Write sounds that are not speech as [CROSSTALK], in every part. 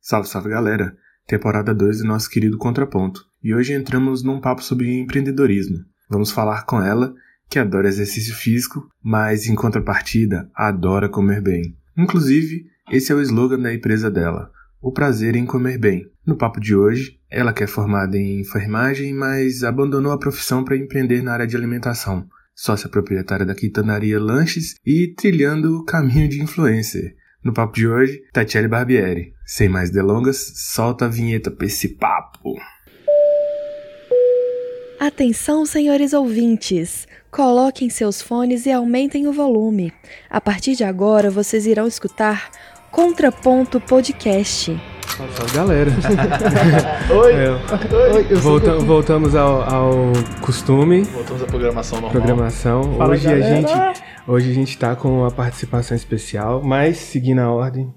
Salve, salve galera! Temporada 2 do nosso querido Contraponto. E hoje entramos num papo sobre empreendedorismo. Vamos falar com ela, que adora exercício físico, mas em contrapartida adora comer bem. Inclusive, esse é o slogan da empresa dela: o prazer em comer bem. No papo de hoje, ela que é formada em enfermagem, mas abandonou a profissão para empreender na área de alimentação sócia proprietária da Quitanaria Lanches e trilhando o caminho de influencer. No papo de hoje, Tatiele Barbieri. Sem mais delongas, solta a vinheta para esse papo. Atenção, senhores ouvintes! Coloquem seus fones e aumentem o volume. A partir de agora, vocês irão escutar Contraponto Podcast. Salve, salve galera! Oi, É, oi, eu volta- voltamos ao, ao costume, Voltamos à programação normal. programação. Fala, hoje, a galera. gente, hoje a gente tá com uma participação especial, mas seguindo a ordem.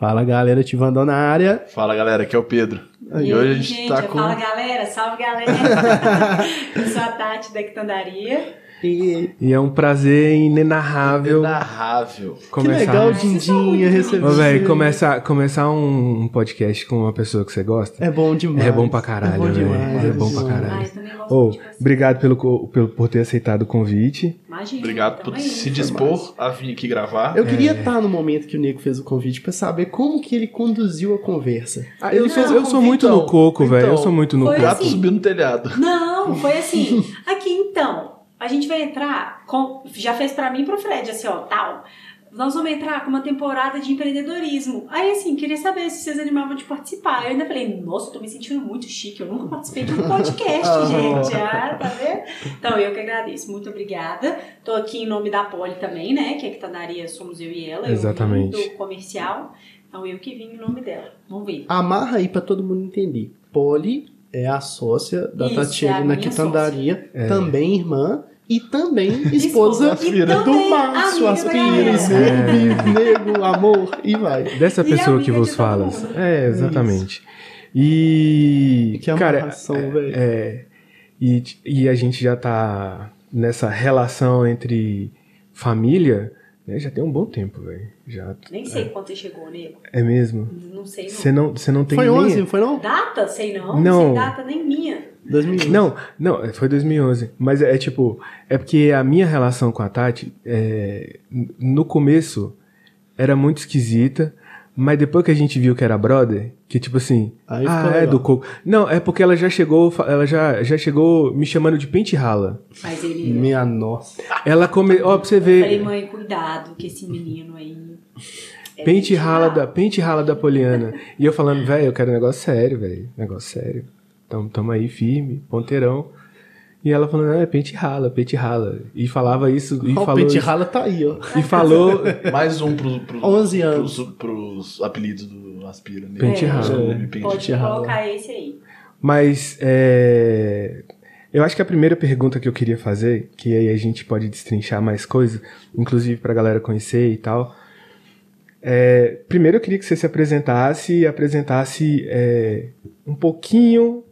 Fala galera, Tivandão na área. Fala galera, aqui é o Pedro. E hoje a gente tá com. Fala galera, [LAUGHS] salve galera. eu sou a Tati da Quitandaria. E E é um prazer inenarrável Inarrável. que começar. legal, vocês são Dindinha, muito receber. Ô, velho, você. começar, começar um, um podcast com uma pessoa que você gosta É bom demais. é bom pra caralho, É bom velho. demais. É bom pra demais. caralho. Mas também gosto Ô, muito de você. obrigado pelo, co- pelo- por ter aceitado o convite. Imagina. Obrigado tamo por aí. se dispor a vir aqui gravar. Eu queria É. estar no momento que o Nego fez o convite pra saber como que ele conduziu a conversa. Ah, eu, ele sou, fez o eu sou muito convitão. no coco, velho. Eu Então, sou muito no foi O coco. gato assim. subiu no telhado. [LAUGHS] Não, foi assim. [LAUGHS] Aqui então, a gente vai entrar com. Já fez pra mim e pro Fred, assim, ó, tal. Nós vamos entrar com uma temporada de empreendedorismo. Aí, assim, queria saber se vocês animavam de participar. Eu ainda falei, nossa, eu tô me sentindo muito chique. Eu nunca participei de um [LAUGHS] podcast, gente. Ah, tá vendo? Então, eu que agradeço. Muito obrigada. Tô aqui em nome da Poli também, né? Que é que Tanaria somos eu e ela. eu vim Exatamente. do comercial. Então, eu que vim em nome dela. Vamos ver. Amarra aí pra todo mundo entender. Polly é a sócia da Isso, é a Tatiana na minha Quitandaria, É. também irmã e também esposa [LAUGHS] Esposa. E do também Márcio amiga da Aspires, galera. Rubens, Nego, amor e vai. Dessa E pessoa amiga que vos de todo fala. mundo. É, exatamente. E. Que cara, amarração, velho. é. E, e a gente já tá nessa relação entre família, né? Já tem um bom tempo, velho. Já. Nem sei quando você chegou, nego. É mesmo? Não sei, não. Você não, você não tem Foi nem... 11, foi não? Data? Sei não. Não. Sem data nem minha. 2011. Não, não, é, foi 2011. Mas é, é tipo, é porque a minha relação com a Tati, é, n- no começo, era muito esquisita, mas depois que a gente viu que era brother, que tipo assim, Aí ficou ah, é legal. do coco. Não, é porque ela já chegou, fa- ela já, já chegou me chamando de pente rala. Mas ele. Minha nossa. Ela tá come, ó, pra você Falei, ver, mãe, cuidado que esse menino aí. é pente rala da, rala. pente rala da Poliana. E eu falando, velho, eu quero um negócio sério, velho, negócio sério. Então, tamo aí firme, ponteirão. E ela falando, ah, é pente rala, pente rala. E falava isso, e Ó, O falou Pente isso. Rala tá aí, ó. E falou. Mais um pro, pro, 11 anos. Pros, pros apelidos do Aspira. Né? Pente É. ralo. Desculpe, pente. Pode Pente rala. colocar esse aí. Mas é, eu acho que a primeira pergunta que eu queria fazer, que aí a gente pode destrinchar mais coisas, inclusive pra galera conhecer e tal. é, primeiro eu queria que você se apresentasse e apresentasse é, um pouquinho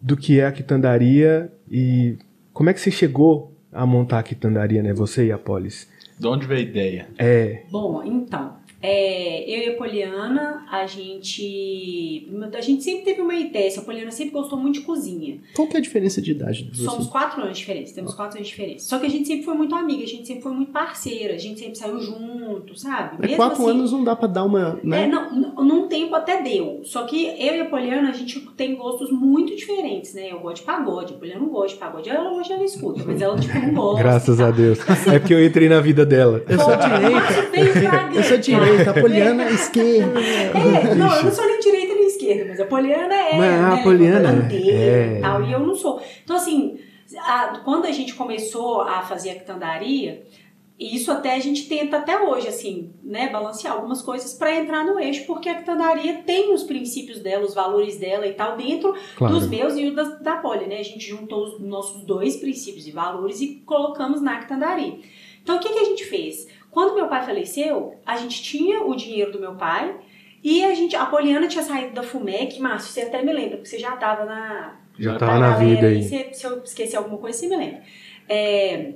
do que é a quitandaria e como é que você chegou a montar a quitandaria, né? Você e a Polis. De onde veio a ideia? É, Bom, então, é, eu e a Poliana, a gente. A gente sempre teve uma ideia. assim, A Poliana sempre gostou muito de cozinha. Qual que é a diferença de idade? de Somos vocês? quatro anos de diferença, temos quatro anos de diferença. Só que a gente sempre foi muito amiga, a gente sempre foi muito parceira, a gente sempre saiu junto, sabe? assim, É quatro anos não dá pra dar uma, É, né? não, n- num tempo até deu. Só que eu e a Poliana, a gente tem gostos muito diferentes, né? Eu gosto de pagode, a Poliana não gosta de pagode. Ela hoje ela escuta, mas ela, tipo, não gosta. graças a Deus. É porque eu entrei na vida dela. Eu sou direita. [LAUGHS] direita. Eu sou direita, a Poliana é esquerda. É, não, eu não sou nem direita nem esquerda, mas a Poliana é. Mas a né, Poliana bandeira é. E, tal, e eu não sou. Então, assim, a- quando a gente começou a fazer a quitandaria, e isso até a gente tenta até hoje, assim, né, balancear algumas coisas para entrar no eixo, porque a quitandaria tem os princípios dela, os valores dela e tal, dentro dos Claro. meus e o da, da Poli, né? A gente juntou os nossos dois princípios e valores e colocamos na Actandari. Então, o que, que a gente fez? Quando meu pai faleceu, a gente tinha o dinheiro do meu pai e a gente, a Poliana tinha saído da FUMEC, Márcio, você até me lembra, porque você já estava na, Já pra tava na galera vida aí. Se, se eu esquecer alguma coisa, você me lembra. É,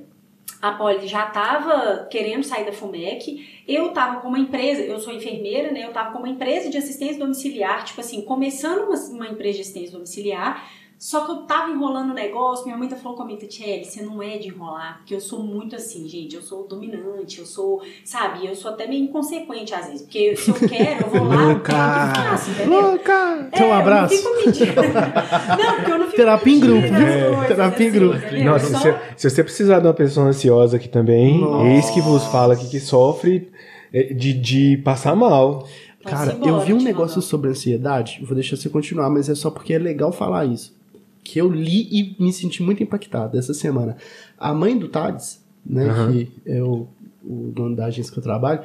A Polly já estava querendo sair da FUMEC. Eu estava com uma empresa, eu sou enfermeira, né? Eu estava com uma empresa de assistência domiciliar, tipo assim, começando uma, uma empresa de assistência domiciliar. Só que eu tava enrolando o negócio, minha mãe tá falou comigo, Tchelle, você não é de enrolar, porque eu sou muito assim, gente, eu sou dominante, eu sou, sabe, eu sou até meio inconsequente às vezes, porque se eu quero, [LAUGHS] eu vou lá, eu Louca! faço, entendeu? Louca! É, Quer um Eu abraço? não fico [LAUGHS] medindo. não, porque eu não fico Terapia em grupo, medindo as viu? coisas, Terapia em assim, grupo. entendeu? Não, Eu se, só- é- se- se você precisar de uma pessoa ansiosa aqui também, Nossa. eis que vos fala aqui que sofre eh, de, de passar mal. Então, Cara, simbora, eu vi um te negócio mandando. sobre ansiedade, vou deixar você continuar, mas é só porque é legal falar isso. Que eu li e me senti muito impactado essa semana. A mãe do Tades, né, Aham. que é o, o dono da agência que eu trabalho,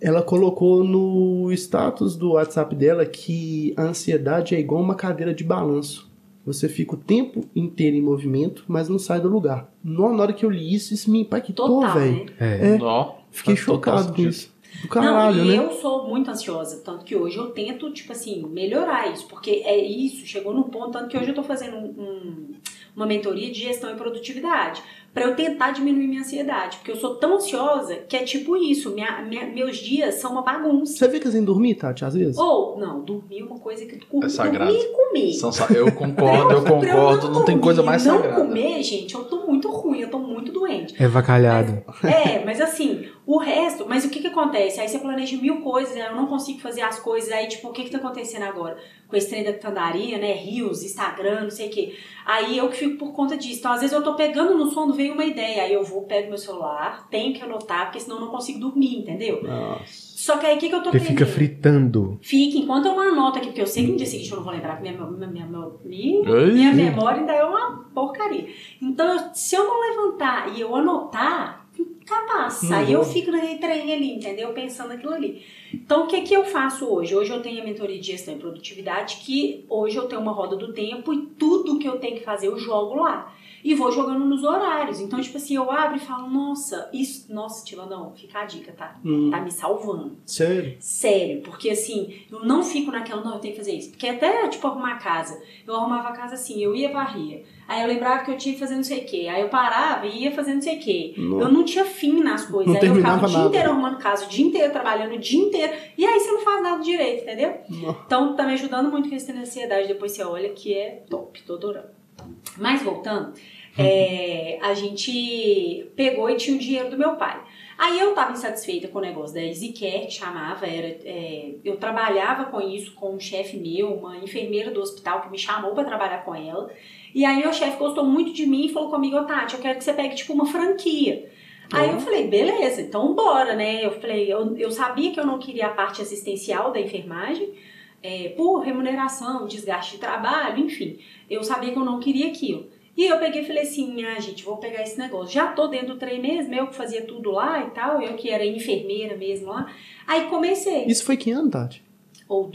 ela colocou no status do WhatsApp dela que a ansiedade é igual uma cadeira de balanço. Você fica o tempo inteiro em movimento, mas não sai do lugar. No- Na hora que eu li isso, isso me impactou, Total, velho. né? É. É. Nó. Fiquei Faz total chocado com sentido. isso. Do caralho, não, e né? eu sou muito ansiosa, tanto que hoje eu tento, tipo assim, melhorar isso, porque é isso, chegou num ponto, tanto que hoje eu tô fazendo um- um- uma mentoria de gestão e produtividade, pra eu tentar diminuir minha ansiedade, porque eu sou tão ansiosa que é tipo isso, minha- minha- meus dias são uma bagunça. Você vê que eles em dormir, Tati, às vezes? Ou, não, dormir é uma coisa que tu come, É sagrado. dormir e comer. São sa- Eu concordo, eu Pra eu concordo. Não tem dormir, coisa mais não sagrada. comer, gente, eu tô muito ruim, eu tô muito doente. [LAUGHS] É vacalhado. É, mas assim, o resto, mas o que que acontece? Aí você planeja mil coisas, né? eu não consigo fazer as coisas, aí tipo, o que que tá acontecendo agora? Com esse trem da pitandaria, né, rios, Instagram, não sei o quê. Aí eu que fico por conta disso. Então às vezes eu tô pegando no sono, vem uma ideia, aí eu vou, pego meu celular, tenho que anotar, porque senão eu não consigo dormir, entendeu? Nossa. Só que aí o que que eu tô Porque fica aprendendo? fritando. Fica, enquanto eu não anoto aqui, porque eu sei que no dia seguinte eu não vou lembrar, porque minha, minha, minha, minha, Ei. minha memória ainda é uma porcaria. Então, eu- se eu não levantar e eu anotar, capaz. Não aí eu vou. fico naquele trem ali, entendeu? Pensando aquilo ali. Então, o que, que eu faço hoje? Hoje eu tenho a mentoria de gestão e produtividade, que hoje eu tenho uma roda do tempo e tudo que eu tenho que fazer eu jogo lá. E vou jogando nos horários. Então, tipo assim, eu abro e falo, nossa, isso. Nossa, Tilandão, fica a dica, tá? Hum, Tá me salvando. sério? Sério, porque assim, eu não fico naquela, não, eu tenho que fazer isso. Porque até, tipo, arrumar a casa. Eu arrumava a casa assim, eu ia varria. Aí eu lembrava que eu tinha que fazer não sei o quê. Aí eu parava e ia fazer não sei o quê. Eu não tinha fim nas coisas. Não aí eu ficava terminava o dia nada. inteiro arrumando casa, o dia inteiro trabalhando, o dia inteiro. E aí você não faz nada direito, entendeu? Nossa. Então tá me ajudando muito com esse treino de ansiedade. Depois você olha que é top, tô adorando. Mas voltando, é, a gente pegou e tinha o dinheiro do meu pai. Aí eu tava insatisfeita com o negócio da EasyCare, que chamava, era, é, eu trabalhava com isso com um chefe meu, uma enfermeira do hospital que me chamou pra trabalhar com ela. E aí meu chefe gostou muito de mim e falou comigo, "Ô, Tati, eu quero que você pegue tipo uma franquia. Aí eu falei, beleza, então bora, né? Eu falei, eu, eu sabia que eu não queria a parte assistencial da enfermagem, é, por remuneração, desgaste de trabalho, enfim. Eu sabia que eu não queria aquilo. E eu peguei e falei assim, ah, gente, vou pegar esse negócio. Já tô dentro do trem mesmo, eu que fazia tudo lá e tal, eu que era enfermeira mesmo lá. Aí comecei. Isso foi que ano, Tati? Ou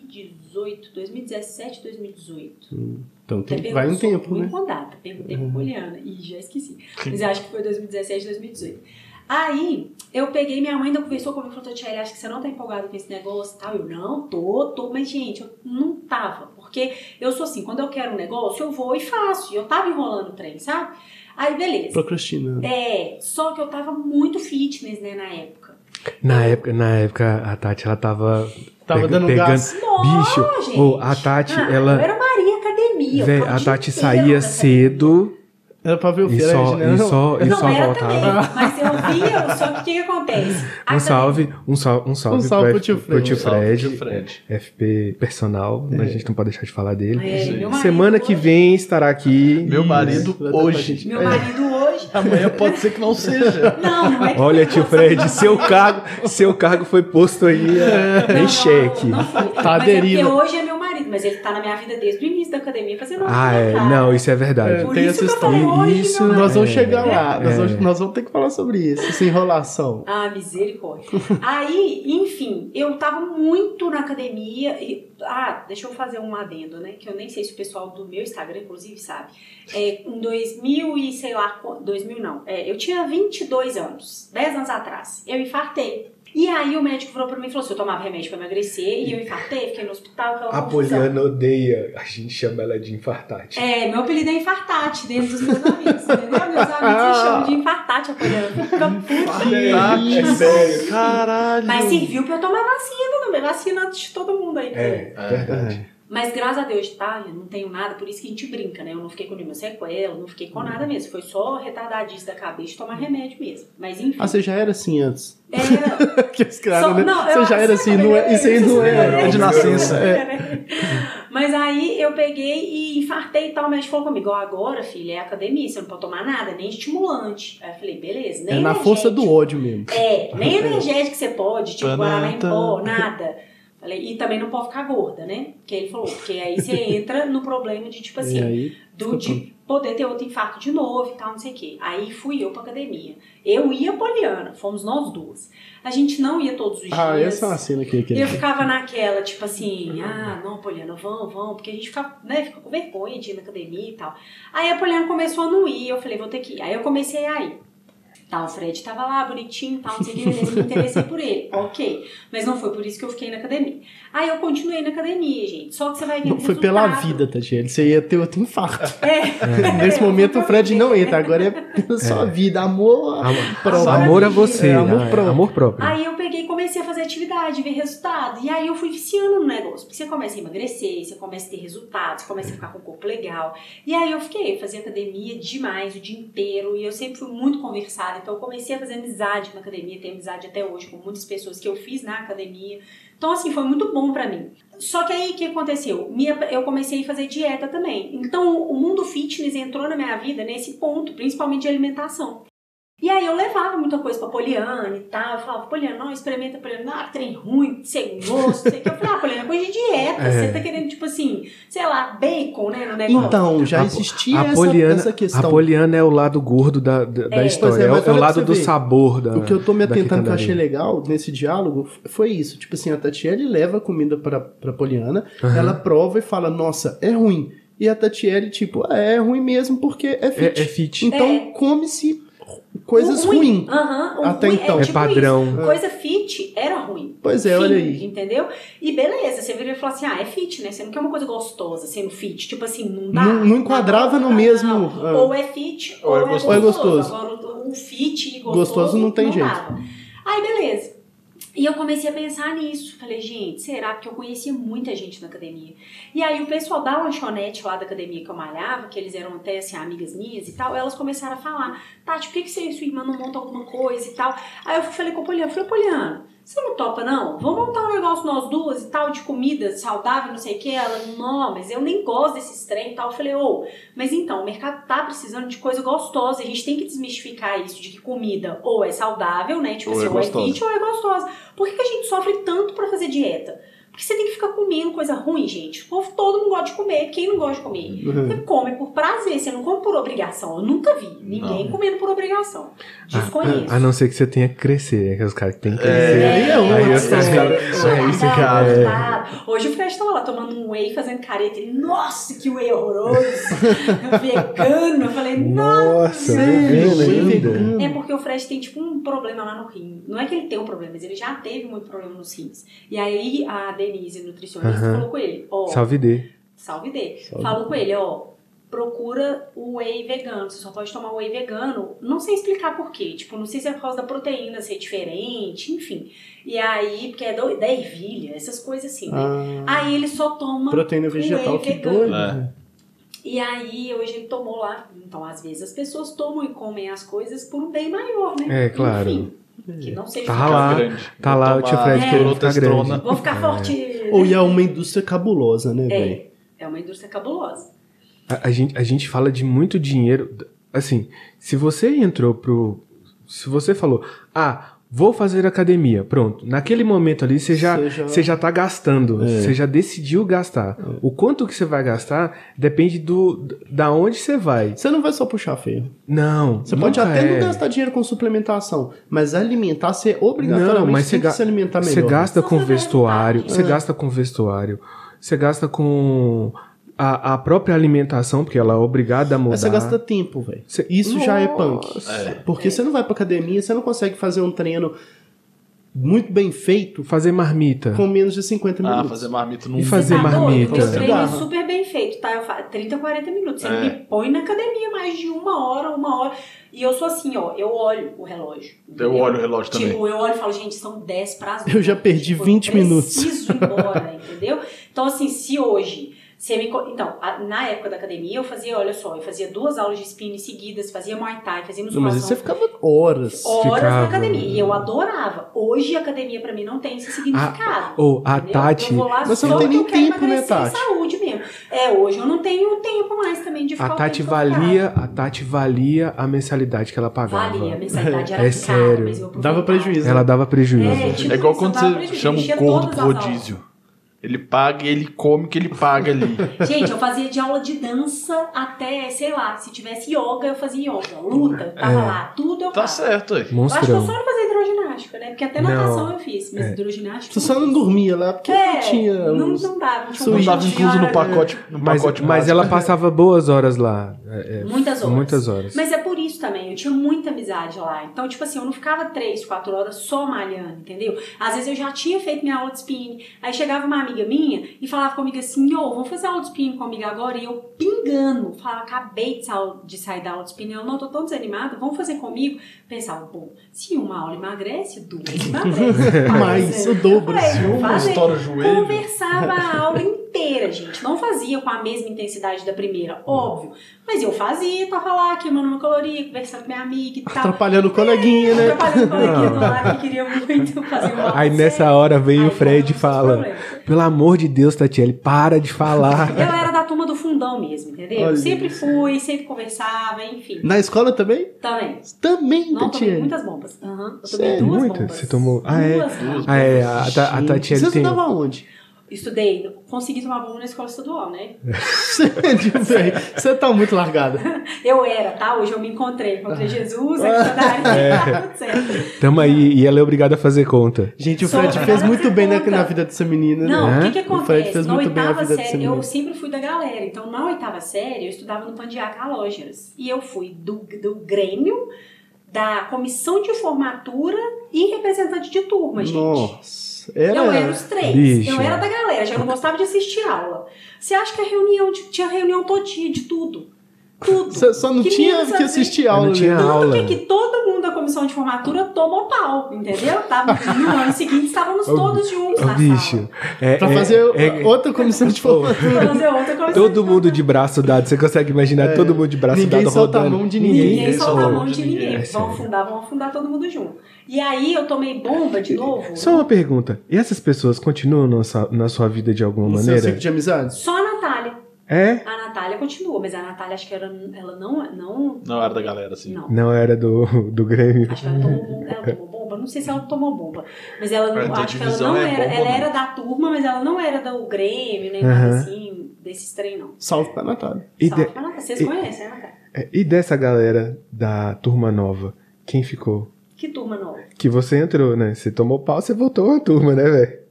2018, 2017, 2018. Então Até vai um pergunto, sou tempo, ruim né? com data, perguntei Uhum. pra Poliana e já esqueci. Mas eu acho que foi 2017, 2018. Aí eu peguei, minha mãe ainda conversou comigo e falou: Tia, acho que você não tá empolgada com esse negócio e tal. Eu não tô, tô, mas gente, eu não tava. Porque eu sou assim, quando eu quero um negócio, eu vou e faço. E eu tava enrolando o trem, sabe? Aí beleza. Procrastinando. É, só que eu tava muito fitness, né, na época. Na época, na época a Tati ela tava. Tava pega- dando pegando- gás. Nossa, Bicho, gente. ô, a Tati, Ah, ela- Eu era Maria Academia. eu Véi, ficava a o Tati dia inteiro saía na academia. cedo Era pra ver o e Fred, só, né? e só, e não, só era voltava. também, mas eu via, só que o que, que acontece? Um A- salve, um salve, um salve, Um salve pro F- tio Fred. tio Um salve pro Fred, tio Fred. é, FP personal, né, a gente não pode deixar de falar dele. É, meu marido Semana que hoje- vem estará aqui. Meu marido Vai dar pra gente. hoje. Meu marido hoje. Tá Amanhã pode ser que não [LAUGHS] seja. Não, não é que Olha, tio Fred, seu cargo, seu cargo foi posto aí não, é, [LAUGHS] em não, xeque. Não, foi. Tá mas é porque aderindo. hoje é meu marido, mas ele tá na minha vida desde o início da academia fazendo Ah, é, aula, não, isso é verdade. É, Por tem isso essa que eu falei história. hoje, isso, meu [LAUGHS] nós vamos amor. chegar lá. É. Nós, vamos, nós vamos ter que falar sobre isso, essa enrolação. Ah, misericórdia. Aí, enfim, eu tava muito na academia. E, ah, deixa eu fazer um adendo, né? Que eu nem sei se o pessoal do meu Instagram, inclusive, sabe. É, em 2000 e sei lá, qu- 2000 não. É, eu tinha 22 anos, 10 anos atrás. Eu infartei. E aí o médico virou pra mim e falou assim: eu tomava remédio pra emagrecer, e eu infartei, fiquei no hospital, aquela A confusão. Poliana odeia. A gente chama ela de infartante. É, meu apelido é infartate dentro dos meus amigos, entendeu? Meus amigos me chamam de infartate, a Poliana fica puta. Tá, É sério. Caralho. Hum. Mas serviu pra eu tomar vacina também, vacina antes de todo mundo aí. É, verdade. Mas graças a Deus, tá? Eu não tenho nada, por isso que a gente brinca, né? Eu não fiquei com nenhuma sequela, não fiquei Hum. com nada mesmo. Foi só retardadice da cabeça de tomar remédio mesmo. Mas [LAUGHS] enfim. Ah, você já era assim [LAUGHS] antes. Era. Que os caras, Só- né? não, eu você já era acho que assim, não é, isso aí não né? é, É de nascença. É. Mas aí eu peguei e infartei e tal. O médico falou comigo: ó, agora, filha, é academia, você não pode tomar nada, é nem estimulante. Aí eu falei: beleza, nem É na força do energético. ódio mesmo. É, nem Uhum. energético você pode, tipo, guaraná em pó, Tanana. nada. Falei, e também não pode ficar gorda, né? Porque ele falou, porque aí [LAUGHS] você entra no problema de, tipo assim, E aí, do de poder ter outro infarto de novo e tal, não sei o quê. Aí fui eu pra academia. Eu e a Poliana, fomos nós duas. A gente não ia todos os ah, dias. essa é uma cena que eu E eu queria. ficava naquela, tipo assim, ah, não, Poliana, vão, vão, porque a gente fica, né, fica com vergonha de ir na academia e tal. Aí a Poliana começou a não ir, eu falei, vou ter que ir. Aí eu comecei a ir. Tá, o Fred tava lá, bonitinho, tal, não sei o que, beleza, me interessei [LAUGHS] por ele. Ok. Mas não foi por isso que eu fiquei na academia. Aí eu continuei na academia, gente. Só que você vai ver Não, o foi pela resultado. vida, Tatiana. Você ia ter outro infarto. É. Nesse momento o Fred não entra. agora. Agora é pela sua vida. Amor. Prova. Ah, Amor a você. É, amor né? próprio. Amor próprio. Aí eu peguei e comecei a fazer atividade, ver resultado. E aí eu fui viciando no negócio. Porque você começa a emagrecer, você começa a ter resultados, você começa a ficar com o corpo legal. E aí eu fiquei, eu fazia academia demais o dia inteiro. E eu sempre fui muito conversada. Então eu comecei a fazer amizade na academia, tenho amizade até hoje com muitas pessoas que eu fiz na academia. Então, assim, foi muito bom pra mim. Só que aí o que aconteceu? Minha, eu comecei a fazer dieta também. Então, o mundo fitness entrou na minha vida nesse ponto, principalmente de alimentação. E aí eu levava muita coisa pra Poliana e tal. Eu falava, Poliana, não, experimenta, Poliana, não, ah, trem ruim, sem gosto, sei o que. Eu falava, ah, Poliana, é coisa de dieta. Você tá querendo, tipo assim, sei lá, bacon, né, no negócio. Então, já A- existia a essa, Poliana- essa A questão. Poliana é o lado gordo da, da, da É. história. Pois é, É, o- mas é o olha pra lado você do ver. sabor da. O que eu tô me da atentando que eu quitandaria. achei legal nesse diálogo f- foi isso. Tipo assim, a Tatiele leva a comida pra, pra Poliana, Aham. ela prova e fala, nossa, é ruim. E a Tatiele, tipo, "Ah, é ruim mesmo porque é fit. É, é fit. Então É. come-se coisas O ruim, ruins. Aham, o Até ruim então. é, É tipo padrão. isso. Coisa fit era ruim. Pois é, Fim, olha aí. Entendeu? E beleza, você vira e fala assim: ah, é fit, né? Você não quer uma coisa gostosa sendo fit. Tipo assim, não dá. Não- não enquadrava no mesmo, ah. Ou é fit, ou, é gostoso. Ou é gostoso. Agora, o- o fit e gostoso. Gostoso não tem jeito. dava. Aí, beleza. E eu comecei a pensar nisso. Falei, gente, será? Porque eu conhecia muita gente na academia. E aí o pessoal da lanchonete lá da academia que eu malhava, que eles eram até assim, amigas minhas e tal, elas começaram a falar, Tati, por que, que você e sua irmã não montam alguma coisa e tal? Aí eu falei com a Poliana, falei, Poliana, você não topa não? Vamos montar um negócio nós duas e tal, de comida saudável, não sei o que. Ela, não, mas eu nem gosto desses trem e tal. Eu falei, ô, mas então, o mercado tá precisando de coisa gostosa, a gente tem que desmistificar isso de que comida ou é saudável, né? Tipo Ou assim, é ou é gostosa. fit ou é gostosa. Por que, que a gente sofre tanto pra fazer dieta? Porque você tem que ficar comendo coisa ruim, gente. O povo todo mundo gosta de comer. Quem não gosta de comer? Você come por prazer, você não come por obrigação. Eu nunca vi ninguém comendo por obrigação. Desconheço. A não ser que você tenha que crescer, né? Que é os caras que têm que crescer. Ah, É, é uma Aí eu- um questão. os caras- Ah, isso tá, que é- tá. Hoje o Fred tava lá tomando um whey, fazendo careta. Ele, nossa, que whey horroroso! [LAUGHS] vegano. Eu falei, nossa. Nossa, é, Sério, vegana sim, ainda. vegano. É porque o Fred tem tipo um problema lá no rim. Não é que ele tem um problema, mas ele já teve muito problema nos rins. E aí a Denise, nutricionista, Aham. falou com ele: ó, Salve D. Salve D. Falou com ele, ó. Procura o whey vegano. Você só pode tomar whey vegano. Não sei explicar por quê. Tipo, não sei se é por causa da proteína ser diferente, enfim. E aí, porque é do- da ervilha, essas coisas assim, né? Ah, Aí ele só toma. proteína vegetal, whey que vegano. doido. É. E aí, hoje ele tomou lá. Então, às vezes, as pessoas tomam e comem as coisas por um bem maior, né? É, claro. Enfim, que não seja. Tá lá. Tá lá, o tio Fred É. querendo ficar grande. Vou ficar forte. Ou e é uma indústria cabulosa, né, velho? É, é uma indústria cabulosa. A, a gente, a gente fala de muito dinheiro. Assim, se você entrou pro. Se você falou, ah, vou fazer academia, pronto. Naquele momento ali você já, Você já- É. você já tá gastando. Você já decidiu gastar. O quanto que você vai gastar depende do da onde você vai. Você não vai só puxar ferro. Não. Você pode nunca até é. não gastar dinheiro com suplementação, mas alimentar, você obrigatoriamente Não, mas você tem que ga- se alimentar melhor. É. Você gasta Só com fazer vestuário, vontade. você gasta com vestuário, você gasta com a, a própria alimentação, porque ela é obrigada a mudar. Mas você gasta tempo, velho. Você- Isso já é punk. Nossa. É. Porque você não vai pra academia, você não consegue fazer um treino muito bem feito Fazer marmita. com menos de 50 Ah, minutos. fazer marmito num E É. fazer Tá bom, marmita. Eu treino Cigarro. super bem feito, tá? Eu faço 30, 40 minutos. Você É. me põe na academia mais de uma hora, uma hora. E eu sou assim, ó, eu olho o relógio. Eu entendeu? olho o relógio também. Tipo, eu olho e falo, gente, são 10 para as Eu já duas. perdi Tipo, 20 Eu preciso [LAUGHS] ir embora, entendeu? Então, assim, se hoje... Você me... co- Então, a- na época da academia, eu fazia, olha só, eu fazia duas aulas de spinning seguidas, fazia Muay Thai, fazia Não, mas aí você musculação. ficava horas. Horas ficava- na academia. E eu adorava. Hoje a academia pra mim não tem esse significado. Ou a Entendeu? Tati. Eu vou lá Mas você só não tem porque nem eu quero tempo, né, emagrecer em Tati? saúde mesmo. É, hoje eu não tenho tempo mais também de A ficar o Tati tempo todo parado. valia, a Tati valia a mensalidade que ela pagava. Valia, a mensalidade era É cara, sério. mas eu aproveitava. Dava prejuízo. né? Ela dava prejuízo. É, tipo, É igual isso, tá quando dava você prejuízo, chama enchia o gordo todas pro as rodízio. Ele paga e ele come o que ele paga ali. [LAUGHS] aulas. Gente, eu fazia de aula de dança até, sei lá, se tivesse yoga, eu fazia yoga. Luta, eu tava É. lá, tudo eu Tá fazia. certo aí. Eu acho que eu Monstrão. só não fazia hidroginástica, né? Porque até Não. natação eu fiz, mas É. hidroginástica. Você só não dormia lá porque É, não tinha. não, uns- não dava. não tinha um Não Suíte. tava incluso no horário. pacote. um No Mas, pacote mas básico. né? ela passava boas horas lá. É, é, Muitas horas. Muitas horas. Mas é por isso também, eu tinha muita amizade lá. Então, tipo assim, eu não ficava três, quatro horas só malhando, entendeu? Às vezes eu já tinha feito minha aula de spinning, aí chegava uma amiga minha e falava comigo assim, ô, vamos fazer aula de spinning comigo agora? E eu pingando, falava, acabei de, sa- de sair da aula de spinning, eu não tô tão desanimada, vamos fazer comigo? Pensava, bom, se uma aula emagrece, duas [LAUGHS] é, emagrecem. Mais, o dobro. assim. Falei, se vou uma- fazer. Estoura o joelho. Conversava a aula inteira, gente. Não fazia com a mesma intensidade da primeira, óbvio. Mas eu fazia, tava lá queimando uma caloria, conversando com minha amiga e tal. Atrapalhando o coleguinha, né? Trabalhando com a coleguinha do [LAUGHS] lado que queria muito fazer uma Aí nessa hora vem Aí o Fred e não, fala: não tem problema. Pelo amor de Deus, Tatiele, para [LAUGHS] de falar. Eu era da turma do fundão mesmo, entendeu? Olha sempre fui, sempre conversava, enfim. Na escola também? Também. Também, Não, tomei Tatiane. muitas bombas. Aham, eu tomei Sério? duas Muitas? bombas. Você é tomou- Ah, é? Duas bombas. Ah, é, a, Ta- a Tatiele Você tem. um. estudava onde? Estudei, consegui tomar bomba na escola estadual, né? Sério, velho. é Você tá muito largada. Eu era, tá? Hoje eu me encontrei. Encontrei Jesus, aqui tá [LAUGHS] É. tá tudo certo. Tamo aí, e ela é obrigada a fazer conta. Gente, o Sou Fred fez obrigada muito a bem na, conta. na vida dessa menina. Não, né? o que que O Fred acontece? fez Na muito bem na oitava vida dessa série, eu menina. sempre fui da galera. Então, na oitava série, eu estudava no Pandiaca Calógeras. E eu fui do, do Grêmio, da comissão de formatura e representante de turma, gente. Nossa. Era... Eu era os três. Bicho. Eu era da galera, já não gostava de assistir aula. Você acha que a reunião de- tinha reunião todinha de tudo? Tudo. Só, só não Que tinha menina que sabe? assistir Eu aula. não né? tinha aula. Tanto que, que todo mundo da comissão de formatura tomou pau, entendeu? Tava, no ano seguinte estávamos Ô, todos juntos Ô, na bicho. sala. É, Pra é- fazer é- outra comissão [LAUGHS] de formatura. Pra fazer outra comissão todo de mundo formatura. de braço dado. Você consegue imaginar É, todo mundo de braço ninguém dado solta a rodando? mão de Ninguém, ninguém. solta a mão de ninguém. É vão sério. afundar, vão afundar todo mundo junto. E aí eu tomei bomba de novo. Só uma pergunta. E essas pessoas continuam na sua, na sua vida de alguma No seu maneira? ciclo de amizades? Só a Natália. É? A Natália continua, mas a Natália acho que era, ela não. Não. Não era da galera, assim. não. Não era do, do Grêmio. Acho que ela tomou, bomba- ela tomou bomba, não sei se ela tomou bomba, mas ela Mas não, da acho que ela divisão não é era, bomba, ela não. era da turma, mas ela não era do Grêmio, nem nada Aham. assim, desses trem não. Salve pra Natália. E, Salve de- pra Natália. Vocês e- conhecem, né, Natália? É, e dessa galera da turma nova, quem ficou? Que turma nova. Que você entrou, né? Você tomou pau, você voltou à turma, né, velho?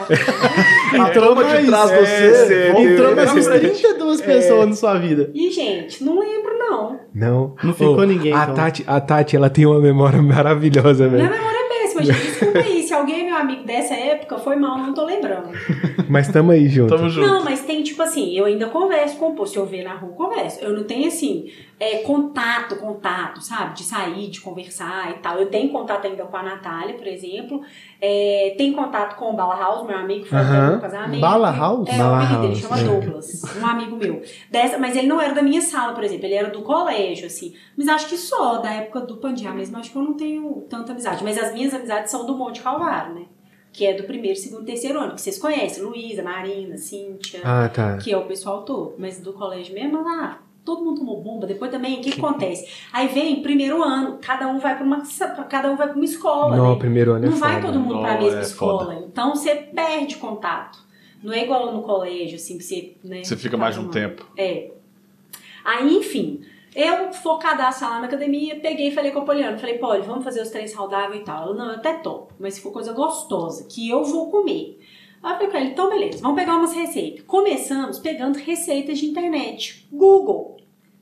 É, Entrou turma de mais, É, trás, você, entrou eu- mais umas eu- 32 É. pessoas na sua vida. E, gente, não lembro, não. Não. Não ficou ninguém, A então. Tati, a Tati, ela tem uma memória [LAUGHS] maravilhosa, Minha velho. memória é péssima, gente. Desculpa aí. Se alguém é meu amigo dessa época, foi mal, não tô lembrando. Mas tamo aí junto. Tamo junto. Não, mas tem, tipo assim, eu ainda converso com o povo. Se eu ver na rua, eu converso. Eu não tenho, assim, é, contato, contato, sabe? De sair, de conversar e tal. Eu tenho contato ainda com a Natália, por exemplo. É, tenho contato com o Bala House, meu amigo, que foi até Aham. meu casamento. Bala House? É, Bala o amigo dele House, chama é. Douglas, um amigo meu. Dessa, mas ele não era da minha sala, por exemplo. Ele era do colégio, assim. Mas acho que só, da época do Pandiá mesmo, acho que eu não tenho tanta amizade. Mas as minhas amizades são do Monte Calvário, né? Que é do primeiro, segundo, terceiro ano, que vocês conhecem. Luísa, Marina, Cíntia Ah, tá. que é o pessoal todo, mas do colégio mesmo, ah, todo mundo tomou bomba. Depois também, o que, que acontece? Aí vem primeiro ano, cada um vai para uma, cada um vai para uma escola, Não, o né? primeiro ano é Não vai foda. todo mundo para a Não, mesma é escola, então você perde contato. Não é igual no colégio, assim, que você, né, Você tá fica mais um tomando. tempo. É. Aí, enfim, eu focadaça lá na academia, peguei e falei com a Poliana, falei, Poli, vamos fazer os treinos saudáveis e tal. Ela, não, eu até topo, mas se for coisa gostosa, que eu vou comer. Aí eu falei com ela, então beleza, vamos pegar umas receitas. Começamos pegando receitas de internet, Google.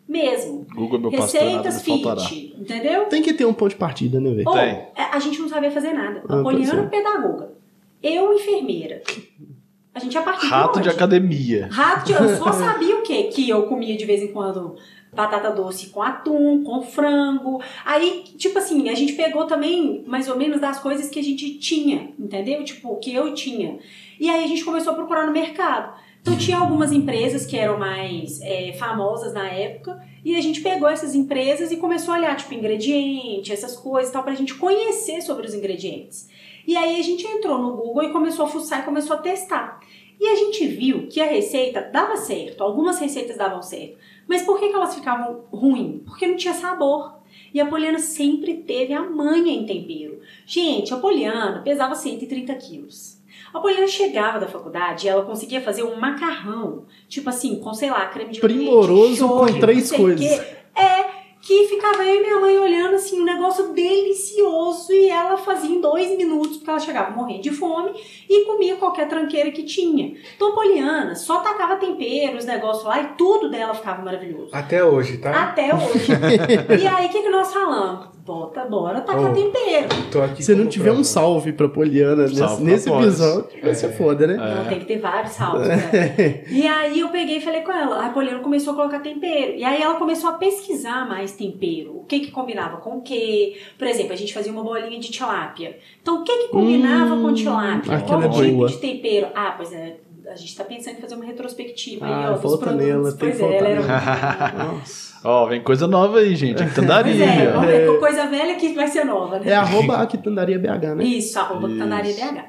mesmo. Google é meu pastor, Receitas, nada me faltará. fit, entendeu? Tem que ter um ponto de partida, né, velho? Ou, Tem. é, a gente não sabia fazer nada. Ah, A pois é. Poliana, pedagoga. Eu, enfermeira. A gente é a Tá partir Rato de de onde? academia. Rato de... Eu só sabia o quê? Que eu comia de vez em quando batata doce com atum, com frango. Aí, tipo assim, a gente pegou também mais ou menos das coisas que a gente tinha, entendeu? Tipo, que eu tinha. E aí a gente começou a procurar no mercado. Então tinha algumas empresas que eram mais eh, famosas na época e a gente pegou essas empresas e começou a olhar, tipo, ingrediente, essas coisas e tal, pra gente conhecer sobre os ingredientes. E aí a gente entrou no Google e começou a fuçar e começou a testar. E a gente viu que a receita dava certo, algumas receitas davam certo. Mas por que, que elas ficavam ruim? Porque não tinha sabor. E a Poliana sempre teve a manha em tempero. Gente, a Poliana pesava 130 quilos. A Poliana chegava da faculdade e ela conseguia fazer um macarrão, tipo assim, com, sei lá, creme de leite, Primoroso com shoyu, três não sei o coisas. quê. É, que ficava eu e minha mãe olhando, assim, um negócio delicioso. E ela fazia em dois minutos, porque ela chegava morrendo de fome e comia qualquer tranqueira que tinha. Então, a Poliana só tacava tempero, os negócios lá, e tudo dela ficava maravilhoso. Até hoje, tá? Até hoje. e aí, o que, que nós falamos? Bota, bora tacar Oh. tempero. Tô aqui Se não como tiver um prova. salve pra Poliana nesse- Salve pra nesse, Polis. episódio, vai ser foda, né? É. Não, tem que ter vários [LAUGHS] saltos, né? e aí eu peguei e falei com ela. A Poliana começou a colocar tempero. E aí ela começou a pesquisar mais tempero. O que que combinava com o quê? Por exemplo, a gente fazia uma bolinha de tilápia. Então, o que que combinava Hum, com tilápia? Qual aquela é tipo boa. de tempero? Ah, pois é. A gente tá pensando em fazer uma retrospectiva. aí, Ah, ó, dos volta produtos. nela, tem que pois é, voltar ela era [LAUGHS] nela. muito- Nossa. Ó, vem coisa nova aí, gente. É que Pois é, tandaria. vamos ver, com [LAUGHS] coisa velha que vai ser nova, né? É arroba a quitandaria BH, né? Isso, arroba Isso. Tandaria BH.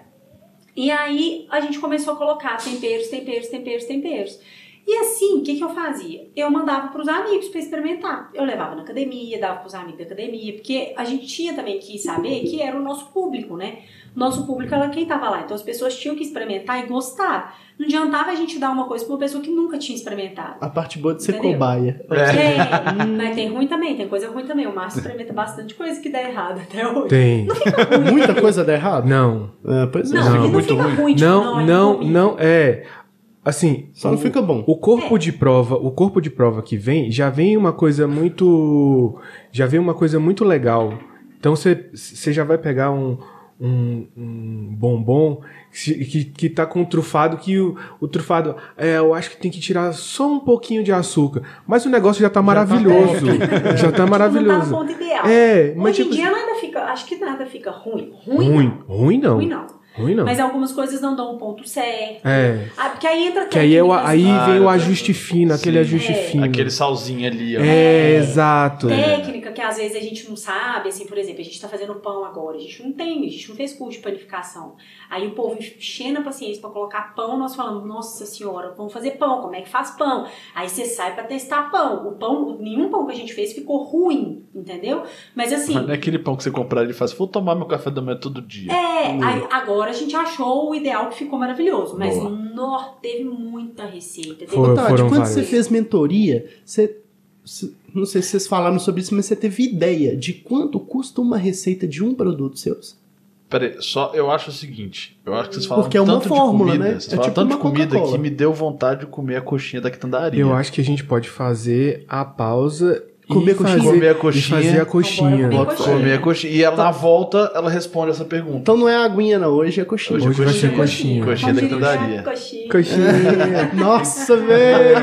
E aí a gente começou a colocar temperos, temperos, temperos, temperos. E assim, o que, que eu fazia? Eu mandava pros amigos para experimentar. Eu levava na academia, dava pros amigos da academia, porque a gente tinha também que saber que era o nosso público, né? Nosso público era quem tava lá. Então as pessoas tinham que experimentar e gostar. Não adiantava a gente dar uma coisa pra uma pessoa que nunca tinha experimentado. A parte boa de ser Entendeu? cobaia. É. Tem, mas tem ruim também, tem coisa ruim também. O Márcio experimenta bastante coisa que dá errado até [LAUGHS] hoje. Tem. Muita coisa dá errado? Não. Ah, pois é. Não, Não, ele não muito fica ruim. ruim, tipo, Não, é não, [LAUGHS] ruim. não. É. Assim. Só não o- fica bom. O É. corpo de prova, o corpo de prova que vem, já vem uma coisa muito, já vem uma coisa muito legal. Então você você já vai pegar um, um, um bombom que, se- que, que tá com um trufado que o, o trufado, é, eu acho que tem que tirar só um pouquinho de açúcar, mas o negócio já tá maravilhoso, [LAUGHS] Tipo, não já tá tá no maravilhoso. ponto ideal. É, mas Hoje em tipo assim, dia nada fica, acho que nada fica ruim. Ruim, ruim, ruim não. não, Ruim não. ruim não. Mas algumas coisas não dão o ponto certo. É, Ah, porque aí entra que aí é o, técnicas- aí Ah, vem eu o tô- ajuste fino, aquele Sim. ajuste É. fino. Aquele salzinho ali, ó. É, exato. técnica que às vezes a gente não sabe, assim, por exemplo, a gente tá fazendo pão agora, a gente não tem, a gente não fez curso de panificação. Aí o povo enchendo a paciência pra colocar pão, nós falamos, nossa senhora, vamos fazer pão, como é que faz pão? Aí você sai pra testar pão. O pão, nenhum pão que a gente fez ficou ruim, entendeu? Mas assim, Mas não é aquele pão que você comprar e faz, vou tomar meu café da manhã todo dia. É, aí agora a gente achou o ideal que ficou maravilhoso, mas Boa. nó, teve muita receita. Teve... Foi. Ô, Tati, foram quando vários. você fez mentoria, você. se- Não sei se vocês falaram sobre isso, mas você teve ideia de quanto custa uma receita de um produto seu? Pera aí, só eu acho o seguinte: eu acho que vocês falam Porque é uma tanto fórmula, de comida, né? vocês É falam tipo tanto de uma comida Coca-Cola. que me deu vontade de comer a coxinha da quitandaria. Eu acho que a gente pode fazer a pausa Comer e coxinha. fazer, Comer a e coxinha. fazer a coxinha. Então- Então, bora Bota comer a coxinha. E ela, na volta, ela responde essa pergunta. Então não é aguinha, não. Hoje é coxinha. Hoje vai ser coxinha. Coxinha da Vamos dirigir a quitandaria. Coxinha. É, nossa, velho!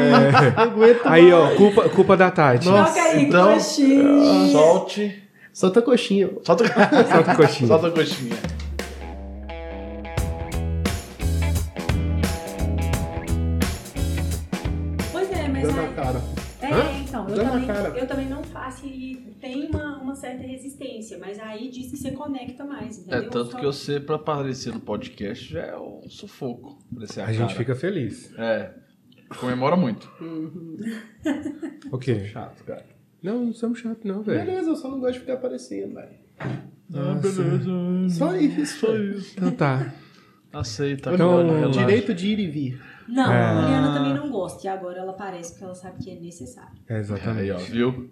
Não aguento É. Aí, mais. ó, culpa, culpa da Tati. Nossa. Toca aí, então, coxinha. Solte. Solta a coxinha. Solta Solta a coxinha. Solta a coxinha. Pois é, mas Dá na aí, cara. é, então, eu Dá na também, cara. eu também não faço e tem uma, uma certa resistência, mas aí diz que você conecta mais, É, entendeu? tanto Só- que você, pra aparecer no podcast, já é um sufoco. Aparecer a, A gente cara. fica feliz. É. Comemora muito. Ok. Chato, cara. Não, não somos chato não, velho. Beleza, eu só não gosto de ficar aparecendo, velho. Ah, beleza. Só isso. Só isso. Então tá. Aceita, Então, cara. relaxa. Direito de ir e vir. Não, É. a Juliana também não gosta, e agora ela parece porque ela sabe que é necessário. É, exatamente. Aí, ó, viu?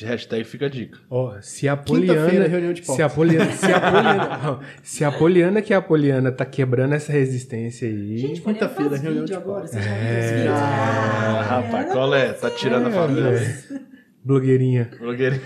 Hashtag fica a dica. Ó, se a Quinta-feira, Poliana. reunião de Se pauta. a [LAUGHS] Poliana. Se a Poliana, se a Poliana que é a Poliana tá quebrando essa resistência aí. Gente, quando ele quinta-feira, faz reunião vídeo de agora, você já viu os É. vídeos? Ah, rapaz, qual é? Tá tirando a família. é. blogueirinha. Blogueirinha.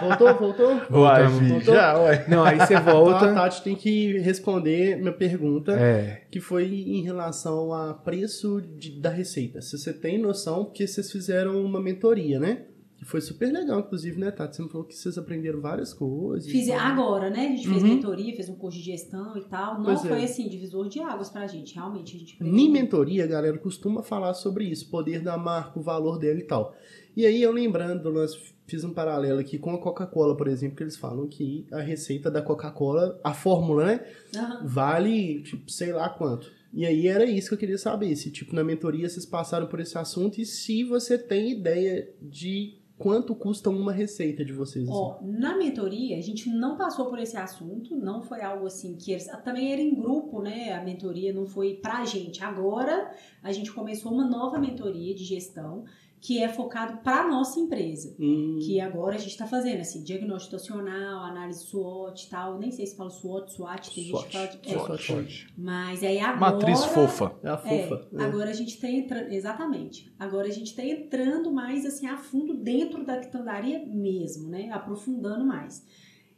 Voltou, voltou? Uai, Voltamos. filho, já, uai. Não, aí você Então a volta. Tati tem que responder minha pergunta, É. que foi em relação a preço de- da receita. Se você tem noção, porque vocês fizeram uma mentoria, né? Que foi super legal, inclusive, né, Tati? Você me falou que vocês aprenderam várias coisas. Então, Fiz agora, né? A gente fez é. Uhum. mentoria, fez um curso de gestão e tal. Não Pois é. foi assim, divisor de águas pra gente. Realmente, a gente Nem aprendeu. mentoria, a galera costuma falar sobre isso, poder da marca, o valor dela e tal. E aí eu lembrando, nós fiz um paralelo aqui com a Coca-Cola, por exemplo, que eles falam que a receita da Coca-Cola, a fórmula, né? Aham. vale, tipo, sei lá quanto. E aí era isso que eu queria saber, se tipo na mentoria vocês passaram por esse assunto e se você tem ideia de quanto custa uma receita de vocês. assim. Ó, na mentoria, a gente não passou por esse assunto, não foi algo assim que eles. Também era em grupo, né? A mentoria não foi pra gente. Agora, a gente começou uma nova mentoria de gestão que é focado pra nossa empresa. Hum, Que agora a gente tá fazendo, assim, diagnóstico estacional, análise SWOT e tal. Nem sei se fala SWOT, SWAT, tem gente SWOT, que fala. de- é, SWOT. Mas aí agora. Matriz fofa. É a fofa. É, agora a gente tá entrando, exatamente. Agora a gente tá entrando mais assim a fundo dentro da quitandaria mesmo, né? Aprofundando mais.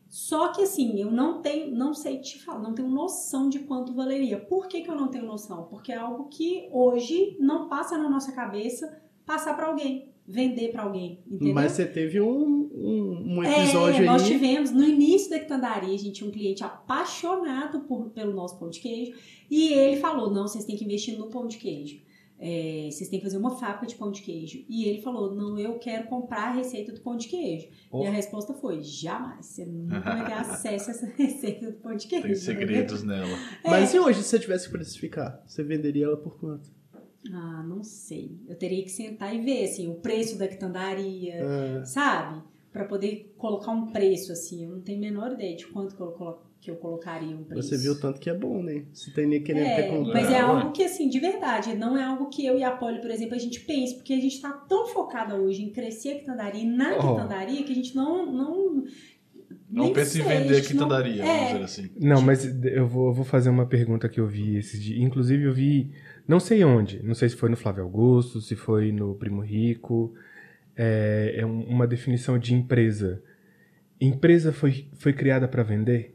Só que assim, eu não tenho, não sei te falar, não tenho noção de quanto valeria. Por que, que eu não tenho noção? Porque é algo que hoje não passa na nossa cabeça passar pra alguém, vender pra alguém, entendeu? Mas você teve um, um, um episódio é, aí. nós tivemos no início da quitandaria, a gente tinha um cliente apaixonado por- pelo nosso pão de queijo e ele falou: não, vocês têm que investir no pão de queijo. É, vocês têm que fazer uma fábrica de pão de queijo. E ele falou: não, eu quero comprar a receita do pão de queijo. Oh. E a resposta foi: jamais, você nunca [LAUGHS] vai ter acesso a essa receita do pão de queijo. Tem segredos nela. É. Mas e hoje se você tivesse que precificar? Você venderia ela por quanto? Ah, não sei. Eu teria que sentar e ver assim, o preço da quitandaria, Ah, sabe? Pra poder colocar um preço assim. Eu não tenho a menor ideia de quanto que eu, colo- que eu colocaria um preço. você viu o tanto que é bom, né? Você tem nem querendo É, até comprar. mas é né? algo que, assim, de verdade, não é algo que eu e a Polly, por exemplo, a gente pensa, porque a gente tá tão focada hoje em crescer a quitandaria e na Oh. quitandaria que a gente não. Não, Não nem pensa em sei, vender a a gente não- quitandaria, vamos É, dizer assim. Não, mas eu vou, eu vou fazer uma pergunta que eu vi esses dias. Inclusive, eu vi, não sei onde, não sei se foi no Flávio Augusto, se foi no Primo Rico. É, é um- uma definição de empresa. Empresa foi, foi criada para vender?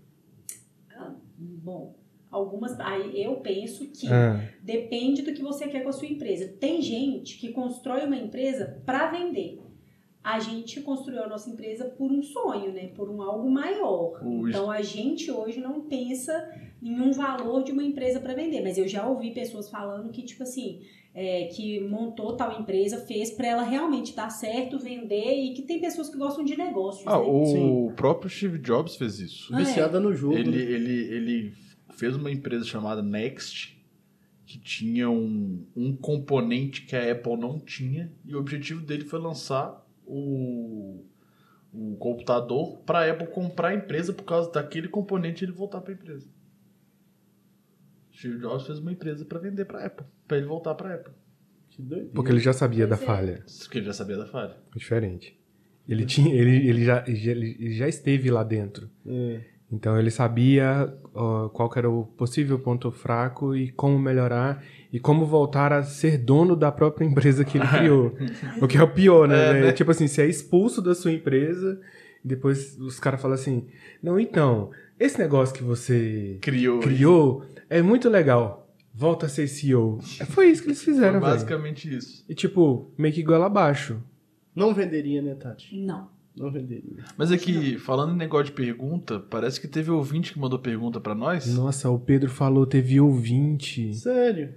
bom, algumas. Aí eu penso que Ah, depende do que você quer com a sua empresa. Tem gente que constrói uma empresa pra vender. A gente construiu a nossa empresa por um sonho, né? Por um algo maior. O Então a gente hoje não pensa em um valor de uma empresa para vender, mas eu já ouvi pessoas falando que tipo assim é, que montou tal empresa fez para ela realmente dar certo, vender e que tem pessoas que gostam de negócios. Ah, né? o Sim. próprio Steve Jobs fez isso. Ah, é. Viciada no jogo. Ele, né? ele, ele fez uma empresa chamada Next, que tinha um, um componente que a Apple não tinha, e o objetivo dele foi lançar o, o computador para a Apple comprar a empresa por causa daquele componente e ele voltar para a empresa. Steve Jobs fez uma empresa para vender para a Apple, para ele voltar para a Apple. Que doido. porque ele já sabia da Pois é. falha. Isso que ele já sabia da falha. É diferente. Ele, tinha, ele, ele, já, ele já esteve lá dentro. É. Então ele sabia ó, qual que era o possível ponto fraco e como melhorar e como voltar a ser dono da própria [LAUGHS] empresa que ele [LAUGHS] criou. o que é o pior, né? É, né? né? Tipo assim, você é expulso da sua empresa e depois os caras falam assim: Não, então, esse negócio que você Criou. criou é muito legal. Volta a ser CEO. É, Foi isso que eles Foi fizeram, velho. basicamente isso. E tipo, meio que goela abaixo. Não venderia, né, Tati? Não. Não venderia. Mas é que, falando em negócio de pergunta, parece que teve ouvinte que mandou pergunta pra nós. Nossa, o Pedro falou, teve ouvinte. Sério?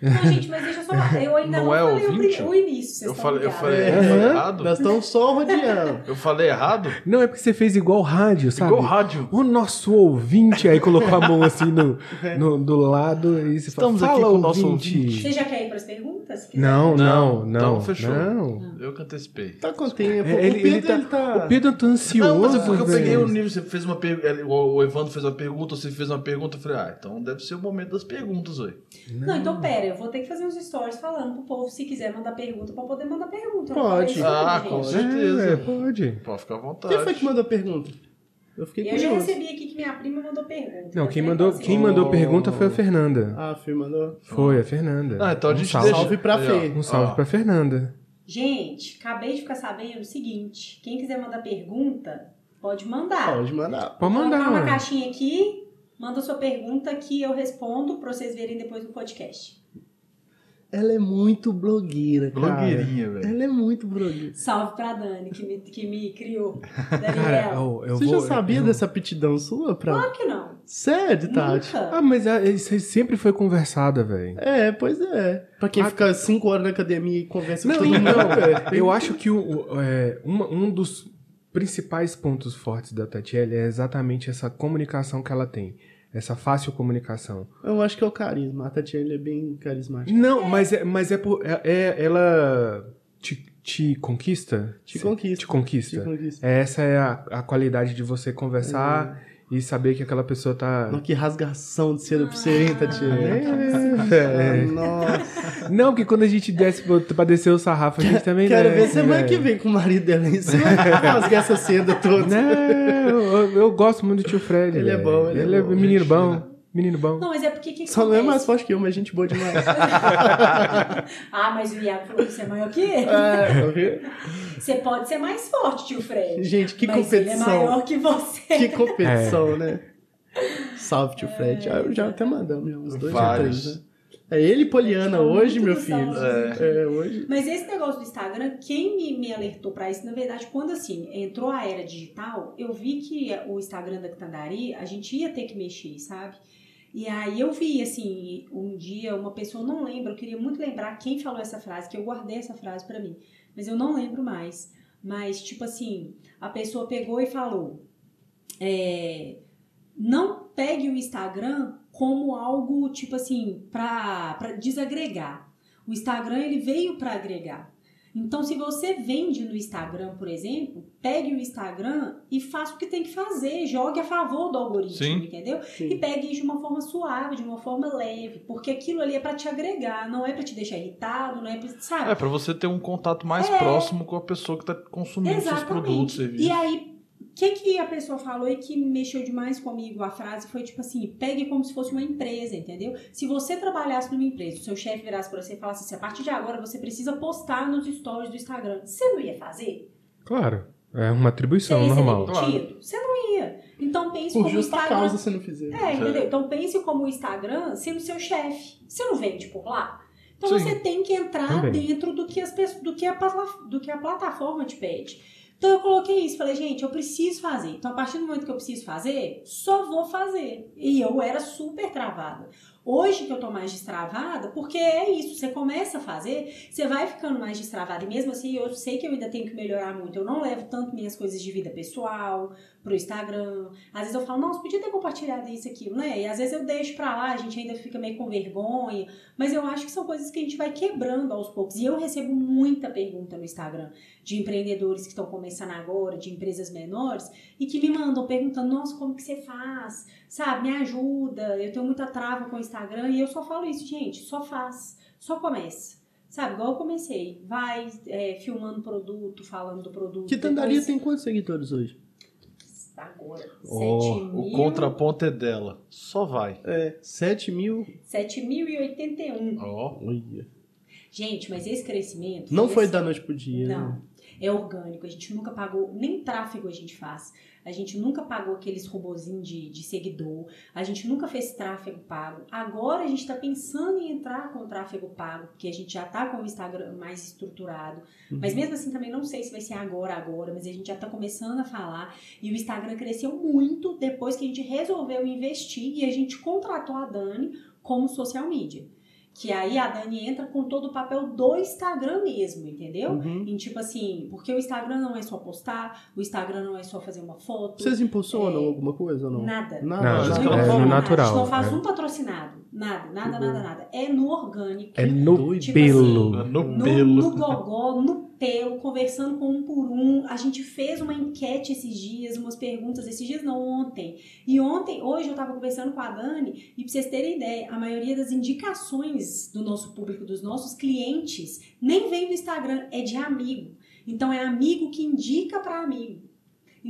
Não, gente, mas deixa eu só falar. Eu [LAUGHS] ainda Não não, é falei o ouvinte? pri- o, início. vocês Eu estão falei, eu ligados, falei, né? eu É. falei errado? Nós estamos só rodeando. Eu falei errado? Não, é porque você fez igual rádio, sabe? Igual rádio. O nosso ouvinte aí colocou a mão assim [LAUGHS] no, no- do lado e você Estamos fala, aqui "Fala, com o nosso Você já quer ir para as perguntas? Se quiser. Não, não, não. Não, Não, então fechou. não. Eu que antecipei. Tá com tempo. É, o ele- Pedro, ele ele tá- tá... O Pedro tá ansioso. Ah. Não, mas é porque eu velho. peguei o nível, você fez uma pergunta, o Evandro fez uma pergunta, você fez uma pergunta, eu falei, ah, então deve ser o momento das perguntas, ué. Não, então pera, eu vou ter que fazer uns stories falando pro povo se quiser mandar pergunta pra poder mandar pergunta. Eu não Pode. falei isso, Ah, não, com gente. certeza. É, pode. Pode ficar à vontade. Quem foi que mandou a pergunta? Eu fiquei Eu já curioso. recebi aqui que minha prima mandou pergunta. Não, Eu falei, então, quem assim, mandou, "Nossa, quem gente, mandou pergunta foi a Fernanda. Ah, a Fê mandou. Foi a Fernanda. Ah, então a um gente salve, deixa. Salve pra Aí, Ah. ó. Fê. Um salve Ó. pra Fernanda. Gente, acabei de ficar sabendo o seguinte: quem quiser mandar pergunta, pode mandar. Pode mandar. Pode mandar, Colocar uma mano. caixinha aqui, manda sua pergunta que eu respondo pra vocês verem depois no podcast. Ela é muito blogueira, cara. Blogueirinha, velho. Ela é muito blogueira. Salve pra Dani, que me, que me criou. [LAUGHS] Cara, Daniela. ô, eu Você vou. já sabia eu- dessa aptidão sua pra... Claro que não. Sério, Tati? Nunca. Ah, mas ah, isso aí sempre foi conversada, velho. É, pois é. Pra quem Ah, fica 5 horas na academia e conversa Não, com todo mundo. então, [LAUGHS] é. Eu acho que o- o- é, uma- um dos principais pontos fortes da Tatiele é exatamente essa comunicação que ela tem. Essa fácil comunicação. Eu acho que é o carisma. A Tatiana é bem carismática. Não, mas é, mas é por. é- é- ela te, te conquista? Te conquista. Te conquista. Te conquista. É, Essa é a, a qualidade de você conversar É. e saber que aquela pessoa tá. Nossa, que rasgação de seda pra você, hein, Tatiana? É, é. Nossa. Não, porque quando a gente desce pro- pra descer o sarrafo, a gente também Quero ver desce, né? semana velho. que vem com o marido dela aí. Você [LAUGHS] vai rasgar essa seda toda. Não, eu, eu gosto muito do tio Fred. Ele é velho. bom, ele é bom, menino gente bom. Menino bom. Não, mas é porque o que que Só não é mais acontece? forte que eu, mas gente boa demais. Ah, mas o Iago falou que você é maior que ele. É, tá vendo? Você pode ser mais forte, tio Fred. gente, que mas ele é competição. maior que você. [LAUGHS] Que competição, né? Salve, É. tio Fred. Ah, eu já até mandamos, já, uns dois ou Vários. três, né? É ele e Poliana Tá Muito hoje, meu do filho. salve. É, hoje. Mas esse negócio do Instagram, quem me, me alertou pra isso, na verdade, quando assim entrou a era digital, eu vi que o Instagram da Quitandari, a gente ia ter que mexer, sabe? E aí eu vi, assim, um dia uma pessoa, eu não lembro, eu queria muito lembrar quem falou essa frase, que eu guardei essa frase pra mim, mas eu não lembro mais. Mas, tipo assim, a pessoa pegou e falou: é, não pegue o Instagram como algo, tipo assim, pra, pra desagregar. O Instagram ele veio para agregar. Então, se você vende no Instagram, por exemplo, pegue o Instagram e faça o que tem que fazer, jogue a favor do algoritmo, Sim. entendeu? Sim. E pegue isso de uma forma suave, de uma forma leve, porque aquilo ali é para te agregar, não é para te deixar irritado, não é para, sabe? É, pra você ter um contato mais É. próximo com a pessoa que tá consumindo seus produtos, serviços. E aí, o que, que a pessoa falou e que mexeu demais comigo a frase foi tipo assim: pegue como se fosse uma empresa, entendeu? Se você trabalhasse numa empresa, o seu chefe virasse pra você e falasse assim: a partir de agora você precisa postar nos stories do Instagram, você não ia fazer? Claro. É uma Você atribuição ia ser normal. demitido? Você não ia. Então pense Por como o justa Instagram. causa se não fizer. É, entendeu? Então pense como o Instagram sendo seu chefe. Você não vende por lá. Então Sim. você tem que entrar Também. dentro do que, as pessoas, do, que a, pla- do que a plataforma te pede. Então eu coloquei isso, falei, gente, eu preciso fazer. Então, a partir do momento que eu preciso fazer, só vou fazer. E eu era super travada. Hoje que eu tô mais destravada, porque é isso, você começa a fazer, você vai ficando mais destravada. E mesmo assim, eu sei que eu ainda tenho que melhorar muito. Eu não levo tanto minhas coisas de vida pessoal pro Instagram, às vezes eu falo, nossa, podia ter compartilhado isso e aquilo, né? E às vezes eu deixo pra lá, a gente ainda fica meio com vergonha. Mas eu acho que são coisas que a gente vai quebrando aos poucos. E eu recebo muita pergunta no Instagram de empreendedores que estão começando agora, de empresas menores, e que me mandam perguntando, nossa, como que você faz? Sabe, me ajuda, eu tenho muita trava com o Instagram. E eu só falo isso, gente, só faz, só começa. Sabe, igual eu comecei, vai é, filmando produto, falando do produto. Que tandaria depois- tem quantos seguidores hoje? Agora, Ó, 7 o mil. contraponto é dela. Só vai. É, 7 mil. 7.081. Ó. Olha. Gente, mas esse crescimento. Não foi assim- da noite pro dia. né? Não. É orgânico. A gente nunca pagou, nem tráfego a gente faz. A gente nunca pagou aqueles robozinhos de, de seguidor. A gente nunca fez tráfego pago. Agora a gente está pensando em entrar com tráfego pago, porque a gente já está com o Instagram mais estruturado. Uhum. Mas mesmo assim também não sei se vai ser agora, agora, mas a gente já está começando a falar. E o Instagram cresceu muito depois que a gente resolveu investir e a gente contratou a Dani como social media. Que aí a Dani entra com todo o papel do Instagram mesmo, entendeu? Uhum. Em tipo assim, porque o Instagram não é só postar, o Instagram não é só fazer uma foto. Vocês impulsionam alguma coisa ou não? É. Nada. Nada. Tipo assim, A gente Não, é não no cobra nada, natural, A gente não faz né? um patrocinado. Nada, nada, nada, nada. É no orgânico. É no assim, Tipo pelo. No No, pelo. no gogó, no pelo, conversando com um por um. A gente fez uma enquete esses dias, umas perguntas, esses dias não, ontem. E ontem, hoje eu tava conversando com a Dani, e pra vocês terem ideia, a maioria das indicações do nosso público, dos nossos clientes, nem vem do Instagram, é de amigo. Então é amigo que indica pra amigo.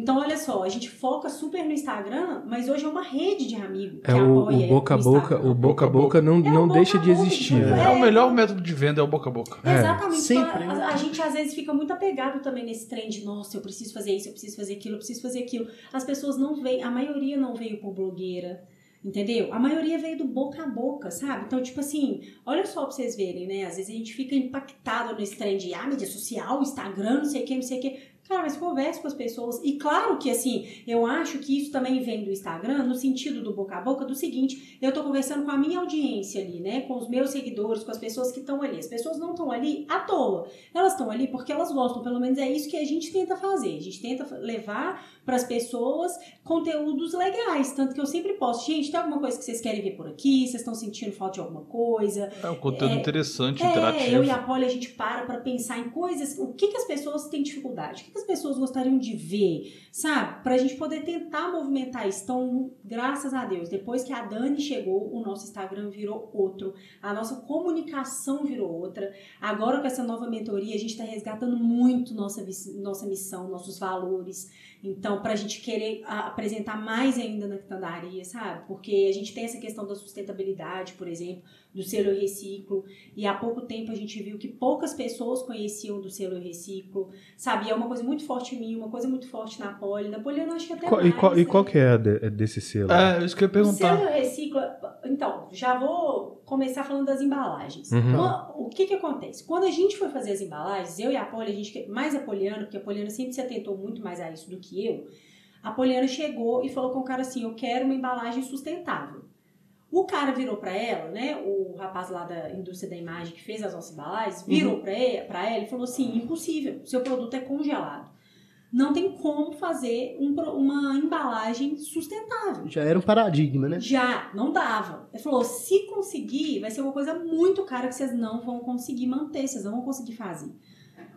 Então, olha só, a gente foca super no Instagram, mas hoje é uma rede de amigo. que É o, apoia o boca a boca, Instagram. o boca a boca não, É o não boca a deixa de boca, existir. entendeu? né? É o melhor método de venda, é o boca a boca. É, Exatamente. sempre, Então, né? a, a gente às vezes fica muito apegado também nesse trem de, nossa, eu preciso fazer isso, eu preciso fazer aquilo, eu preciso fazer aquilo. As pessoas não veem, a maioria não veio por blogueira, entendeu? A maioria veio do boca a boca, sabe? Então, tipo assim, olha só pra vocês verem, né? Às vezes a gente fica impactado nesse trem de, ah, mídia social, Instagram, não sei o que, não sei o que. Cara, mas converse com as pessoas. E claro que, assim, eu acho que isso também vem do Instagram, no sentido do boca a boca, do seguinte: eu tô conversando com a minha audiência ali, né? Com os meus seguidores, com as pessoas que estão ali. As pessoas não estão ali à toa. Elas estão ali porque elas gostam. Pelo menos é isso que a gente tenta fazer. A gente tenta levar pras pessoas conteúdos legais. Tanto que eu sempre posto: gente, tem alguma coisa que vocês querem ver por aqui? Vocês estão sentindo falta de alguma coisa? É um conteúdo É, interessante, É, eu interativo. e a Polly, a gente para pra pensar em coisas, o que, que as pessoas têm dificuldade, o que, que as pessoas gostariam de ver, sabe? Pra gente poder tentar movimentar isso. Então, graças a Deus, depois que a Dani chegou, o nosso Instagram virou outro, a nossa comunicação virou outra. Agora, com essa nova mentoria, a gente tá resgatando muito nossa, vis- nossa missão, nossos valores. Então, pra gente querer a- apresentar mais ainda na quitandaria, sabe? Porque a gente tem essa questão da sustentabilidade, por exemplo, do selo e reciclo. E há pouco tempo a gente viu que poucas pessoas conheciam do selo e reciclo, sabe? E é uma coisa muito forte em mim, uma coisa muito forte na Poli. Na Poli eu não acho que até Qual- mais, e, qual, e qual né? que é a de- desse selo? É, isso que eu ia O perguntar. selo e reciclo... Então, já vou começar falando das embalagens. Uhum. Uma- O que que acontece? Quando a gente foi fazer as embalagens, eu e a Poli, a gente, que- mais a Poliana, porque a Poliana sempre se atentou muito mais a isso do que eu, a Poliana chegou e falou com o cara assim, eu quero uma embalagem sustentável. O cara virou pra ela, né? O rapaz lá da indústria da imagem que fez as nossas Uhum. embalagens, virou pra e- pra ela e falou assim: impossível, seu produto é congelado. Não tem como fazer um pro- uma embalagem sustentável. Já era um paradigma, né? Já, não dava. Ele falou: se conseguir, vai ser uma coisa muito cara que vocês não vão conseguir manter, vocês não vão conseguir fazer.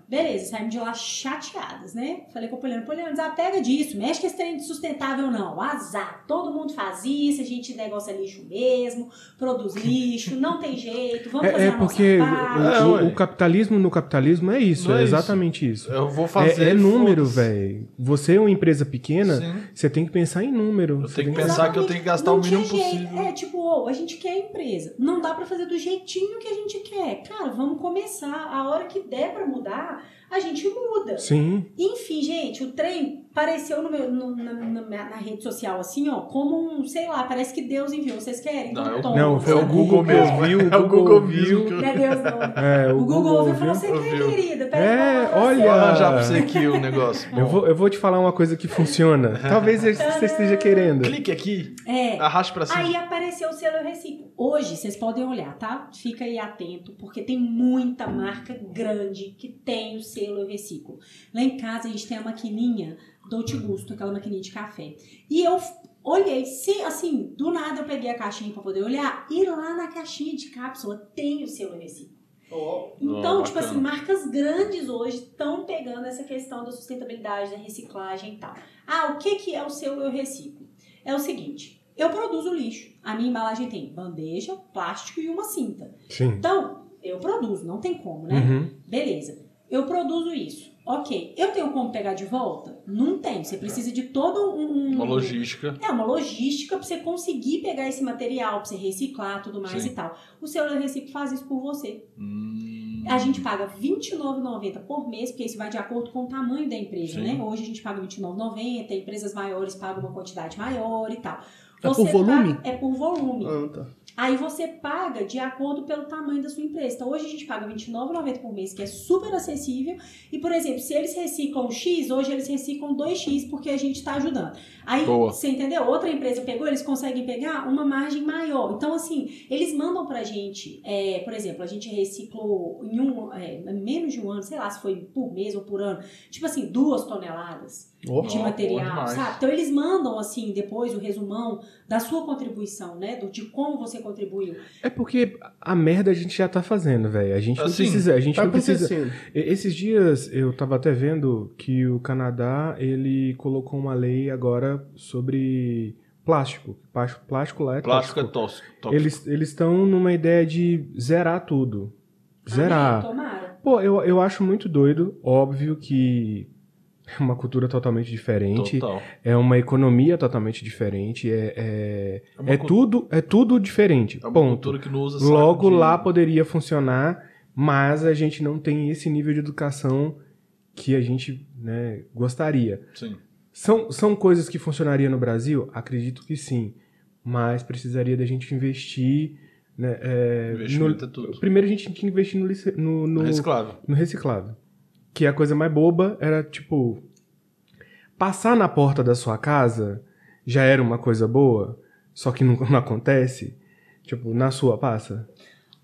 Beleza, saímos de lá chateadas, né? Falei com o Poliano, Poliano, desapega disso, mexe com esse trem de sustentável não, azar, todo mundo faz isso, a gente negócio é lixo mesmo, produz lixo, não tem jeito, vamos fazer É, é a porque nossa parte. o- o, É, ué. o capitalismo no capitalismo é isso, Não é é isso. exatamente isso. Eu vou fazer. É, é número, foda-se. velho. Você é uma empresa pequena, Sim. você tem que pensar em número. Eu Você tenho que tem pensar que eu tenho que gastar Não o mínimo tinha jeito. possível. É, tipo, ô, a gente quer a empresa. Não dá pra fazer do jeitinho que a gente quer. Cara, vamos começar. A hora que der pra mudar, a gente muda. Sim, Enfim, gente, o trem pareceu no meu- no- na, na- na- na rede social assim, ó, como um, sei lá, parece que Deus enviou. Vocês querem? Não, Então é o- toma, não, foi o sabe? Google [LAUGHS] mesmo. Viu, É o Google viu. Não é Deus, não. É, O Google assim. ouviu e falou, viu. você quer, Ouviu. querida? Pega É, pra você." olha. Vou arranjar pra você aqui [LAUGHS] o negócio. Eu Bom, vou, eu vou te falar uma coisa que [LAUGHS] funciona. Talvez você esteja querendo. Clique aqui, É, arraste pra cima. Aí apareceu o selo reciclo. Hoje, vocês podem olhar, tá? Fica aí atento, porque tem muita marca grande que tem o selo reciclo. Lá em casa, a gente tem a maquininha Dolce Gusto, aquela maquininha de café. E eu f- olhei, se- assim, do nada eu peguei a caixinha pra poder olhar, e lá na caixinha de cápsula tem o selo reciclo. Então, Oh, tipo assim, bacana. marcas grandes hoje estão pegando essa questão da sustentabilidade, da reciclagem e tal. Ah, o que, que é o seu eu reciclo? É o seguinte, eu produzo lixo. A minha embalagem tem bandeja, plástico e uma cinta. Sim. Então, eu produzo, não tem como, né? Uhum. Beleza. Eu produzo isso. Ok. Eu tenho como pegar de volta? Não tem. Você precisa de todo um... Uma logística. É uma logística pra você conseguir pegar esse material, pra você reciclar, tudo mais Sim. e tal. O seu eu reciclo faz isso por você. Hum. A gente paga R$29,90 por mês, porque isso vai de acordo com o tamanho da empresa, Sim. né? Hoje a gente paga R$29,90, empresas maiores pagam uma quantidade maior e tal. É por volume? paga- é por volume. Ah, tá. Aí você paga de acordo pelo tamanho da sua empresa. Então hoje a gente paga R$29,90 por mês, que é super acessível. E, por exemplo, se eles reciclam X, hoje eles reciclam 2X, porque a gente está ajudando. Aí, Boa. você entendeu? Outra empresa pegou, eles conseguem pegar uma margem maior. Então, assim, eles mandam pra gente, é, por exemplo, a gente reciclou em um, é, menos de um ano, sei lá se foi por mês ou por ano, tipo assim, duas toneladas Ó, de Ó, bom material, demais. sabe? Então eles mandam assim depois o resumão da sua contribuição, né? Do, de como você contribuiu. É porque a merda a gente já tá fazendo, velho. A gente não Assim, precisa. A gente Tá não precisa. acontecendo. E- Esses dias eu tava até vendo que o Canadá ele colocou uma lei agora sobre plástico. Plás- Plástico lá é Plástico é tóxico. tóxico. tóxico. Eles eles estão numa ideia de zerar tudo. Amém, Zerar. Tomara. Pô, eu, eu acho muito doido. Óbvio que é uma cultura totalmente diferente. Total. É uma economia totalmente diferente. É, é, É uma é cu- tudo é tudo diferente. É uma ponto. cultura que não usa saco Logo de- lá poderia funcionar, mas a gente não tem esse nível de educação que a gente né, gostaria. Sim. São, são coisas que funcionaria no Brasil? Acredito que sim, mas precisaria da gente investir. Né, é, Investimento no- é tudo. Primeiro a gente tinha que investir no, lice- no, no, Reciclável. no reciclável. Que a coisa mais boba era, tipo, passar na porta da sua casa já era uma coisa boa, só que não, [LAUGHS] não acontece. Tipo, na sua passa.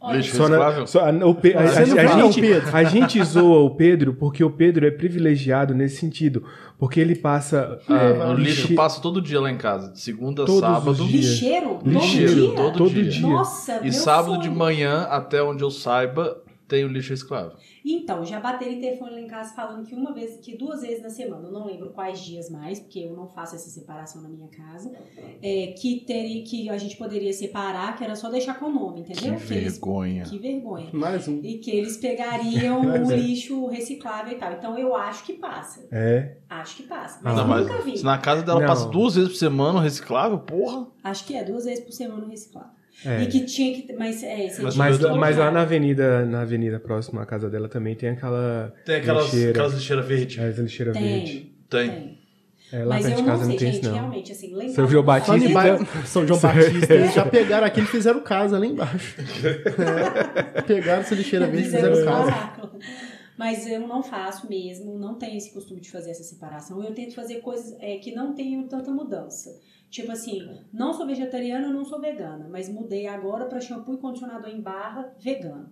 Olha, Lixo. Só na, Reciclável? só, a- o Pe- a, Você não a- a fala, gente, a gente zoa o Pedro porque o Pedro é privilegiado nesse sentido. Porque ele passa. é, o Ah, lixo lixi- passa todo dia lá em casa. De segunda a Todos os sábado. dias. lixeiro? Lixeiro, Todo dia? todo, Todo dia. dia. Nossa, E meu sábado de sonho. manhã, até onde eu saiba, tem o lixo reciclável. Então, já bateram em telefone lá em casa falando que uma vez, que duas vezes na semana, eu não lembro quais dias mais, porque eu não faço essa separação na minha casa, é, que, teria, que a gente poderia separar, que era só deixar com o nome, entendeu? Que eles- que vergonha. Mais [LAUGHS] um. E que [LAUGHS] eles pegariam o lixo reciclável e tal. Então eu acho que passa. É. Acho que passa. Ah, Mas Não, eu mas nunca vi. se na casa dela Não. passa duas vezes por semana o reciclável, porra. Acho que é duas vezes por semana o reciclável. é. E que tinha que. Mas é, você Mas- tinha Mas, que mas lá colocar. na avenida, na avenida próxima à casa dela também tem aquela Tem aquelas- Lixeira. aquelas lixeiras verdes. as lixeira verde. Tem, É. Tem. tem. É, lá Mas perto eu de não casa sei, não tem gente, isso, não. realmente, assim, lá em Seu casa- João Batista- Só lá embaixo- São [LAUGHS] João Batista, eles já pegaram aquele e fizeram casa lá embaixo. [LAUGHS] É, pegaram essa lixeira verde e fizeram Fizemos casa. barraco. Mas eu não faço mesmo, não tenho esse costume de fazer essa separação. Eu tento fazer coisas é, que não tenham tanta mudança. Tipo assim, não sou vegetariana, não sou vegana, mas mudei agora para shampoo e condicionador em barra vegano.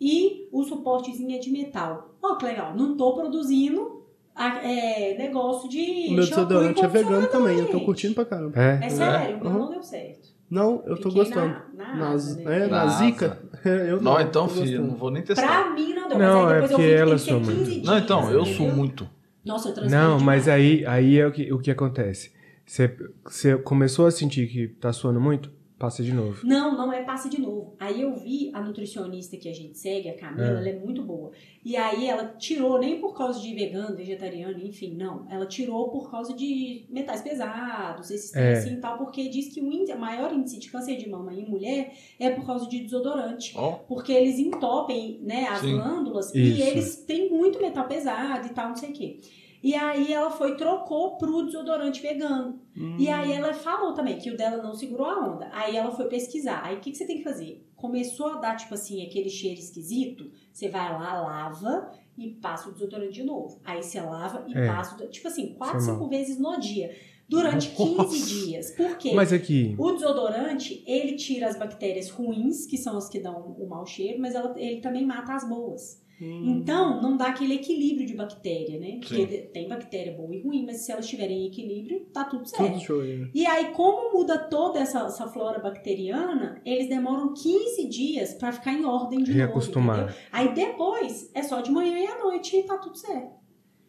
E o suportezinho é de metal. Ó, que legal, não tô produzindo a- é, negócio de. O meu shampoo e desodorante é vegano condicionador, também, eu tô gente. curtindo pra caramba. É. É sério, o meu Uhum. não deu certo. Não, eu tô Fiquei gostando. Na, na, Nas, asa, né? é, Na na asa. zica? [LAUGHS] É, eu Não, não, então, tô filho, não gostando. vou nem testar. Pra mim não deu, Não, mas aí é depois eu porque vi que ela tem que ser suma 15 muito. dias. Não, então, eu entendeu? sumo muito. Nossa, eu transpiro Não, demais. mas aí, aí é o que, o que acontece. Você- Você começou a sentir que tá suando muito? Passa de novo. Não, não é passe de novo. Aí eu vi a nutricionista que a gente segue, a Camila, É. ela é muito boa. E aí ela tirou, nem por causa de vegano, vegetariano, enfim, não. Ela tirou por causa de metais pesados, esses É. trem assim e tal, porque diz que o índice- maior índice de câncer de mama em mulher é por causa de desodorante. Ó, Porque eles entopem né, as Sim. glândulas e Isso. eles têm muito metal pesado e tal, não sei o quê. E aí ela foi, trocou pro desodorante vegano. Hum. E aí ela falou também que o dela não segurou a onda. Aí ela foi pesquisar. Aí o que, que você tem que fazer? Começou a dar, tipo assim, aquele cheiro esquisito, você vai lá, lava e passa o desodorante de novo. Aí você lava e É. passa, o de- tipo assim, quatro, Foi mal. cinco vezes no dia. Durante 15 dias. Por quê? Mas aqui. O desodorante, ele tira as bactérias ruins, que são as que dão o mau cheiro, mas ela- ele também mata as boas. Hum. Então, não dá aquele equilíbrio de bactéria, né? Porque Sim. de- tem bactéria boa e ruim, mas se elas estiverem em equilíbrio, tá tudo certo. Tudo show aí. E aí, como muda toda essa, essa flora bacteriana, eles demoram 15 dias pra ficar em ordem de novo. Reacostumar. entendeu? Aí depois é só de manhã e à noite e tá tudo certo.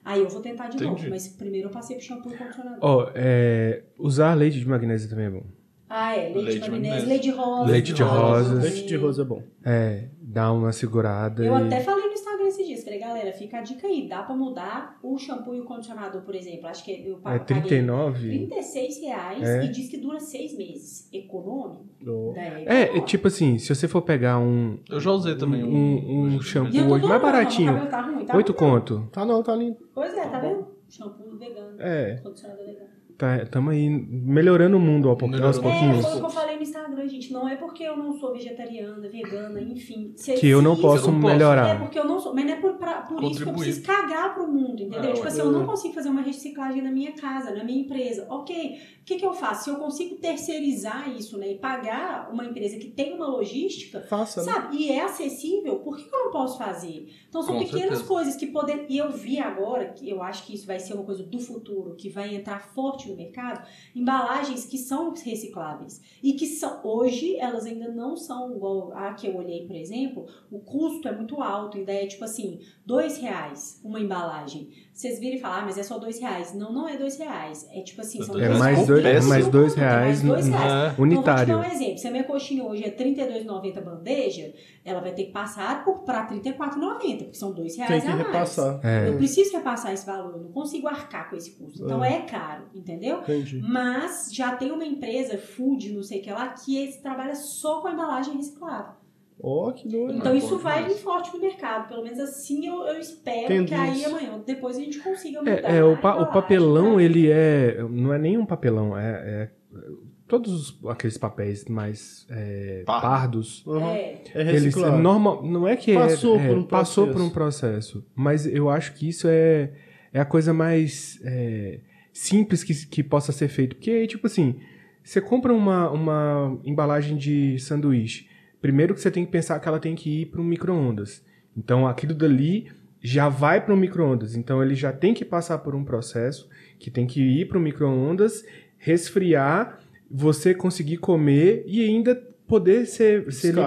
Aí eu vou tentar de Entendi. novo, mas primeiro eu passei pro shampoo e condicionador. Ó, é, usar leite de magnésio também é bom. Ah, é, leite, Leite de de magnésio, magnésio. leite de rosa. Leite de rosas. Leite de rosa é bom. É, dá uma segurada. Eu e... é até falei no Instagram esses dias, falei, galera, fica a dica aí, dá pra mudar o shampoo e o condicionador, por exemplo. Acho que eu É paguei 39? 36 reais É. e diz que dura seis meses. Econômico? Eu- Né? É, Econômico. tipo assim, se você for pegar um. eu já usei também um. Um- um E eu shampoo. tô hoje, mais adorando, baratinho. meu cabelo Tá ruim, tá 8 ruim. conto. Tá não, tá lindo. Pois é, tá vendo? Shampoo vegano, É, condicionador vegano. tá, tamo aí melhorando o mundo ó, pouquinho, aos Melhorando. É, pouquinhos. foi o que eu falei no Instagram, gente. Não é porque eu não sou vegetariana, vegana, enfim. se- Que eu se não isso- posso não posso. É melhorar. porque eu não sou. Mas não é por, pra, pra, por isso que eu Contribuir. preciso cagar pro mundo, entendeu? É, tipo ué. assim, eu não consigo fazer uma reciclagem na minha casa, na minha empresa. Ok, o que, que eu faço? Se eu consigo terceirizar isso, né? E pagar uma empresa que tem uma logística, Faça, né? Sabe? E é acessível, por que que eu não posso fazer? Então são Com pequenas certeza. coisas que podem. E eu vi agora, que eu acho que isso vai ser uma coisa do futuro, que vai entrar forte no mercado, embalagens que são recicláveis. E que são. Hoje elas ainda não são igual a que eu olhei, por exemplo, o custo é muito alto, e daí é tipo assim, dois reais uma embalagem. Vocês viram e falam, ah, mas é só dois reais. Não, não é dois reais. É tipo assim, É são dois É dois mais dois, é Compensa. mais dois reais É mais dois no- reais. É. Então, unitário. vou te dar um exemplo. Se a minha coxinha hoje é R$32,90 bandeja, ela vai ter que passar por- pra R$34,90, porque são dois Tem reais que a mais. repassar. Eu É. preciso repassar esse valor, eu não consigo arcar com esse custo. Então é, caro, entendeu? Entendi. Mas já tem uma empresa, food, não sei o que lá, que esse trabalha só com a embalagem reciclável. Ah, Ó, que doido. Então é isso bom vai demais. vir forte no mercado. Pelo menos assim eu, eu espero que Tendência. aí amanhã, depois a gente consiga mudar. É, é, o, pa- a o embalagem né? papelão, pra- ele é. Não é nenhum papelão, é. é- todos os- aqueles papéis mais é, Pardo. Ah. pardos. Aham. É. É Eles, reciclar. normal, não é que é- Passou é, por um passou processo. por um processo, mas eu acho que isso é, é a coisa mais é, simples que, que possa ser feito. Porque, tipo assim, você compra uma, uma embalagem de sanduíche. Primeiro que você tem que pensar que ela tem que ir para um micro-ondas. Então, aquilo dali já vai para um micro-ondas. Então, ele já tem que passar por um processo que tem que ir para o micro-ondas, resfriar, você conseguir comer e ainda poder ser, ser Descartado.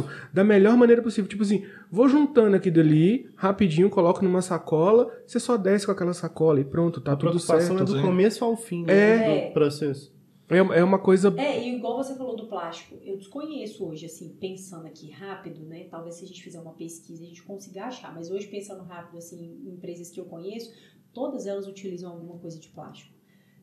liberado da melhor maneira possível. Tipo assim, vou juntando aqui dali, rapidinho, coloco numa sacola, você só desce com aquela sacola e pronto, tá A tudo preocupação certo. é do Sim. começo ao fim né, É. do processo. É, é uma coisa. É, e igual você falou do plástico, eu desconheço hoje, assim, pensando aqui rápido, né? Talvez se a gente fizer uma pesquisa a gente consiga achar, mas hoje pensando rápido, assim, em empresas que eu conheço, todas elas utilizam alguma coisa de plástico.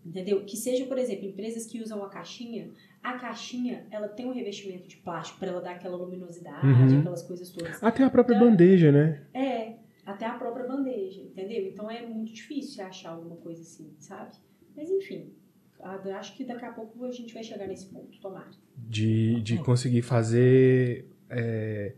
Entendeu? Que seja, por exemplo, empresas que usam a caixinha, a caixinha, ela tem um revestimento de plástico para ela dar aquela luminosidade, Uhum. aquelas coisas todas. Até a própria bandeja, né? É, até a própria bandeja, entendeu? Então é muito difícil você achar alguma coisa assim, sabe? Mas enfim, a- acho que daqui a pouco a gente vai chegar nesse ponto, tomara. De, Uhum. de conseguir fazer. é,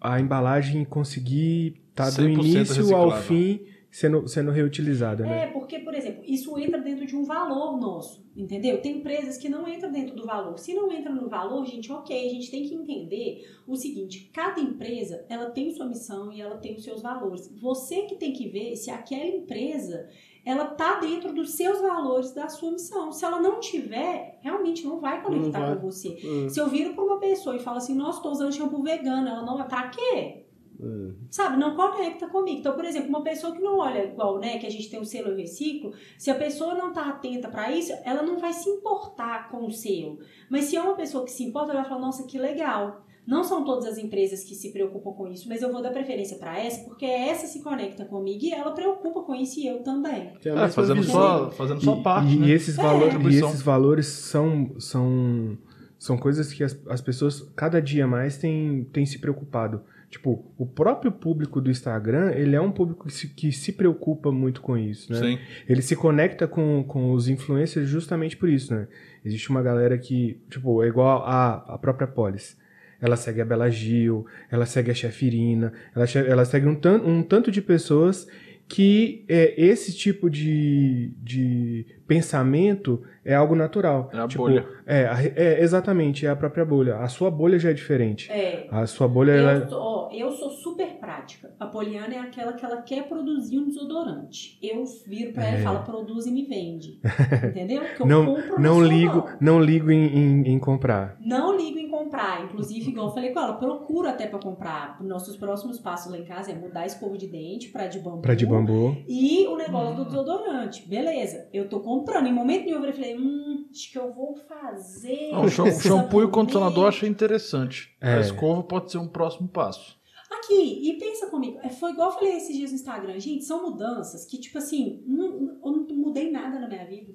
a embalagem conseguir tá do 100% início ao reciclável. fim sendo, sendo reutilizada, né? É, porque, por exemplo, isso entra dentro de um valor nosso, entendeu? Tem empresas que não entram dentro do valor. Se não entra no valor, gente, ok, a gente tem que entender o seguinte, cada empresa, ela tem sua missão e ela tem os seus valores. Você que tem que ver se aquela empresa, ela tá dentro dos seus valores, da sua missão. Se ela não tiver, realmente não vai conectar Não vai. com você. Hum. Se eu viro pra uma pessoa e falo assim, nossa, tô usando shampoo vegano, ela não, pra quê? É. Sabe, não conecta comigo. Então, por exemplo, uma pessoa que não olha igual, né, que a gente tem o selo eu reciclo, se a pessoa não tá atenta pra isso, ela não vai se importar com o selo. Mas se é uma pessoa que se importa, ela vai falar, nossa, que legal. Não são todas as empresas que se preocupam com isso, mas eu vou dar preferência pra essa, porque essa se conecta comigo e ela preocupa com isso e eu também. Tem a É, mesma fazendo, visão. só, fazendo só E- parte, e, né? e esses valores, e Contribuição. esses valores são, são, são coisas que as, as pessoas cada dia mais têm, têm se preocupado. Tipo, o próprio público do Instagram, ele é um público que se, que se preocupa muito com isso, né? Sim. Ele se conecta com, com os influencers justamente por isso, né? Existe uma galera que, tipo, é igual a, a própria Polis. Ela segue a Bela Gil, ela segue a Chefirina, ela, che- ela segue um, tan- um tanto de pessoas que é, esse tipo de, de pensamento é algo natural. É a Tipo, bolha. É, a- é, exatamente, é a própria bolha. A sua bolha já é diferente. É. A sua bolha, Eu, ela... sou- ó, eu sou super prática. A Poliana é aquela que ela quer produzir um desodorante. Eu viro pra ela É. e falo, produz e me [LAUGHS] vende. Entendeu? Porque eu compro na não sua ligo, mão. não ligo em, em- em comprar. Não ligo em comprar. Inclusive, igual eu falei com ela, procuro até pra comprar. Nossos próximos passos lá em casa é mudar a escova de dente pra de bambu. Pra de bambu. E o negócio do desodorante. Beleza, eu tô comprando. Em momento nenhum eu falei, hum, acho que eu vou fazer. Não, o shampoo, o shampoo e o condicionador eu sabonete. achei interessante. É. A escova pode ser um próximo passo. Aqui, e pensa comigo, é, foi igual eu falei esses dias no Instagram, gente, são mudanças que, tipo assim, não- não- eu não mudei nada na minha vida.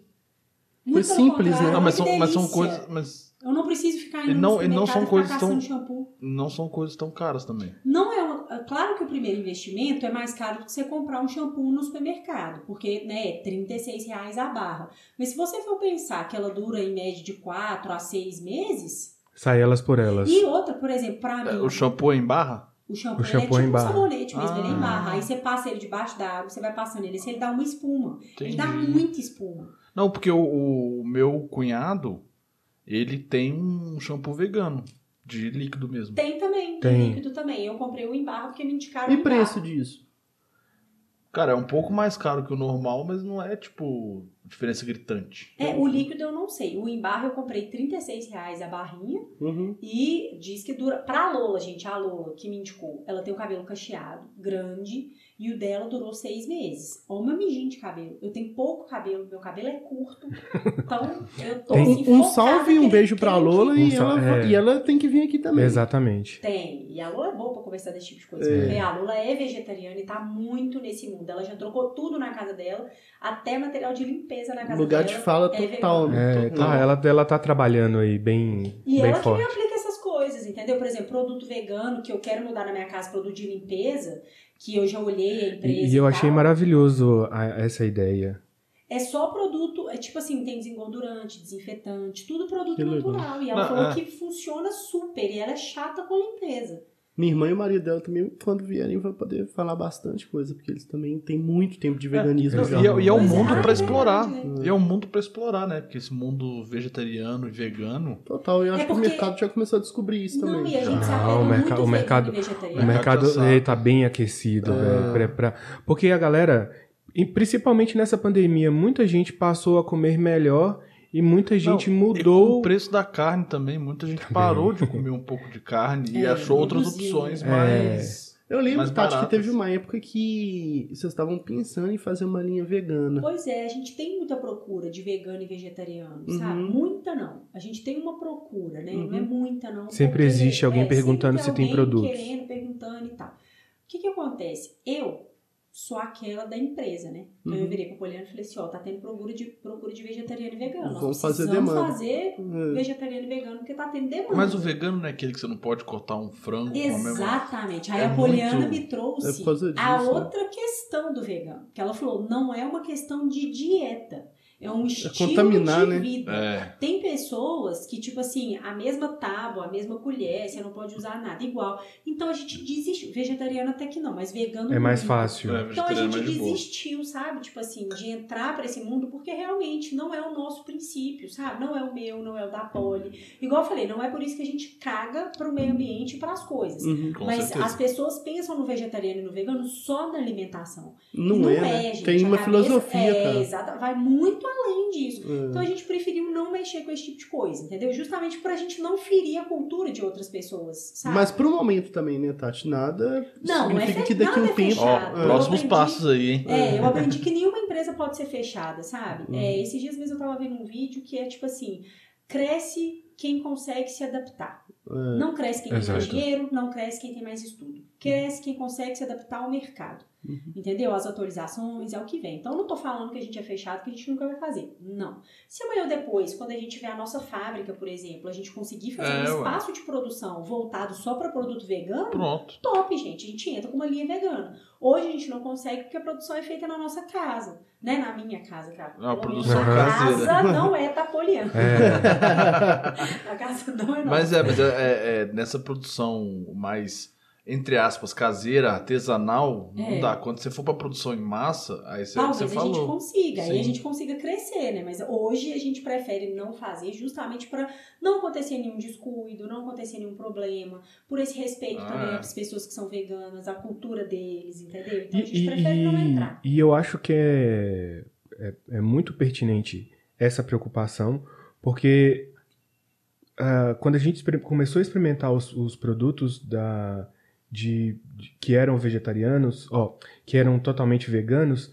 Muito Foi pelo simples, contrário, né? não, mas olha Ah, que são, mas são delícia. coisas. Mas Eu não preciso ficar E indo não- no e não supermercado são e coisas ficar tão- caçando shampoo. não são coisas tão caras também. Não é, uma- é claro que o primeiro investimento é mais caro do que você comprar um shampoo no supermercado, porque né, é 36 reais a barra. Mas se você for pensar que ela dura em média de 4 a 6 meses, Sai elas por elas. e outra, por exemplo, pra mim, O shampoo é em barra? O shampoo, O shampoo ele é tipo é em um barra. sabonete mesmo, ele é em Ah. barra. Aí você passa ele debaixo da água, você vai passando ele, assim, ele dá uma espuma. Ele dá Entendi. muita espuma. Não, porque o, o meu cunhado, ele tem um shampoo vegano, de líquido mesmo. Tem também, Tem. tem líquido também. Eu comprei o em barra porque me indicaram o E em preço barra. disso? Cara, é um pouco mais caro que o normal, mas não é, tipo, diferença gritante. É, o líquido eu não sei. O em barra eu comprei R$ 36 reais a barrinha. Uhum. E diz que dura. Pra Lola, gente, a Lola que me indicou, ela tem o cabelo cacheado, grande, e o dela durou seis meses. Olha o meu mijinho de cabelo. Eu tenho pouco cabelo, meu cabelo é curto. Então, eu tô assim, Um, um focada salve e um naquele beijo pra cliente. Lola e, Um sal- ela, é. e ela tem que vir aqui também. Exatamente. Tem. E a Lola é boa pra conversar desse tipo de coisa. É. Porque a Lola é vegetariana e tá muito nesse mundo. Ela já trocou tudo na casa dela, até material de limpeza na casa Lugar dela. de fala é total. vegano. É, tá, ela, ela tá trabalhando aí bem, E bem ela forte. que me aplica essas coisas, entendeu? Por exemplo, produto vegano que eu quero mudar na minha casa, produto de limpeza, que eu já olhei a empresa. E, e eu tal. achei maravilhoso a- essa ideia. É só produto, é tipo assim, tem desengordurante, desinfetante, tudo produto Que legal. natural. E ela Ah, falou ah. que funciona super e ela é chata com limpeza. Minha irmã e o marido dela também, quando vierem, vão poder falar bastante coisa, porque eles também têm muito tempo de veganismo. Não, já. e, é- e é um Pois é, mundo pra é explorar. verdade, E é um mundo pra explorar, né? Porque esse mundo vegetariano e vegano. Total, eu acho É que porque- o mercado já começou a descobrir isso Não, também. Ah. e a gente se Não, apega o merca- muito o mercado- vegetariano. O mercado Mercado já ele sabe. tá bem aquecido, É. velho. pra- pra- Porque a galera, e principalmente nessa pandemia, muita gente passou a comer melhor e muita gente E com mudou. o preço da carne também. Muita gente parou de comer um pouco de carne e É, achou outras reduziu. opções É. mais. Eu lembro, Mais Tati, que baratas. teve uma época que vocês estavam pensando em fazer uma linha vegana. Pois é, a gente tem muita procura de vegano e vegetariano, Uhum. sabe? Muita não. A gente tem uma procura, né? Não é Uhum. muita não. Sempre porque, é, existe alguém sempre perguntando se tem alguém produtos. Querendo, perguntando e tal. O que que acontece? Eu sou aquela da empresa, né? Então Uhum. eu virei pra Poliana e falei assim, ó, tá tendo procura de, procura de vegetariano e vegano. Nós Vamos fazer precisamos demanda. fazer É. vegetariano e vegano porque tá tendo demanda. Mas o vegano não é aquele que você não pode cortar um frango com a mesma. Exatamente. Aí É a Poliana muito- me trouxe é por causa a disso, né? outra questão do vegano. Que ela falou, não é uma questão de dieta. É um estilo contaminar, de né? vida. É. Tem pessoas que, tipo assim, a mesma tábua, a mesma colher, você não pode usar nada igual. Então a gente desistiu. Vegetariano até que não, mas vegano... É mais muito. fácil. É, Então a vegetariano gente é mais de boa. desistiu, sabe? Tipo assim, de entrar pra esse mundo, porque realmente não é o nosso princípio, sabe? Não é o meu, não é o da Poli. Igual eu falei, não é por isso que a gente caga pro meio ambiente e pras coisas. Uhum. Com Mas certeza. as pessoas pensam no vegetariano e no vegano só na alimentação. Não, E não é, né? gente. Tem A uma cabeça- filosofia, tá? é, cara. Exato, vai muito além disso. É. Então a gente preferiu não mexer com esse tipo de coisa, entendeu? Justamente pra gente não ferir a cultura de outras pessoas, sabe? Mas pro momento também, né, Tati? Nada Não, não é significa fe- que daqui a nada um é tempo. Ó, fechado. Eu próximos aprendi- passos aí, hein? É, eu aprendi que nenhuma empresa pode ser fechada, sabe? É, esses dias mesmo eu tava vendo um vídeo que é tipo assim: cresce quem consegue se adaptar. Não cresce quem tem mais Exato. dinheiro, não cresce quem tem mais estudo. Cresce quem consegue se adaptar ao mercado. Entendeu? As atualizações, é o que vem. Então eu não tô falando que a gente é fechado, que a gente nunca vai fazer. Não. Se amanhã ou depois, quando a gente tiver a nossa fábrica, por exemplo, a gente conseguir fazer É, um ué. espaço de produção voltado só para produto vegano, Pronto. top, gente. A gente entra com uma linha vegana. Hoje a gente não consegue porque a produção é feita na nossa casa, né? Na minha casa, cara. É uma Pelo menos produção a caseira. casa [LAUGHS] não é tapoliana. É, A casa não é nossa. Mas é, mas é, é- é, nessa produção mais, entre aspas, caseira, artesanal, não É. dá. Quando você for pra produção em massa, aí você, Talvez você a gente falou. consiga, aí Sim. a gente consiga crescer, né? Mas hoje a gente prefere não fazer justamente para não acontecer nenhum descuido, não acontecer nenhum problema, por esse respeito Ah, também é. às pessoas que são veganas, à cultura deles, entendeu? Então e, a gente e- prefere não e- entrar. e eu acho que é, é, é muito pertinente essa preocupação, porque ah, quando a gente exper- começou a experimentar os, os produtos da, de, de- que eram vegetarianos, ó, que eram totalmente veganos,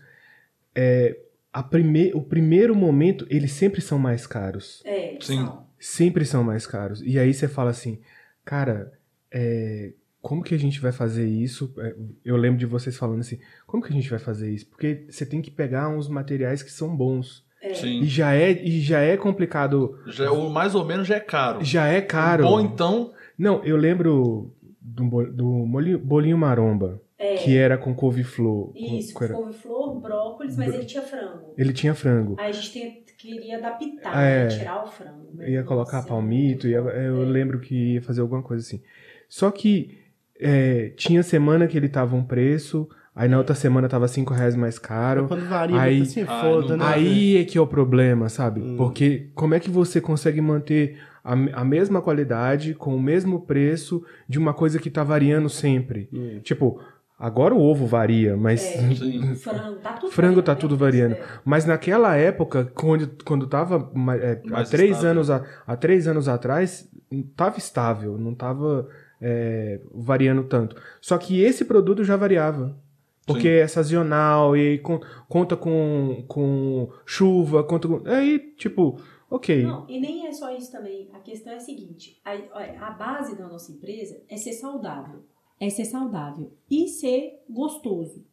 é, a prime, o primeiro momento eles sempre são mais caros. É, Sim. são. sempre são mais caros. E aí você fala assim, cara, é, como que a gente vai fazer isso? É, Eu lembro de vocês falando assim, como que a gente vai fazer isso? Porque você tem que pegar uns materiais que são bons. É. E Sim. já é, e já é complicado, Já, o mais ou menos já é caro. já é caro. Bom, então. Não, eu lembro do, bo- do molinho- bolinho maromba, É. que era com couve-flor. com- Isso, com era- couve-flor, brócolis, mas ele tinha frango. Ele tinha frango. Aí a gente tem- queria adaptar, tipo, Ah, é. né? tirar o frango. né? ia colocar Nossa, [LAUGHS] palmito, ia, eu é. lembro que ia fazer alguma coisa assim. Só que é, tinha semana que ele tava um preço, aí na outra semana tava 5 reais mais caro. Quando varia, Aí- aí, assim, Ah, foda, não- né? velho? Aí é que é o problema, sabe? Hum. Porque como é que você consegue manter a, a mesma qualidade com o mesmo preço de uma coisa que tá variando sempre? Hum. Tipo, agora o ovo varia, mas. É. Sim. Frango, tá tudo Frango tá né? tudo variando. É. Mas naquela época, quando, quando tava ma- é, há Mais três estável. anos a- há três anos atrás, tava estável, não tava é, variando tanto. Só que esse produto já variava. Porque Sim. é sazonal e con- conta com, com chuva, conta com. Aí, tipo, ok. Não, e nem é só isso também. A questão é a seguinte: a, olha, a base da nossa empresa é ser saudável. É ser saudável e ser gostoso.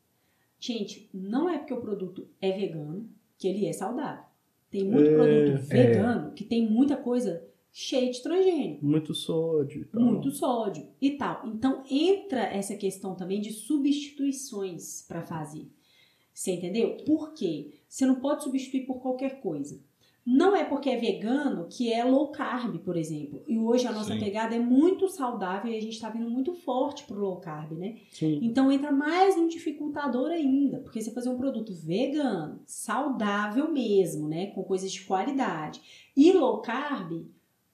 Gente, não é porque o produto é vegano que ele é saudável. Tem muito É, produto vegano que tem muita coisa cheia de transgênico. Muito sódio e tal. muito sódio e tal. Então entra essa questão também de substituições para fazer. Você entendeu? Por quê? Você não pode substituir por qualquer coisa. Não é porque é vegano que é low carb, por exemplo. E hoje a nossa Sim. pegada é muito saudável e a gente está vindo muito forte pro low carb, né? Sim. Então entra mais um dificultador ainda, porque você fazer um produto vegano, saudável mesmo, né, com coisas de qualidade, e low carb,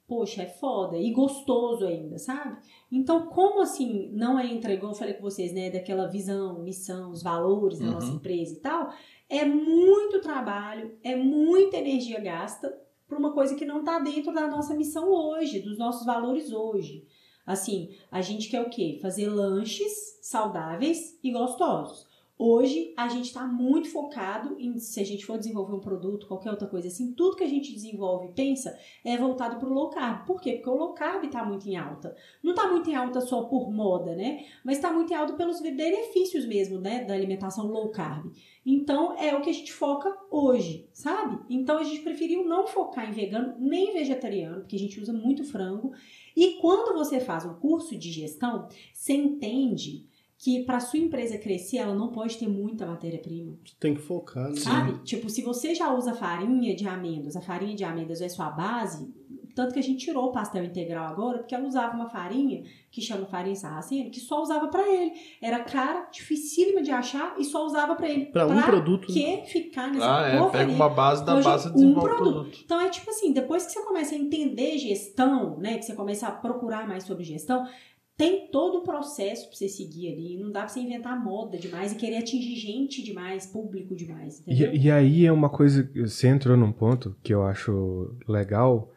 poxa, é foda e gostoso ainda, sabe? Então, como assim não entra igual eu falei com vocês, né, daquela visão, missão, os valores da Uhum. nossa empresa e tal, é muito trabalho, é muita energia gasta para uma coisa que não tá dentro da nossa missão hoje, dos nossos valores hoje. Assim, a gente quer o quê? Fazer lanches saudáveis e gostosos. Hoje a gente está muito focado em se a gente for desenvolver um produto, qualquer outra coisa assim, tudo que a gente desenvolve e pensa é voltado para o low carb. Por quê? Porque o low carb está muito em alta. Não está muito em alta só por moda, né? Mas está muito em alta pelos benefícios mesmo, né? Da alimentação low carb. Então é o que a gente foca hoje, sabe? Então a gente preferiu não focar em vegano nem vegetariano, porque a gente usa muito frango. E quando você faz um curso de gestão, você entende que para sua empresa crescer, ela não pode ter muita matéria-prima, Tem que focar, né? sabe? Tipo, se você já usa farinha de amêndoas, a farinha de amêndoas é sua base, tanto que a gente tirou o pastel integral agora, porque ela usava uma farinha que chama farinha sarraceno, que só usava para ele. Era cara, dificílima de achar e só usava para ele. Pra um produto, que ficar nessa Ah, é. Pega porcaria? uma base da Hoje, base e um desenvolve o produto. produto. Então é tipo assim, depois que você começa a entender gestão, né, que você começa a procurar mais sobre gestão, tem todo um processo pra você seguir ali, não dá pra você inventar moda demais e querer atingir gente demais, público demais, entendeu? E, e aí é uma coisa que você entrou num ponto que eu acho legal,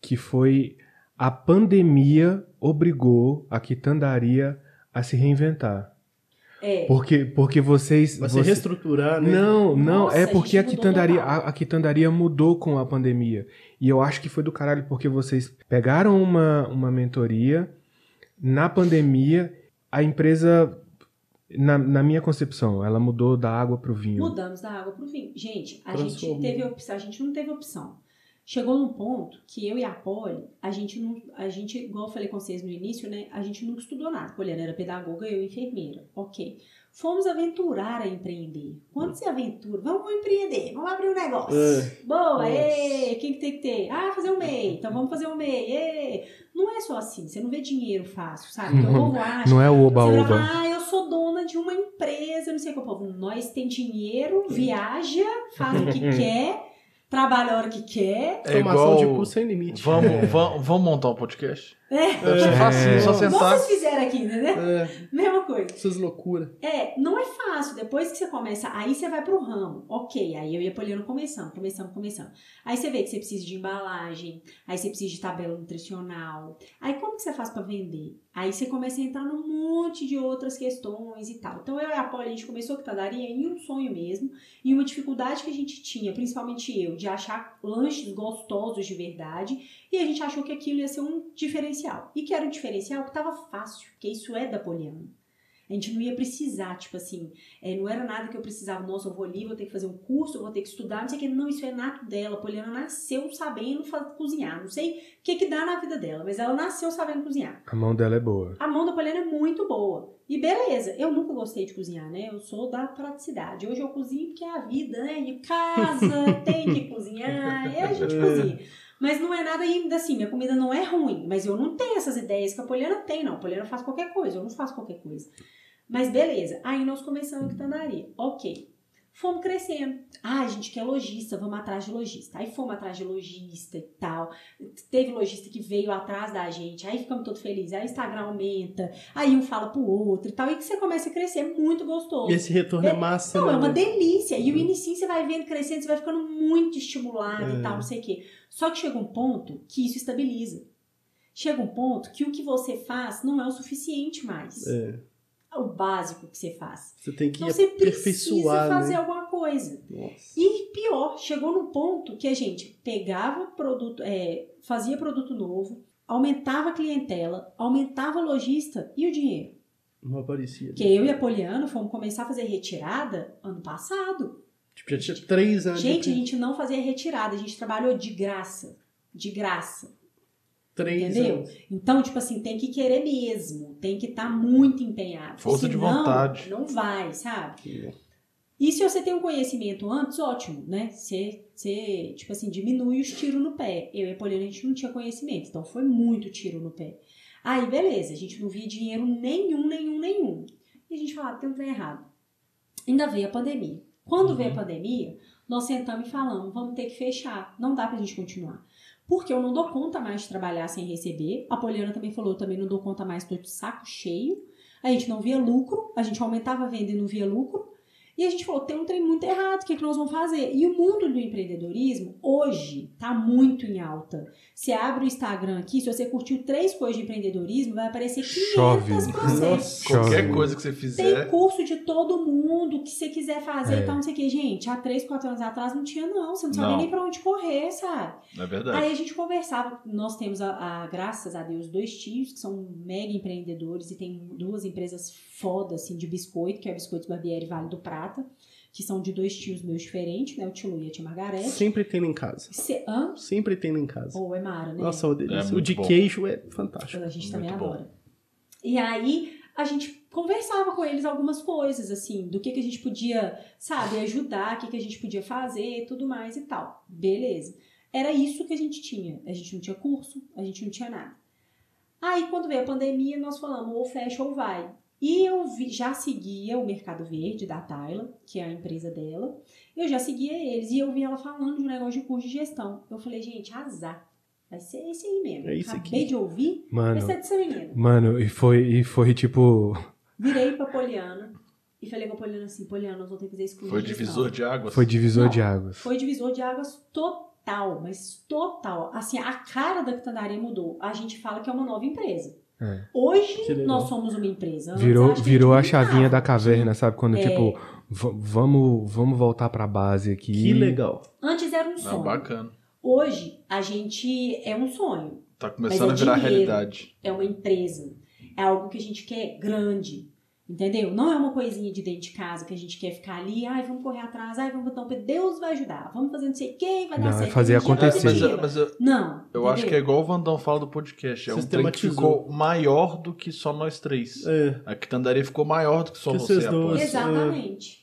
que foi a pandemia obrigou a quitandaria a se reinventar. É. Porque, porque vocês. Vai se você- reestruturar, né? Não, não, Nossa, é a porque a, gente mudou quitandaria, a, total. a quitandaria mudou com a pandemia. E eu acho que foi do caralho, porque vocês pegaram uma, uma mentoria na pandemia, a empresa, na, na minha concepção, ela mudou da água pro vinho. Mudamos da água pro vinho. Gente, a gente Transformou. teve opção, a gente não teve opção. Chegou num ponto que eu e a Polly, a gente não, a gente, igual eu falei com vocês no início, né? A gente nunca estudou nada. Poliana era pedagoga, eu enfermeira. Ok. Fomos aventurar a empreender. Quando se aventura, vamos empreender, vamos abrir um negócio. Hum. É. Boa, Nossa. ê, quem que tem que ter? Ah, fazer um MEI, então vamos fazer um MEI, ê. Não é só assim, você não vê dinheiro fácil, sabe? Então o Não, [LAUGHS] povo acha Não é o você vai oba-oba. falar, ah, eu sou dona de uma empresa, não sei o que. O povo, nós tem dinheiro, viaja, faz o que quer, trabalha a hora que quer. É Tomação igual... de cu sem limite. Vamos, vamos, vamos montar um podcast? É. Deve ser facinho, só Igual sentar. vocês fizeram aqui, né? É, Mesma coisa. essas loucuras. É, não é fácil. Depois que você começa, aí você vai pro ramo. Ok, aí eu e a Poliana começamos, começamos, começamos. Aí você vê que você precisa de embalagem, aí você precisa de tabela nutricional. Aí como que você faz pra vender? Aí você começa a entrar num monte de outras questões e tal. Então eu e a Poli, a gente começou a quitandaria em um sonho mesmo, e uma dificuldade que a gente tinha, principalmente eu, de achar lanches gostosos de verdade, e a gente achou que aquilo ia ser um diferencial. E que era um diferencial que tava fácil, porque isso é da Poliana. A gente não ia precisar, tipo assim, eh, não era nada que eu precisava, nossa, eu vou ali, vou ter que fazer um curso, eu vou ter que estudar, não sei o que. Não, isso é nato dela. A Poliana nasceu sabendo fa- cozinhar. Não sei o que, que dá na vida dela, mas ela nasceu sabendo cozinhar. A mão dela é boa. A mão da Poliana é muito boa. E beleza, eu nunca gostei de cozinhar, né? Eu sou da praticidade. Hoje eu [LAUGHS] cozinho porque é a vida, né? E casa, tem que cozinhar, e a gente cozinha. Mas não é nada ainda assim, minha comida não é ruim, mas eu não tenho essas ideias que a Poliana tem, não. A Poliana faz qualquer coisa, eu não faço qualquer coisa. Mas beleza, aí nós começamos a quitanaria. Ok. Fomos crescendo. Ah, a gente quer lojista, vamos atrás de lojista. Aí fomos atrás de lojista e tal. Teve lojista que veio atrás da gente, aí ficamos todos felizes. Aí o Instagram aumenta, aí um fala pro outro e tal. E que você começa a crescer, é muito gostoso. Esse retorno é massa, Não, né? é uma delícia. E o inicinho você vai vendo crescendo, você vai ficando muito estimulado É. e tal, não sei o quê. Só que chega um ponto que isso estabiliza. Chega um ponto que o que você faz não é o suficiente mais. É. O básico que você faz. Você tem que é Então você aperfeiçoar, precisa fazer né? alguma coisa. Nossa. E pior, chegou num ponto que a gente pegava produto, é, fazia produto novo, aumentava a clientela, aumentava a lojista e o dinheiro. Não aparecia. né? Porque eu e a Poliana fomos começar a fazer retirada ano passado. Tipo, já tinha três anos. Gente, a né? de- gente não fazia retirada, a gente trabalhou de graça. De graça, três entendeu? anos. Então, tipo assim, tem que querer mesmo, tem que estar muito empenhado. Força de Senão, vontade. é. Não vai, sabe? E se você tem um conhecimento antes, ótimo, né? Você, você, tipo assim, diminui os tiros no pé. Eu e a Poliana, a gente não tinha conhecimento, então foi muito tiro no pé. Aí, beleza, a gente não via dinheiro nenhum, nenhum, nenhum. E a gente falava, tem um trem errado. Ainda veio a pandemia. Quando veio Uhum. a pandemia, nós sentamos e falamos, vamos ter que fechar, não dá pra gente continuar. Porque eu não dou conta mais de trabalhar sem receber. A Poliana também falou, eu também não dou conta mais, tô de saco cheio. A gente não via lucro, a gente aumentava a venda e não via lucro. E a gente falou, tem um trem muito errado, o que, é que nós vamos fazer? E o mundo do empreendedorismo, hoje, tá muito em alta. Você abre o Instagram aqui, se você curtiu três coisas de empreendedorismo, vai aparecer 500 Chove. [LAUGHS] pra você. Qualquer Chove. coisa que você Tem fizer. curso de todo mundo que você quiser fazer É. e tal, não sei o que. Gente, há 3, 4 anos atrás não tinha, não. Você não sabia Não. nem pra onde correr, sabe? É verdade. Aí a gente conversava. Nós temos, a, a- graças a Deus, dois tios que são mega empreendedores e tem duas empresas foda, assim, de biscoito, que é Biscoitos Barbieri e Vale do Prata, que são de dois tios meus diferentes, né? O tio Lu e a tia Margarete. Sempre tendo em casa. Cê, hã? Sempre tendo em casa. Ou é Mara, né? Nossa, o É delícia. o muito de bom. queijo é fantástico. A Muito gente também bom. adora. E aí a gente conversava com eles algumas coisas, assim, do que, que a gente podia, sabe, ajudar, o que, que a gente podia fazer e tudo mais e tal. Beleza. Era isso que a gente tinha. A gente não tinha curso, a gente não tinha nada. Aí quando veio a pandemia, nós falamos ou fecha ou vai. E eu vi- já seguia o Mercado Verde da Tayla, que é a empresa dela. Eu já seguia eles e eu vi ela falando de um negócio de curso de gestão. Eu falei, gente, azar. Vai ser esse aí mesmo. É isso aqui. Acabei de ouvir Mano, essa é dessa menina. mano, e foi, e foi tipo. Virei pra Poliana e falei com a Poliana assim: Poliana, nós vamos ter que fazer exclusivo. Foi divisor de águas. Foi divisor Não, de águas. tá?" Foi divisor de águas total, mas total. Assim, a cara da quitanaria mudou. A gente fala que é uma nova empresa. É. Que Hoje legal. nós somos uma empresa. Antes, Virou, acho que virou a gente não chavinha tava. da caverna, sabe? Quando, É. tipo, va- vamos, vamos voltar pra base aqui. Que legal. Antes era um sonho. Não, bacana. Hoje a gente é um sonho. Tá começando a Mas é virar dinheiro. realidade. é uma empresa, é algo que a gente quer grande, entendeu? Não é uma coisinha de dentro de casa que a gente quer ficar ali, ai, vamos correr atrás, ai, vamos botar um pé, Deus vai ajudar, vamos fazer não sei o que, vai dar Não, é certo. fazer energia acontecer. Mas, positiva. eu- mas eu, não. eu acho que é entendeu? igual o Vandão fala do podcast. É um trem que Sistematizou. ficou maior do que só nós três. É. A quitandaria ficou maior do que só Que você. vocês dois. aposta. Exatamente.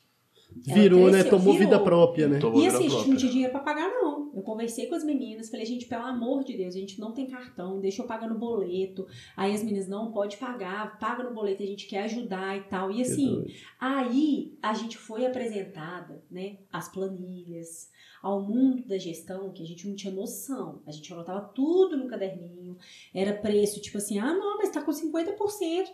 Ela Virou, né? cresceu, Tomou virou. vida própria, né? Tomou E vida assim, a gente própria. não tinha dinheiro pra pagar, não. Eu conversei com as meninas, falei, gente, pelo amor de Deus, a gente não tem cartão, deixa eu pagar no boleto. Aí as meninas, não, pode pagar, paga no boleto, a gente quer ajudar e tal. E assim, Aí a gente foi apresentada, né, as planilhas, ao mundo da gestão que a gente não tinha noção. A gente anotava tudo no caderninho, era preço tipo assim: ah, não, mas tá com 50%,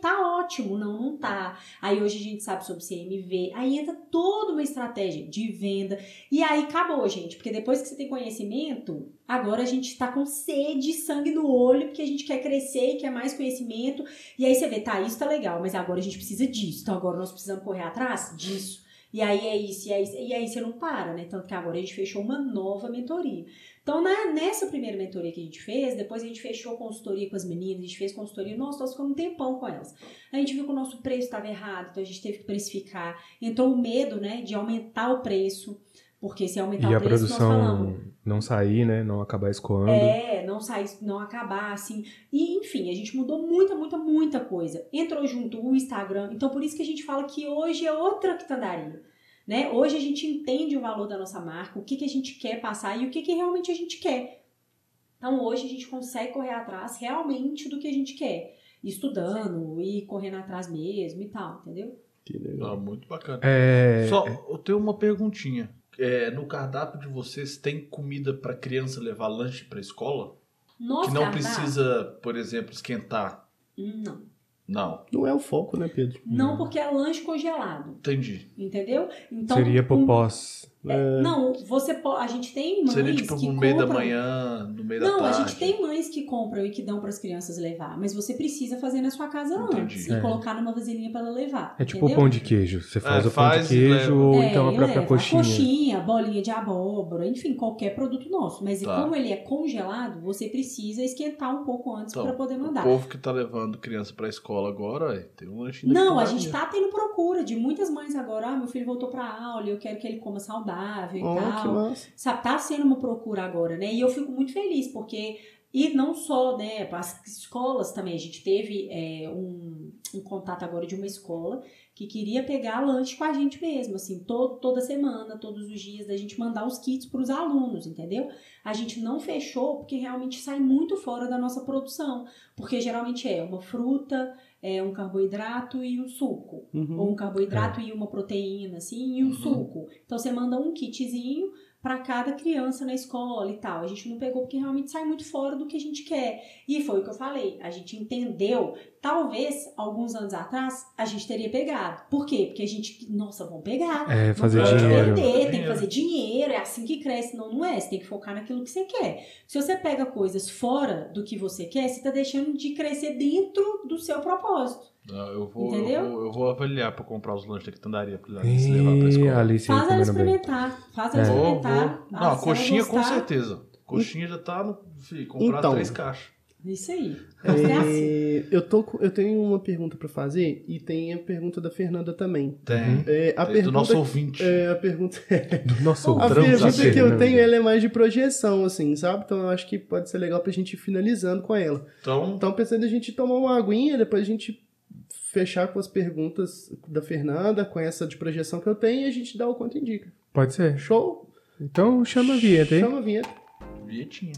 tá ótimo, não, não tá. Aí hoje a gente sabe sobre CMV, aí entra toda uma estratégia de venda. E aí acabou, gente, porque depois que você tem conhecimento, agora a gente tá com sede, e sangue no olho, porque a gente quer crescer e quer mais conhecimento. E aí você vê, tá, isso tá legal, mas agora a gente precisa disso. Então agora nós precisamos correr atrás disso. E aí é isso, e aí, e aí você não para, né? Tanto que agora a gente fechou uma nova mentoria. Então, na- nessa primeira mentoria que a gente fez, depois a gente fechou consultoria com as meninas, a gente fez consultoria, nossa, nós ficamos um tempão com elas. A gente viu que o nosso preço estava errado, então a gente teve que precificar. Entrou o medo, né, de aumentar o preço, porque se aumentar E o a preço, nós falamos, produção não sair, né? Não acabar Uhum. escoando. é, não sair, não acabar, assim. E, enfim, a gente mudou muita, muita, muita coisa. Entrou junto o Instagram. Então, por isso que a gente fala que hoje é outra quitandaria. Né? Hoje a gente entende o valor da nossa marca, o que, que a gente quer passar e o que, que realmente a gente quer. Então hoje a gente consegue correr atrás realmente do que a gente quer, estudando e correndo atrás mesmo e tal, entendeu? Que legal. Ah, muito bacana. É, Só, eu tenho uma perguntinha. É, no cardápio de vocês tem comida pra criança levar lanche pra escola? Nossa, que não precisa, por exemplo, esquentar. Não. Não, Não é o foco, né, Pedro? Hum. Não, porque é lanche congelado, entendi. entendeu? Então, seria um- popós. Não, você po- a gente tem mães Seria tipo que no meio da compram- manhã, no meio Não, da a tarde. gente tem mães que compram e que dão para as crianças levar, mas você precisa fazer na sua casa Entendi. antes e É. colocar numa vasilhinha para ela levar. É tipo o entendeu? pão de queijo. Você faz o pão faz de e leva. queijo ou É, então a e própria leva coxinha. coxinha, bolinha de abóbora, enfim, qualquer produto nosso. Mas Tá. como ele é congelado, você precisa esquentar um pouco antes Então, para poder O mandar. povo que tá levando criança pra escola agora, ué, tem um lanchinho da Não, a padaria. gente tá tendo procura de muitas mães agora. Ah, meu filho voltou pra aula, eu quero que ele coma saudável e Oh, tal. que massa. Sabe, tá sendo uma procura agora, né? E eu fico muito feliz, porque. E não só, né? As escolas também. A gente teve é, um, um contato agora de uma escola que queria pegar lanche com a gente mesmo, assim, todo, toda semana, todos os dias, da gente mandar os kits pros alunos, entendeu? A gente não fechou porque realmente sai muito fora da nossa produção. Porque geralmente é uma fruta, é um carboidrato e um suco Uhum. ou um carboidrato e uma proteína, assim, e um suco. Então você manda um kitzinho para cada criança na escola e tal. A gente não pegou porque realmente sai muito fora do que a gente quer. E foi o que eu falei, a gente entendeu. Talvez alguns anos atrás a gente teria pegado. Por quê? Porque a gente, nossa, vamos pegar. É, fazer Vamos dinheiro. Vender, tem que Dinheiro. fazer dinheiro, é assim que cresce, não, não é. Você tem que focar naquilo que você quer. Se você pega coisas fora do que você quer, você tá deixando de crescer dentro do seu propósito. Não, eu vou, eu tá- Entendeu? vou, eu vou avaliar pra comprar os lanches da quitandaria pra eles levar pra Ih, a escola. Alice aí Faz ela comendo bem. experimentar. Faz ela É. Vou, experimentar. vou. Ah, Não, se coxinha ela com gostar, certeza. Coxinha já tá no. Fih, comprar Então. três caixas. Isso aí. É, É assim. eu, tô, com- eu tenho uma pergunta pra fazer e tem a pergunta da Fernanda também. Tem. É, a, tem do pergunta, nosso ouvinte. é, a pergunta Nossa, o A Outramos trampo da pergunta que eu Fernanda. tenho ela é mais de projeção, assim, sabe? Então eu acho que pode ser legal pra gente ir finalizando com ela. Então, Então pensando em a gente tomar uma aguinha, depois a gente fechar com as perguntas da Fernanda, com essa de projeção que eu tenho, e a gente dá o quanto indica. Pode ser. Show? Então chama a vinheta aí. Chama a vinheta. vinhetinha.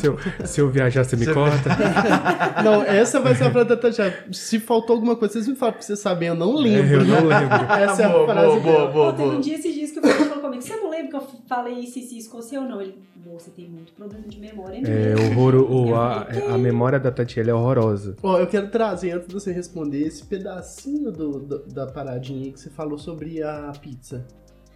Se eu, se eu viajar, você me Você- corta. Não, essa vai ser a frase da Tatiana. Se faltou alguma coisa, vocês me falam pra vocês saberem, eu não É, eu lembro. não lembro. Essa é a Ah, boa, frase boa, boa, dela. boa, Pô, teve boa. um dia esses dias que o Fernando falou comigo. Você não lembra que eu falei isso, isso, isso com você ou não? Ele, moça, tem muito problema de memória né?" É, mesmo. horror, o, a, a memória da Tatiana é horrorosa. Ó, eu quero trazer, antes de você responder, esse pedacinho do, do- da paradinha aí que você falou sobre a pizza.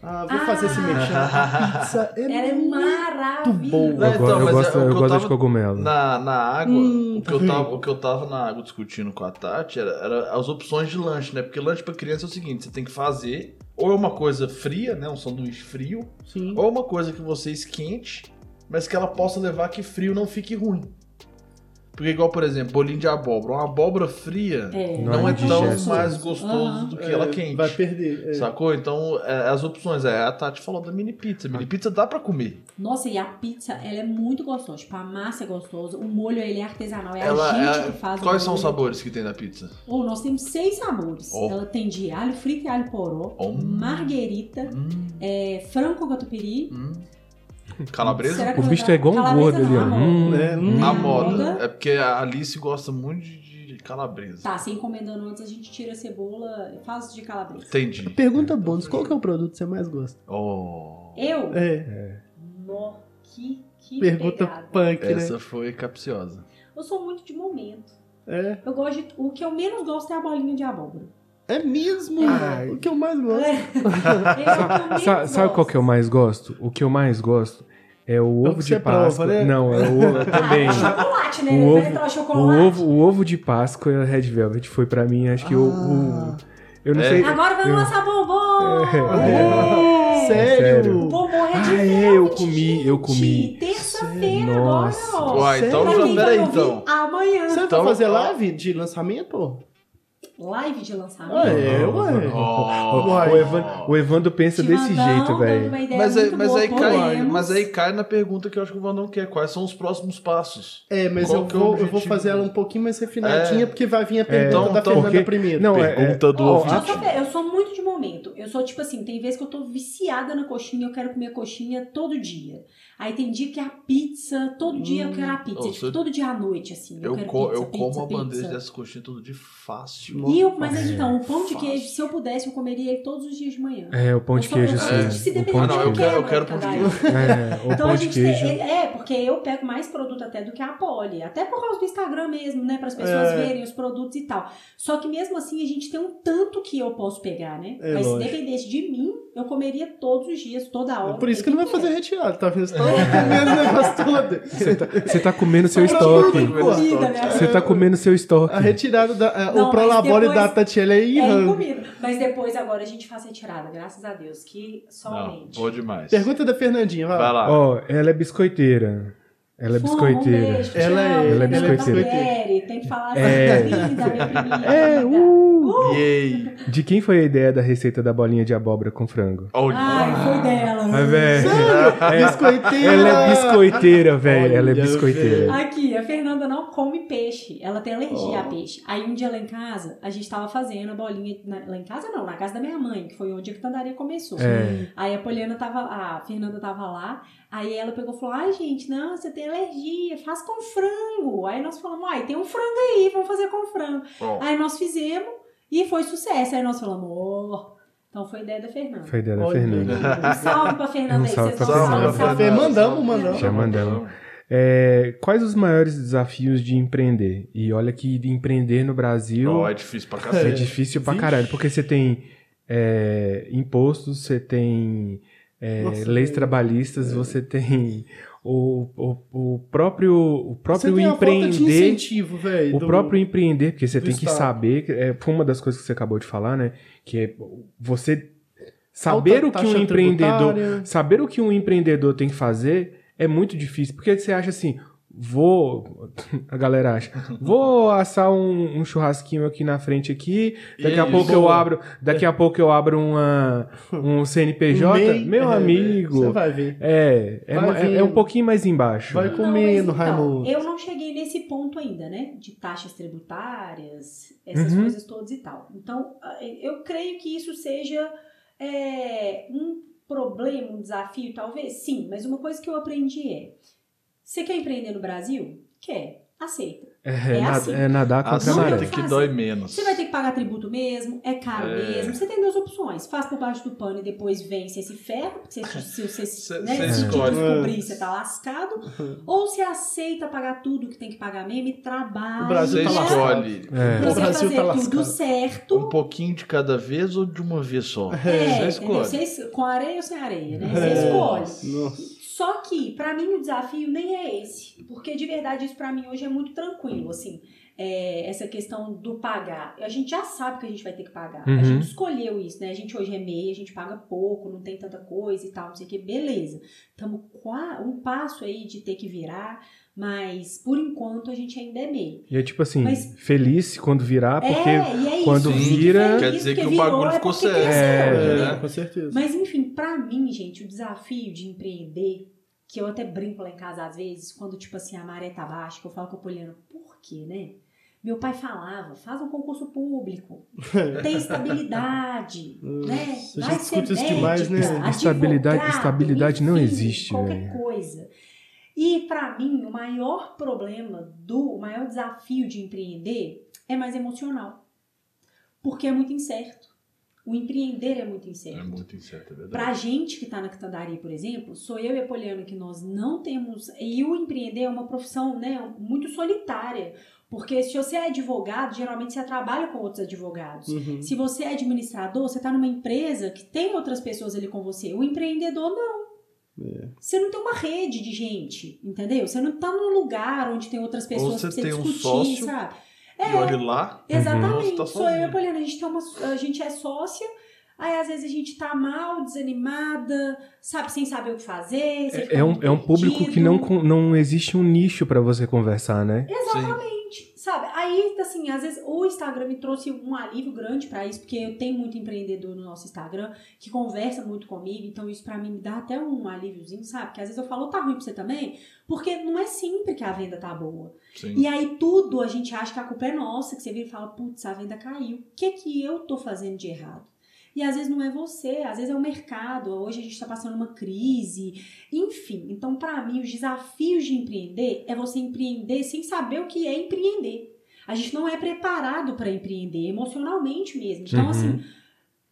Ah, vou Ah! fazer esse merchan. A pizza [LAUGHS] é Ela é boa. maravilhosa. Eu, Não, go- então, eu mas é gosto, o eu que eu gosto tava- de cogumelo. Na, na água, Hum, o, que eu tá tava, o que eu tava na água discutindo com a Tati era, era as opções de lanche, né? Porque lanche pra criança é o seguinte: você tem que fazer ou é uma coisa fria, né? Um sanduíche frio, Sim. ou uma coisa que você esquente, mas que ela possa levar que frio não fique ruim. Porque, igual, por exemplo, bolinho de abóbora. Uma abóbora fria É. Não não, é indigesta. tão mais gostoso Aham. do que ela É, quente. Vai perder. é. Sacou? Então, é, as opções. É, a Tati falou da mini pizza. Mini pizza dá pra comer. Nossa, e a pizza, ela é muito gostosa. Tipo, a massa é gostosa. O molho, ele é artesanal. É Ela- a gente ela- que faz o Quais são os molho. sabores Oh. que tem na pizza? Ou nós temos seis sabores. Ó. Ela tem de alho frito e alho poró. Ó. Marguerita. Hum. É, frango catupiry. Calabresa? Será que O eu bicho vou é igual um dar- gordo ali, calabresa ó. não, Hum, né? hum. A Hum. moda. É porque a Alice gosta muito de de calabresa. Tá, se encomendando antes, a gente tira a cebola, faz de calabresa. Entendi. Pergunta bônus, qual que é o produto que você mais gosta? Oh. Eu? É, Nó, que, que pergunta pegada. punk, né? Essa foi capciosa. Eu sou muito de momento. É, Eu gosto de, O que eu menos gosto é a bolinha de abóbora. é mesmo Ai. o que eu mais É. gosto. [LAUGHS] É. Sa- sabe qual que eu mais gosto? O que eu mais gosto é o que ovo de você prova, Páscoa. né? Não, é o ovo também. [LAUGHS] Ah, chocolate, né? O Vai ovo- entrar O chocolate. ovo, o ovo de Páscoa e a Red Velvet foi pra mim, acho que o, o- Eu não É. sei. Agora vai eu- lançar bombom! Ah, É. sério? sério. Bombom é de Ah, é, eu Velvet, comi, eu comi. gente. Terça-feira agora, Nossa. ó. Uai, então Pra já. quem vai Peraí, ouvir então. Amanhã. Você vai Então- fazer live de lançamento? live de lançamento. Ah, é, ué. Ó, Ah, Uai. O, Evan, o Evandro pensa Te desse mandar jeito, um- dando velho. uma ideia Mas, aí- muito mas boa, aí cai, podemos. mas aí cai na pergunta que eu acho que o Vandão quer. Quais são os próximos passos? É, mas Qual eu que é o vou, eu vou objetivo? fazer ela um pouquinho mais refinadinha, É. porque vai vir a pergunta Então, da então, Fernanda porque- primeiro. Não, é- pergunta do ó, ouvinte. Eu sou, eu sou muito de momento. Eu sou tipo assim, tem vezes que eu tô viciada na coxinha, eu quero comer coxinha todo dia. Aí tem dia que é a pizza, todo dia eu quero a pizza. eu tipo, sou- todo dia à noite, assim. Eu, Hum, Eu, quero co- pizza, eu como pizza, a bandeja pizza. dessas coxinhas todo dia fácil. Nossa, E eu, mas Fácil. então, o pão de Fácil. queijo, se eu pudesse, eu comeria ele todos os dias de manhã. É, o pão de Eu sou- eu queijo, sou- é, sim. se O depender, pão Ah, de não, eu queijo. quero, eu quero quero pão de cada queijo. É, o Então pão a de gente queijo. tem. É, porque eu pego mais produto até do que a Poli. Até por causa do Instagram mesmo, né? Para as pessoas É. verem os produtos e tal. Só que mesmo assim a gente tem um tanto que eu posso pegar, né? É, Mas se lógico. dependesse de mim, eu comeria todos os dias, toda hora. É por isso que ele vai fazer retirado, tá vendo? Você tá comendo o negócio todo. É. Você tá, você tá comendo seu Mas tudo estoque. bem. é Comida, né? Você tá comendo seu estoque. A retirada, da, a- Não, o mas prolabore depois- da Tatiana é É em irrando. comida. Mas depois agora a gente faz retirada, graças a Deus. Que Não, somente. boa demais. Pergunta da Fernandinha, vai Vai lá. lá. Ó, ela é biscoiteira. Ela é Um biscoiteira. beijo, te Ela é- amo, ela é minha biscoiteira. Valéria, Tem que falar assim, É. linda, minha priminha. É, linda. uh! E aí? De quem foi a ideia da receita da bolinha de abóbora com frango? Olha. Ai, foi dela. Ah, Ai, velho. É, Biscoiteira! ela é biscoiteira, velho. Ela é Ah, Olha, biscoiteira. Aqui, a Fernanda não come peixe. Ela tem alergia a peixe. Aí um dia lá em casa, a gente tava fazendo a bolinha. na- lá em casa não, na casa da minha mãe, que foi onde a quitandaria começou. É. Aí a Poliana tava. A Fernanda tava lá. Aí ela pegou e falou: Ai, gente, não, você tem alergia, faz com frango. Aí nós falamos, ai, tem um frango aí, vamos fazer com frango. Ó, Aí nós fizemos e foi sucesso. Aí nós falamos, ó. Então foi ideia da Fernanda. Foi a ideia da Olha. Fernanda. Um salve pra [LAUGHS] Fernanda Um aí, salve vocês pra vão Fernanda. salve, salve. Fernanda. Mandamos, mandamos. Já mandamos. É, quais os maiores desafios de empreender? E olha que de empreender no Brasil Ó, é difícil pra é, cacete. difícil pra Vixe. caralho, porque você tem é, impostos, você tem é, Nossa, leis é. trabalhistas, você tem o, o, o próprio o Você próprio tem a falta de empreender, incentivo, velho. o do- próprio empreender, porque você do tem que Estado. saber, que- é foi uma das coisas que você acabou de falar, né? Que é você saber alta o que um taxa empreendedor tributária. saber o que um empreendedor tem que fazer é muito difícil, porque você acha assim, vou, [LAUGHS] a galera acha, vou assar um, um churrasquinho aqui na frente aqui, daqui E a aí, pouco eu boa. abro, daqui a pouco eu abro uma, um CNPJ, Meio- meu é, Você amigo, vai ver. é, é, Vai uma- é- vir. é um pouquinho mais embaixo. Vai Não, comendo, mas então, Raimundo. Eu não cheguei nesse ponto ainda, né? De taxas tributárias, essas Uhum. coisas todas e tal. Então, ah, eu creio que isso seja é, um problema, um desafio, talvez, sim. Mas uma coisa que eu aprendi é: você quer empreender no Brasil? Quer, aceita. É, É na- assim. é nadar com a Assim. camarada. Aceita que Fácil. dói menos. Você vai ter que pagar tributo mesmo, é caro É. mesmo. Você tem duas opções: faz por baixo do pano e depois vence esse ferro, [LAUGHS] porque se, se, se, Cê- né, cê se te escolhe. É. descobrir, você tá lascado. [LAUGHS] Ou você aceita pagar tudo que tem que pagar mesmo e trabalha. O Brasil Você tá lascado. escolhe É. O Pra você Brasil fazer tá tudo lascado. certo. um pouquinho de cada vez ou de uma vez só? É, Você entendeu? escolhe. Você es- com areia ou sem areia, né? É. Você escolhe. Nossa. Só que, pra mim, o desafio nem é esse. Porque, de verdade, isso pra mim hoje é muito tranquilo, assim. É, essa questão do pagar. A gente já sabe que a gente vai ter que pagar. Uhum. A gente escolheu isso, né? A gente hoje é meia, a gente paga pouco, não tem tanta coisa e tal, não sei o que. Beleza. Estamos um passo aí de ter que virar, mas, por enquanto, a gente ainda é meia. E é tipo assim, Mas- feliz quando virar, porque é, e é isso. quando Gente, vira- feliz Quer dizer porque que o bagulho virou, é ficou porque sério. cresceu, É. né? com certeza. Mas enfim, pra mim, gente, o desafio de empreender, que eu até brinco lá em casa às vezes, quando tipo assim a maré tá baixa, que eu falo com a Poliana, por quê, né? Meu pai falava, faz um [LAUGHS] concurso público, tem Nossa, estabilidade, né? a gente escuta isso médico, demais, né? advogado, Estabilidade- estabilidade não enfim, existe, né? Qualquer velho. coisa. E pra mim, o maior problema do, o maior desafio de empreender é mais emocional. Porque é muito incerto. O empreender é muito incerto. É muito incerto, é verdade. Pra gente que tá na quitandaria, por exemplo, sou eu e a Poliana que nós não temos. E o empreender é uma profissão, né, muito solitária. Porque se você é advogado, geralmente você trabalha com outros advogados. Uhum. Se você é administrador, você tá numa empresa que tem outras pessoas ali com você. O empreendedor não. É. Você não tem uma rede de gente, entendeu? Você não tá num lugar onde tem outras pessoas você pra você tem um discutir, sócio sabe? É, E olhe lá. Nossa, Exatamente. tá Sou eu e sozinho. a Poliana. A gente, tem uma, a gente é sócia, aí às vezes a gente tá mal, desanimada, sabe, sem saber o que fazer. você fica é, é um, muito é um público que perdido. não, con- não existe um nicho pra você conversar, né? Exatamente. Exatamente. Sabe? Aí, assim, às vezes o Instagram me trouxe um alívio grande pra isso, porque eu tenho muito empreendedor no nosso Instagram que conversa muito comigo, então isso pra mim me dá até um alíviozinho, sabe? Porque às vezes eu falo, tá ruim pra você também, porque não é sempre que a venda tá boa. Sim. E aí tudo a gente acha que a culpa é nossa, que você vira e fala, putz, a venda caiu. O que é que eu tô fazendo de errado? E às vezes não é você, às vezes é o mercado. Hoje a gente está passando uma crise, enfim. Então, para mim, os desafios de empreender é você empreender sem saber o que é empreender. A gente não é preparado para empreender emocionalmente mesmo. Então, Uhum. assim,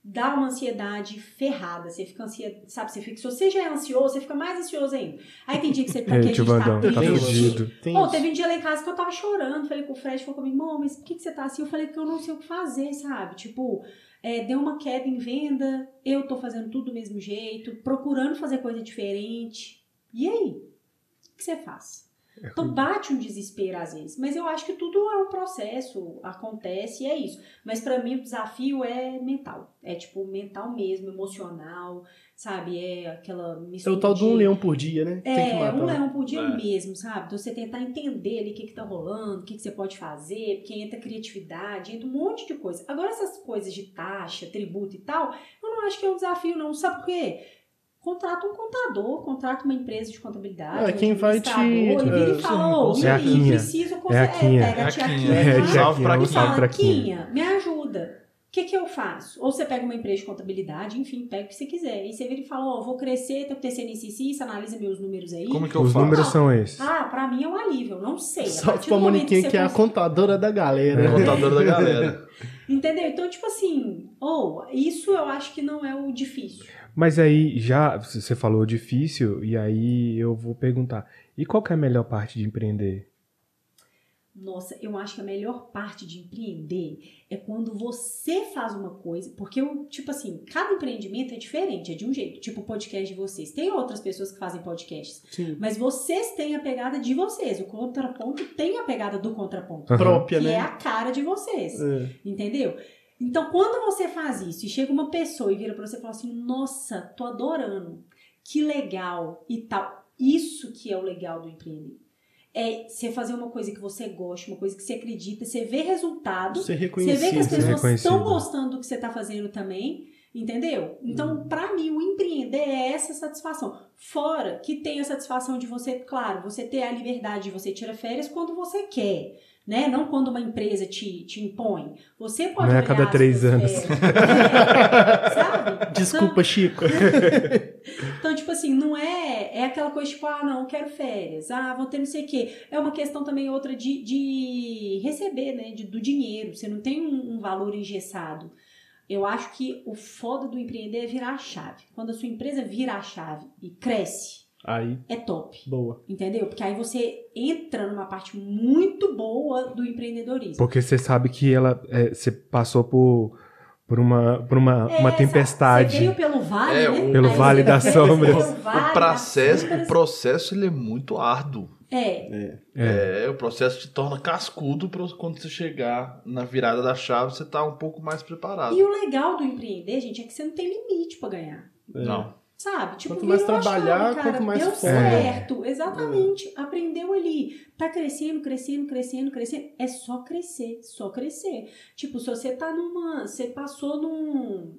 dá uma ansiedade ferrada. Você fica ansioso, sabe? Você fica, se você já é ansioso, você fica mais ansioso ainda. Aí tem dia que você [LAUGHS] tá, que a Ei, tio gente tá Vandão, tá triste. fudido. Tem Bom, isso. teve um dia lá em casa que eu tava chorando, falei com o Fred, falou comigo, mô, mas por que, que você tá assim? Eu falei que eu não sei o que fazer, sabe? Tipo, é, deu uma queda em venda, eu tô fazendo tudo do mesmo jeito, procurando fazer coisa diferente. E aí? O que você faz? É Então bate um desespero às vezes, mas eu acho que tudo é um processo, acontece e é isso. Mas pra mim o desafio é mental, é tipo mental mesmo, emocional, sabe? É aquela É mistura o tal de um de- leão por dia, né? Tem que é, matar. um leão por dia É. mesmo, sabe? Então você tentar entender ali o que, que tá rolando, o que, que você pode fazer, porque entra criatividade, entra um monte de coisa. Agora, essas coisas de taxa, tributo e tal, eu não acho que é um desafio, não. Sabe por quê? Contrata um contador, contrata uma empresa de contabilidade. É, um quem vai te- administrador, E vira é, e fala, ô, É a Willy, Quinha. preciso cons- É a Quinha. pega a tia Quinha. Quinha É, lá Tia Salve pra Quinha, um e Quinha. salve fala, pra Quinha. Quinha, me ajuda. O que, que eu faço? Ou você pega uma empresa de contabilidade, enfim, pega o que você quiser. E você vira e fala, ó, vou crescer, tá acontecendo isso, isso, isso, analisa meus números aí. Como que eu Os faço? números são esses. Ah, pra mim é um alívio, eu não sei. A Salve partir pra do momento Moniquinha, você que é a cons- contadora da galera. né? Contador É da [LAUGHS] galera. Entendeu? Então, tipo assim, ou isso eu acho que não é o difícil. Mas aí já c- você falou difícil e aí eu vou perguntar. E qual que é a melhor parte de empreender? Nossa, eu acho que a melhor parte de empreender é quando você faz uma coisa, porque eu, tipo assim, cada empreendimento é diferente, é de um jeito. Tipo o podcast de vocês. Tem outras pessoas que fazem podcasts, Sim. mas vocês têm a pegada de vocês. O contraponto tem a pegada do contraponto, Aham. Própria, que né? é a cara de vocês. É. Entendeu? Então, quando você faz isso e chega uma pessoa e vira pra você e fala assim: Nossa, tô adorando, que legal e tal. Isso que é o legal do empreender. É você fazer uma coisa que você gosta, uma coisa que você acredita, você vê resultado, Ser você reconhecido. vê que as né? pessoas estão Reconhecido. gostando do que você tá fazendo também, entendeu? Uhum. Então, pra mim, o empreender é essa satisfação. Fora que tem a satisfação de você, claro, você ter a liberdade de você tirar férias quando você quer, né? Não quando uma empresa te, te impõe. Você pode Não é a olhar cada as três suas anos. férias. É, [LAUGHS] sabe? Desculpa, Chico. Então, tipo assim, não é, é aquela coisa tipo, ah, não, eu quero férias, ah, vou ter não sei o quê. É uma questão também outra de, de receber, né, de- do dinheiro. Você não tem um, um valor engessado. Eu acho que o foda do empreender é virar a chave. Quando a sua empresa vira a chave e cresce, Aí, é top, boa. entendeu? Porque aí você entra numa parte muito boa do empreendedorismo. Porque você sabe que ela é, você passou por, por uma, por uma, É, uma sabe? tempestade. Você veio pelo vale, É, né? o- Pelo Aí vale você das veio sombras. pelo vale O processo, das o sombras. processo ele é muito árduo. É, É. É, o processo te torna cascudo pra quando você chegar na virada da chave, você tá um pouco mais preparado. E o legal do empreender, gente, é que você não tem limite pra ganhar. É. Não. Sabe? Tipo, Quanto mais virou a chave, trabalhar, cara, quanto mais Deu foco. É. certo, exatamente. Aprendeu ali. Tá crescendo, crescendo, crescendo, crescendo. É só crescer, só crescer. Tipo, se você tá numa. Você passou num.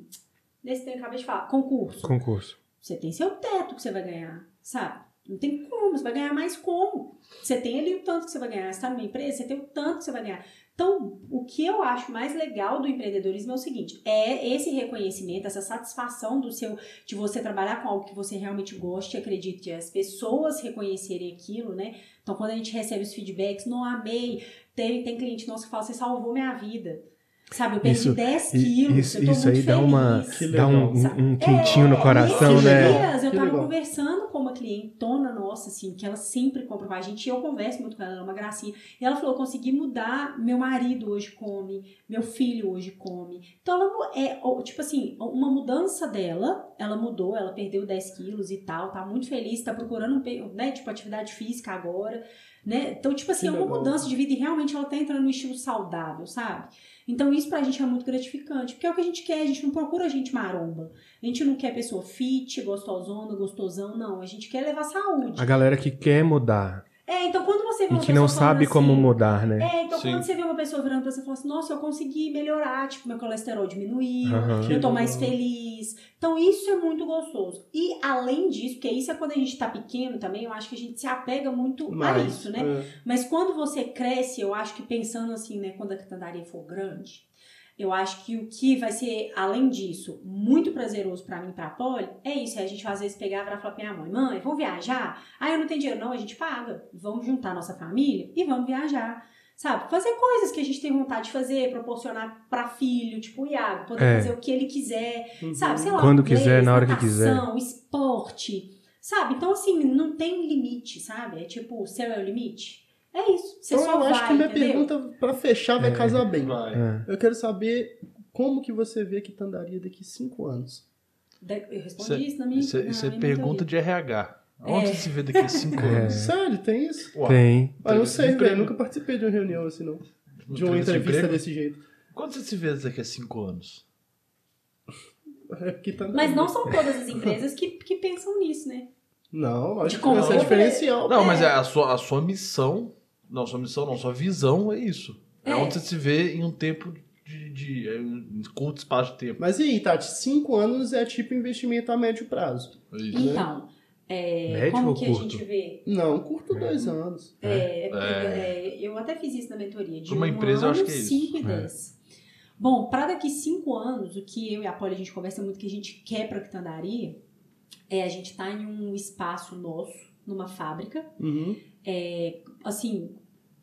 Nesse que eu acabei de falar, concurso. É, Concurso. Você tem seu teto que você vai ganhar, sabe? Não tem como, você vai ganhar mais como. Você tem ali o tanto que você vai ganhar. Você está numa empresa, você tem o tanto que você vai ganhar. Então, o que eu acho mais legal do empreendedorismo é o seguinte: é esse reconhecimento, essa satisfação do seu, de você trabalhar com algo que você realmente gosta e acredita, e as pessoas reconhecerem aquilo, né? Então, quando a gente recebe os feedbacks, não amei. Tem, tem cliente nosso que fala, você salvou minha vida. Sabe, eu perdi Isso- 10 i- quilos. isso- eu tô isso muito aí dá uma- feliz. Que Dá um, Sabe? um, um quentinho no coração, Esses né? dias eu Que tava legal. conversando com uma clientona nossa, assim, que ela sempre compra com a gente, e eu converso muito com ela, ela é uma gracinha. E ela falou: "Eu consegui mudar, meu marido hoje come, meu filho hoje come. Então ela mu- é, ó, tipo assim, uma mudança dela, ela mudou, ela perdeu 10 quilos e tal, tá muito feliz, tá procurando, um pe- né, tipo, atividade física agora, né? Então, tipo assim, Que é uma legal. mudança de vida e realmente ela tá entrando no estilo saudável, sabe? Então isso pra gente é muito gratificante, porque é o que a gente quer, a gente não procura gente maromba. A gente não quer pessoa fit, gostosona, gostosão, não. A gente quer levar saúde. né? A galera que quer mudar É, então quando você vê e uma que não pessoa falando sabe como assim, mudar, né? É, então Sim. quando você vê uma pessoa virando pra você e falando assim, nossa, eu consegui melhorar, tipo, meu colesterol diminuiu, Aham. eu tô mais feliz. Então, isso é muito gostoso. E além disso, porque isso é quando a gente tá pequeno também, eu acho que a gente se apega muito [LAUGHS] a Mas, isso, né? é, Mas quando você cresce, eu acho que pensando assim, né, quando a cantaria for grande, eu acho que o que vai ser, além disso, muito prazeroso pra mim e pra Polly, é isso. É a gente às vezes pegar e falar pra minha mãe, mãe, vamos viajar? Ah, eu não tenho dinheiro. Não, a gente paga. Vamos juntar nossa família e vamos viajar. Sabe? Fazer coisas que a gente tem vontade de fazer, proporcionar pra filho, tipo o Iago, poder É. fazer o que ele quiser. uhum. Sabe, sei lá, Quando quiser, na hora que natação, esporte, sabe? Então, assim, não tem limite, sabe? É tipo, o céu é o limite. É isso. Você Então só eu vai, acho que minha entendeu? pergunta pra fechar vai É. casar bem. Vai. É. Eu quero saber como que você vê que Tandaria daqui cinco anos. Da- Eu respondi Cê- isso na minha Isso é, na isso é minha pergunta de RH. Onde É. se vê daqui a cinco [LAUGHS] É. anos? Sério, tem isso? Uau, Tem. Ah, eu não Entrevista sei, de velho. emprego. Nunca participei de uma reunião assim, não. De entrevista de uma entrevista emprego? desse jeito. Quando você se vê daqui a cinco anos? É porque tá- [LAUGHS] Mas não são todas as empresas que, que pensam nisso, né? Não, De acho que como essa é eu diferencial. Não, mas é a sua, a sua missão. Não, sua missão não, sua visão é isso. É, É. onde você se vê em um tempo de. de é, um curto espaço de tempo. Mas e aí, Tati? Cinco anos é tipo investimento a médio prazo. É isso. Então, é, Médio como ou que curto? a gente vê? Não, curto dois anos. É, é, eu até fiz isso na mentoria. De né? Pra uma um empresa, eu ano, acho que é isso. 5 e 10. Bom, para daqui 5 anos, o que eu e a Polly a gente conversa muito que a gente quer para Quitandaria é a gente tá em um espaço nosso, numa fábrica. Uhum. É, assim,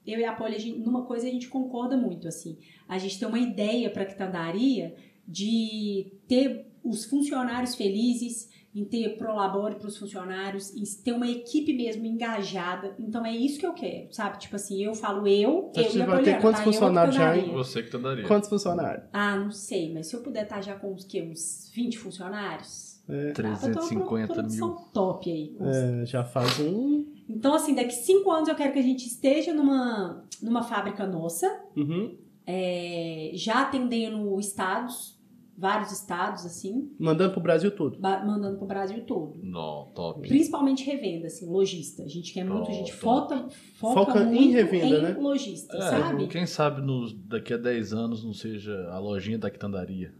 eu e a Polly, a gente- numa coisa a gente concorda muito, assim. A gente tem uma ideia para Quitandaria de ter os funcionários felizes, em ter prolabore para os funcionários, em ter uma equipe mesmo engajada. Então é isso que eu quero, sabe? Tipo assim, eu falo eu, Então, eu você e a vai ter Poliana, quantos tá? Eu, a funcionários já, hein? Quitandaria. Você que tá daria. Quantos funcionários? Ah, não sei, mas se eu puder estar já com uns, quê? uns 20 É. funcionários... dá pra ter uma 350 produção mil. top aí, com uns É, já faz um. então, assim, daqui cinco anos eu quero que a gente esteja numa, numa fábrica nossa, Uhum. é, já atendendo estados, vários estados, assim, Mandando pro Brasil todo. ba- mandando pro Brasil todo. Não, top. Principalmente revenda, assim, lojista. A gente quer muito, a gente foca, foca, Foca em muito revenda, né? lojista, É, sabe? quem sabe nos, daqui a 10 anos não seja a lojinha da quitandaria.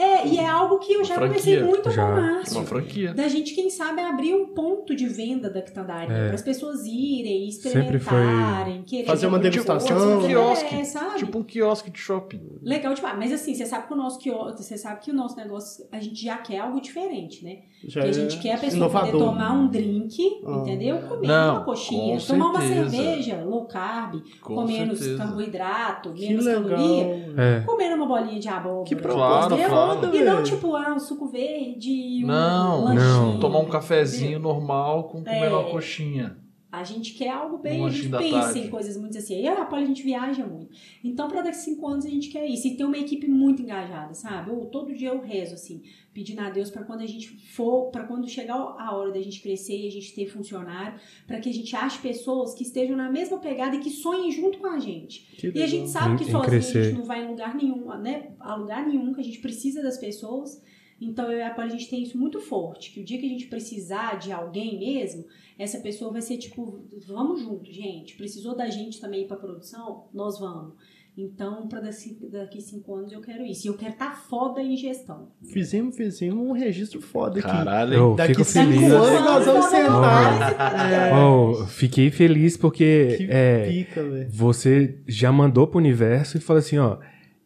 É, e é algo que eu Uma já franquia. comecei muito Já. com o Uma Márcio. franquia. Da gente, quem sabe, abrir um ponto de venda da quitandaria, É. para as pessoas irem, Sempre foi- experimentarem, querer Fazer uma Tipo, degustação. é, Quiosque. sabe? Tipo um quiosque de shopping. Legal demais, mas assim, você sabe que o nosso que você sabe que o nosso negócio, a gente já quer algo diferente, né? Já Que a gente é quer a pessoa inovador. poder tomar um drink, Ah. entendeu? Comer Não, uma coxinha, com tomar uma certeza. cerveja, low carb, Com com menos certeza. carboidrato, Que menos legal. caloria, É. comer uma bolinha de abóbora. Que Claro, proposta entendeu? claro. foda, E não velho. tipo, ah, um suco verde, um Não, lanchinho, Não. Tomar um cafezinho normal com comer É. uma coxinha. A gente quer algo bem, Um a lanchinho gente da pensa tarde. em coisas muito assim. E a Poli a gente viaja muito. Então, para daqui a cinco anos a gente quer isso. E ter uma equipe muito engajada, sabe? Eu, todo dia eu rezo, assim, pedindo a Deus para quando a gente for, para quando chegar a hora da gente crescer e a gente ter funcionário, para que a gente ache pessoas que estejam na mesma pegada e que sonhem junto com a gente. Que tipo, E a legal. gente sabe que Em- em sozinho a crescer. gente não vai em lugar nenhum, né? A lugar nenhum, que a gente precisa das pessoas. Então, eu e a Poli, a gente tem isso muito forte, que o dia que a gente precisar de alguém mesmo, essa pessoa vai ser tipo, vamos junto, gente. Precisou da gente também para produção? Nós vamos. Então, para daqui cinco anos eu quero isso. E eu quero estar tá foda em gestão. Fizemos, fizemos um registro foda aqui. Caralho. Eu Daqui fico cinco feliz. anos- Tá nós vamos Tá vendo? sentar. É. Oh, fiquei feliz porque Que é, pica, velho. você já mandou pro universo e falou assim, ó.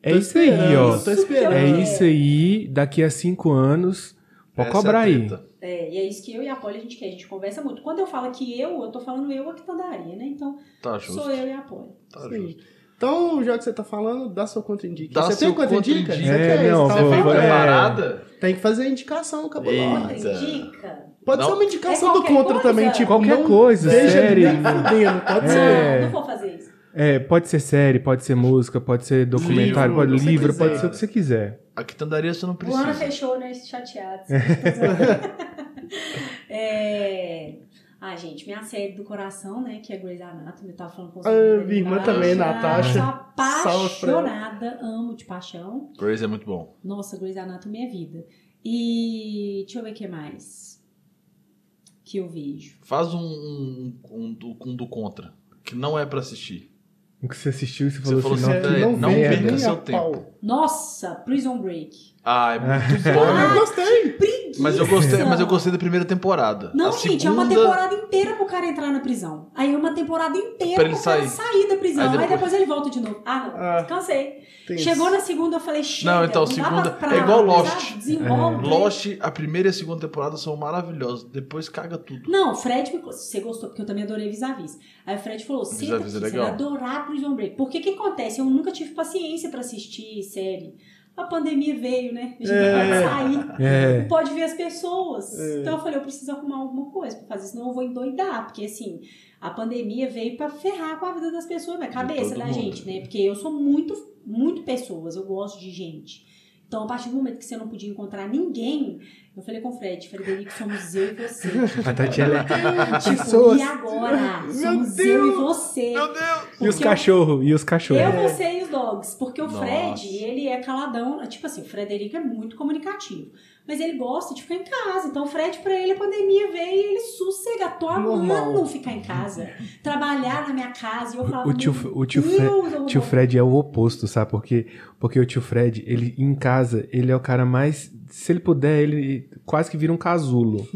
É isso aí, ó. Tô esperando. É isso aí, daqui a cinco anos, Essa pode é a cobrar aí. treta. É, e é isso que eu e a Polly a gente quer, a gente conversa muito. Quando eu falo que eu, eu tô falando eu aqui tandaria, né? Então, Tá justo. sou eu e a Polly. Tá Sim. justo. Então, já que você tá falando, dá sua contraindica. Dá Você seu tem contraindica? contraindica. Você É, tem, não, você vou- tá vou- falando. é. Preparada? Tem que fazer indicação, cabulosa. Ei. Outra dica. Pode Não. ser uma indicação É do qualquer contra coisa. também, tipo. Qualquer não coisa, deixa série. nem fudendo, pode ser. É. Não, não vou fazer isso. É, pode ser série, pode ser música, pode ser documentário, Livro, pode o que você livro, quiser. pode ser o que você quiser. A quitandaria você não Luana precisa. fechou, né? [LAUGHS] Chateados. Tô zoando. É... Ah, gente, minha série do coração, né? Que é Grey's Anatomy. Eu tava falando com os Ah, meninos minha irmã ali embaixo. também, Natasha. Sou Salve pra ela. apaixonada, amo de paixão. Grace é muito bom. Nossa, Grey's Anatomy é vida. E deixa eu ver o que mais que eu vejo. Faz um, um, um do, um do contra. Que não é pra assistir. O que você assistiu e você Você falou falou, assim, não, assim, que é, não não merda. perca nem a seu tempo. pau. Nossa, Prison Break. Ah, é [LAUGHS] muito bom. Eu gostei. Preguiça. Mas eu gostei, mas eu gostei da primeira temporada. Não, a gente, segunda, é uma temporada inteira pro cara entrar na prisão. Aí é uma temporada inteira Pra ele pro cara sair. sair da prisão. Aí Aí depois- depois, ele volta de novo. Ah, não. Ah. Cansei. Tem- Chegou na segunda, eu falei, chega. Não, então, dá segunda- pra- pra- é igual Lost. É, sabe, Desenrola. Lost, a primeira e a segunda temporada são maravilhosas. Depois caga [LAUGHS] tudo. Não, Fred, me- você gostou, porque eu também adorei vis-a-vis. Aí o Fred falou, senta aqui, Vis-a-vis é você legal. vai adorar Prison Break. Porque o que acontece? Eu nunca tive paciência pra assistir série. A pandemia veio, né? A gente É. não pode sair. É. Não pode ver as pessoas. Então eu falei, eu preciso arrumar alguma coisa pra fazer, senão eu vou endoidar. Porque assim, a pandemia veio pra ferrar com a vida das pessoas, na cabeça todo da mundo. gente, né? Porque eu sou muito, muito pessoas, eu gosto de gente. Então, a partir do momento que você não podia encontrar ninguém, eu falei com o Fred, Frederico, somos eu e [LAUGHS] você. A tá Tatiana. Tipo, Pessoas. e agora? Meu Somos eu e Deus. você. Meu Deus! E os Porque eu- cachorros, e os cachorros. Eu, você e os dogs. Porque o Nossa. Fred, ele é caladão. Tipo assim, o Frederico é muito comunicativo. Mas ele gosta de ficar em casa. Então, o Fred, pra ele, a pandemia veio e ele sossega. Tô amando Normal. ficar em [LAUGHS] casa. Trabalhar na minha casa. E eu falo, O tio- meu o tio Deus, Fre- eu vou O tio morrer. Fred é o oposto, sabe? Porque, porque o tio Fred, ele em casa, ele é o cara mais. Se ele puder, ele quase que vira [LAUGHS] um casulo.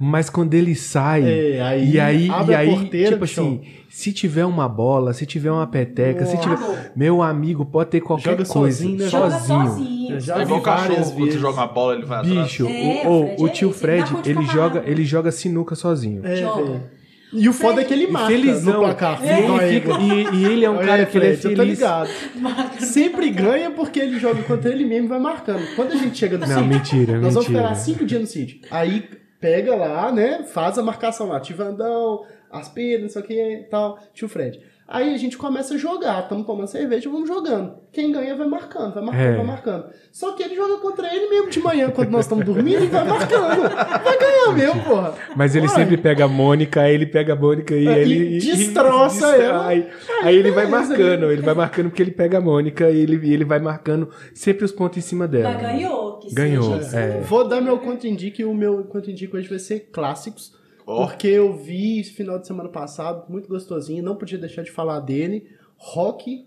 Mas quando ele sai. É, aí, E aí, abre e aí a porteira, tipo bichão. assim, se tiver uma bola, se tiver uma peteca, se tiver. Acabou. Meu amigo, pode ter qualquer Joga coisa. sozinho, né? Joga Sozinho. sozinho. Eu já é igual vi Tá várias cachorro, quando você vezes. joga uma bola, ele vai atrás. Bicho, É, o, o o, Fred o é tio esse, ele dá Fred, conta de ele camarada. joga, ele joga sinuca sozinho. É, Joga. velho. E o foda é que ele E marca felizão. no placar. É. E ele, fica- e- e ele é um Olha cara aí, que ele é Fred, eu tô feliz. ligado. Marca. Sempre ganha porque ele joga contra ele mesmo e vai marcando. Quando a gente chega no Não, sítio, mentira, nós vamos É mentira. ficar assim, cinco dias no sítio. Aí pega lá, né? Faz a marcação lá. Tio Vandão, as pedras, não sei o que tal. Tio Fred. Aí a gente começa a jogar. Estamos tomando cerveja, vamos jogando. Quem ganha vai marcando, vai marcando, É. vai marcando. Só que ele joga contra ele mesmo de manhã, quando nós estamos dormindo, e vai marcando. Vai ganhar mesmo, porra. Mas ele Ué. sempre pega a Mônica, aí ele pega a Mônica e, É, e ele. e- destroça e- ela. Aí, aí ele vai beleza, marcando, ele vai marcando porque ele pega a Mônica e ele, e ele vai marcando sempre os pontos em cima dela. Mas ganhou. Que Ganhou, seja. é. Vou dar meu contra-indique e o meu contra-indique hoje vai ser clássicos. Ó. Porque eu vi esse final de semana passado, muito gostosinho, não podia deixar de falar dele. Rock,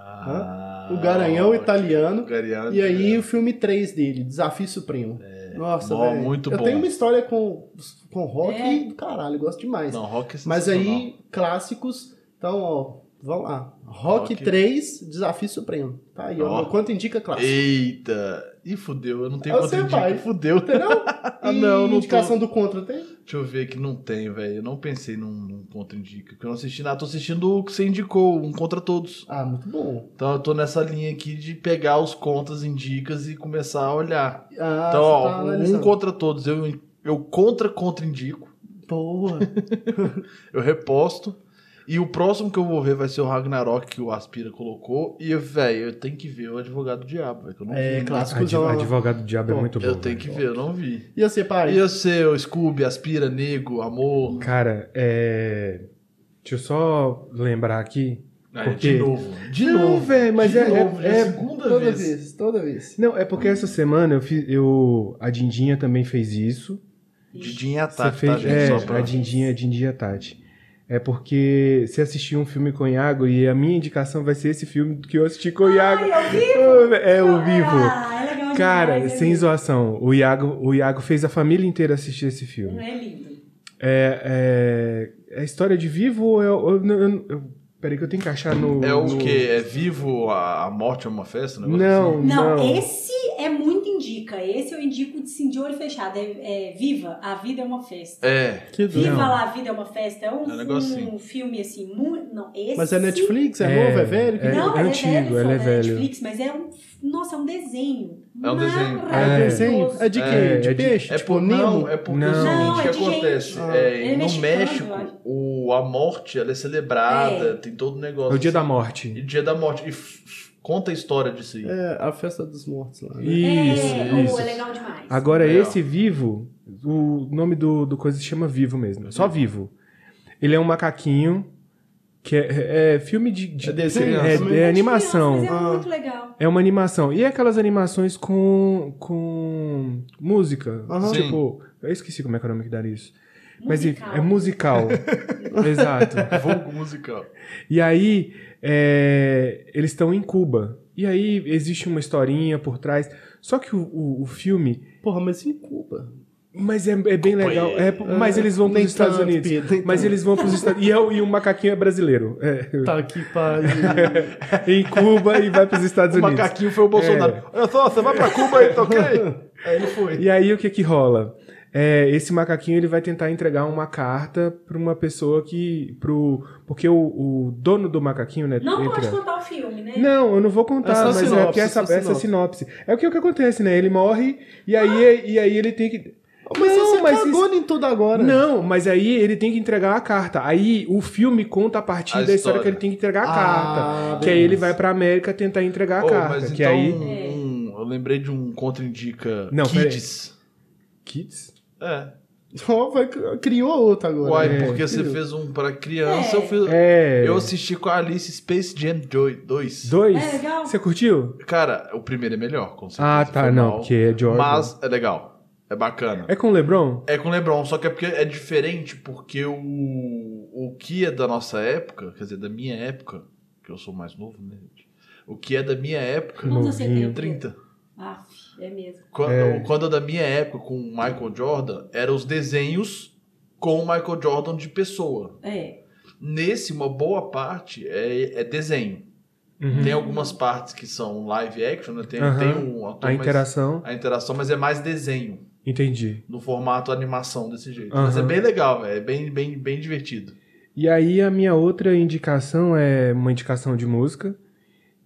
Ah, o Garanhão ótimo. italiano. O Garanhão E aí italiano. o filme 3 dele, Desafio Supremo. Nossa, Bom, velho. É. muito Eu bom. tenho uma história com, com rock É. do caralho, eu gosto demais. Não, rock é Mas sensacional. aí, clássicos, então, ó, vamos lá. Rock, Rock. 3, Desafio Supremo. Tá aí, Ó. ó. Quanto indica clássico? Eita! Ih, fudeu, eu não tenho Aí quanto você vai. indica. Fudeu. Entendeu? [LAUGHS] Ah, não, não e tô. indicação do contra tem? Deixa eu ver aqui, não tem, velho. Eu não pensei num, num contra-indica, porque eu não assisti nada. Tô assistindo o que você indicou, um contra todos. Ah, muito bom. Então eu tô nessa linha aqui de pegar os contras indicas e começar a olhar. Ah, então, você tá ó, um analisando. contra todos, eu, eu contra contraindico, Boa. eu reposto. E o próximo que eu vou ver vai ser o Ragnarok que o Aspira colocou. E, velho, eu tenho que ver o Advogado do Diabo, velho. que eu não É, vi. clássico. Adv- advogado do diabo é Bom, muito bom. Eu tenho que velho. ver, eu não vi. E você, pai? E eu sei, o Scooby, Aspira, Nego, Amor. Cara, é. Deixa eu só lembrar aqui. Aí, Porque- de novo. De Não, novo. velho, mas de é- novo, é- já é segunda Toda vez. vez. toda vez. Não, é porque essa semana eu fiz. Eu, a Dindinha também fez isso. Didinha Você ataque, tá, fez. gente? é, Só pra... a Dindinha, a Dindinha Tati. É porque você assistiu um filme com o Iago e a minha indicação vai ser esse filme que eu assisti com o Iago. Ai, ao vivo? É o vivo. Ah, é legal Cara, demais, é sem lindo. zoação, o Iago, o Iago fez a família inteira assistir esse filme. É lindo. É, é, é história de vivo ou é. ou- eu- eu- eu- peraí, que eu tenho que achar no. É o no- quê? É vivo? A, a morte é uma festa? um negócio Não, Não, não. esse é muito indica. Esse eu indico de sim de olho fechado. É, é Viva, a vida é uma festa. É. Que Viva Não. lá, a vida é uma festa. É um, É um negócio um filme assim, muito. Não, esse. Mas é Netflix? É, É, novo? É velho? é- não, ele antigo, é velho, ele é fã da velho. Netflix, mas é um. Nossa, é um desenho. É um desenho. É, É. desenho? maravilhoso. É de quê? É, de é de- peixe? É tipo por não, Nemo? é porque Não. é o Não, é seguinte, o de que acontece? gente. Ah. É, Ele é no mexicano, México, eu acho. o, a morte ela é celebrada, tem todo o É negócio. assim. o dia da E morte. dia da morte. E f- f- conta a história disso aí. É, a festa dos mortos lá. né? Isso, é, oh, isso. é legal demais. Agora, Legal. esse vivo, o nome do, do coisa se chama Vivo mesmo. é Só Vivo. Ele é um macaquinho que é, é filme de. de É desenho, é- né? é, de animação. criança, mas é Ah. muito legal. É uma animação. E é aquelas animações com, com música. Aham. Tipo, eu esqueci como é que é o nome que dá isso. Mas enfim, é musical. Exato. Vulgo musical. E aí, é, eles estão em Cuba. E aí, existe uma historinha por trás. Só que o, o- o filme. Porra, mas em Cuba. Mas é, é bem legal. É, mas eles vão para Nem os Estados tanto, Unidos. Pedro, nem Mas tanto. eles vão para os Estados E, é o- e o macaquinho é brasileiro. É, Tá aqui pra. em Cuba e vai para [LAUGHS] os Estados O Unidos. É. macaquinho foi o Bolsonaro. Olha só, você vai pra Cuba aí, tá [LAUGHS] ok? Aí ele foi. E aí o que que rola? É, esse macaquinho ele vai tentar entregar uma carta para uma pessoa que pro porque o, o dono do macaquinho né Não entre- pode contar o filme, né? não, eu não vou contar, É só mas é sinopse, porque essa, só essa sinopse. É o que, o que acontece, né? Ele morre e aí, e aí ele tem que. [LAUGHS] Mas não, você mas cagou isso- em tudo agora. Não, mas aí ele tem que entregar a carta. Aí o filme conta a partir A da história história. que ele tem que entregar a Ah, carta. Que beleza. aí ele vai pra América tentar entregar a Oh, carta. mas que então, aí. um- eu lembrei de um contra-indica Não, Kids. Kids? É. Ó, vai- criou outro agora. Uai, É. porque você fez um pra criança, É. eu fiz... É. Eu assisti com a Alice Space Jam 2. Dois? É, legal. Você curtiu? Cara, o primeiro é melhor, com certeza. Ah, tá, foi não, mal. porque é Jordan. Mas é legal. É bacana. É com o Lebron? É com o LeBron, só que é, porque é diferente porque o, o que é da nossa época, quer dizer, da minha época, que eu sou mais novo, né, gente? O que é da minha época, Quantos você tem? 30. Ah, é mesmo. Quando, É. quando da minha época com o Michael Jordan, eram os desenhos com o Michael Jordan de pessoa. É. Nesse, uma boa parte é, é desenho. Uhum. Tem algumas partes que são live action, né? Tem, Aham. tem um ator, A interação. a interação, mas é mais desenho, Entendi. no formato animação desse jeito. Mas é Aham. bem legal, velho. É bem, bem, bem divertido. E aí a minha outra indicação é uma indicação de música,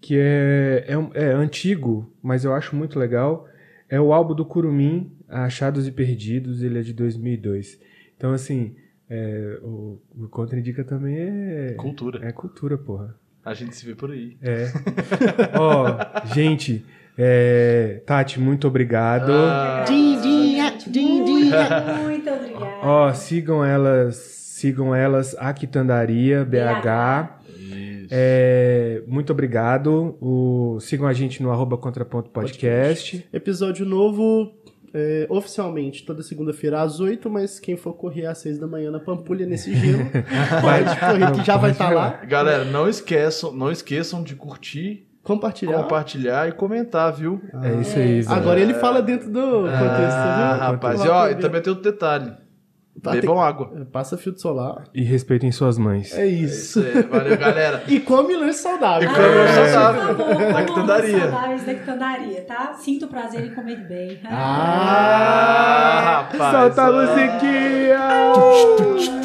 que é, é, um- é antigo, mas eu acho muito legal. É o álbum do Curumim, Achados e Perdidos, ele é de 2002. Então, assim, é, o, o Contraindica também é, Cultura. é cultura, porra. A gente se vê por aí. É. Ó, gente, é, Tati, muito obrigado. Ah, Din, din, din, din. Muito, muito obrigada. Ó, sigam elas, sigam elas, a Quitandaria, BH. isso. É, muito obrigado. O- sigam a gente no arroba contraponto podcast. Episódio novo, é, oficialmente, toda segunda-feira às 8, mas quem for correr às 6 da manhã na Pampulha nesse [LAUGHS] gelo, pode correr, que já vai estar lá. Galera, não esqueçam, não esqueçam de curtir, Compartilhar. compartilhar e comentar, viu? É isso aí, velho. Ah. Agora ele fala dentro do Ah, né? contexto, viu? rapaz, Lá e ó, pra e ver. também tem outro detalhe. Tá, Bebam água. tem- Passa filtro solar. E respeitem suas mães. É isso. Isso aí, valeu, galera. E come lanche saudável. E come lanche Por saudável. favor, comam Da quitandaria. saudáveis da quitandaria, tá? Sinto prazer em comer bem. [LAUGHS] Ah. Ah, rapaz. Solta a ó. musiquinha!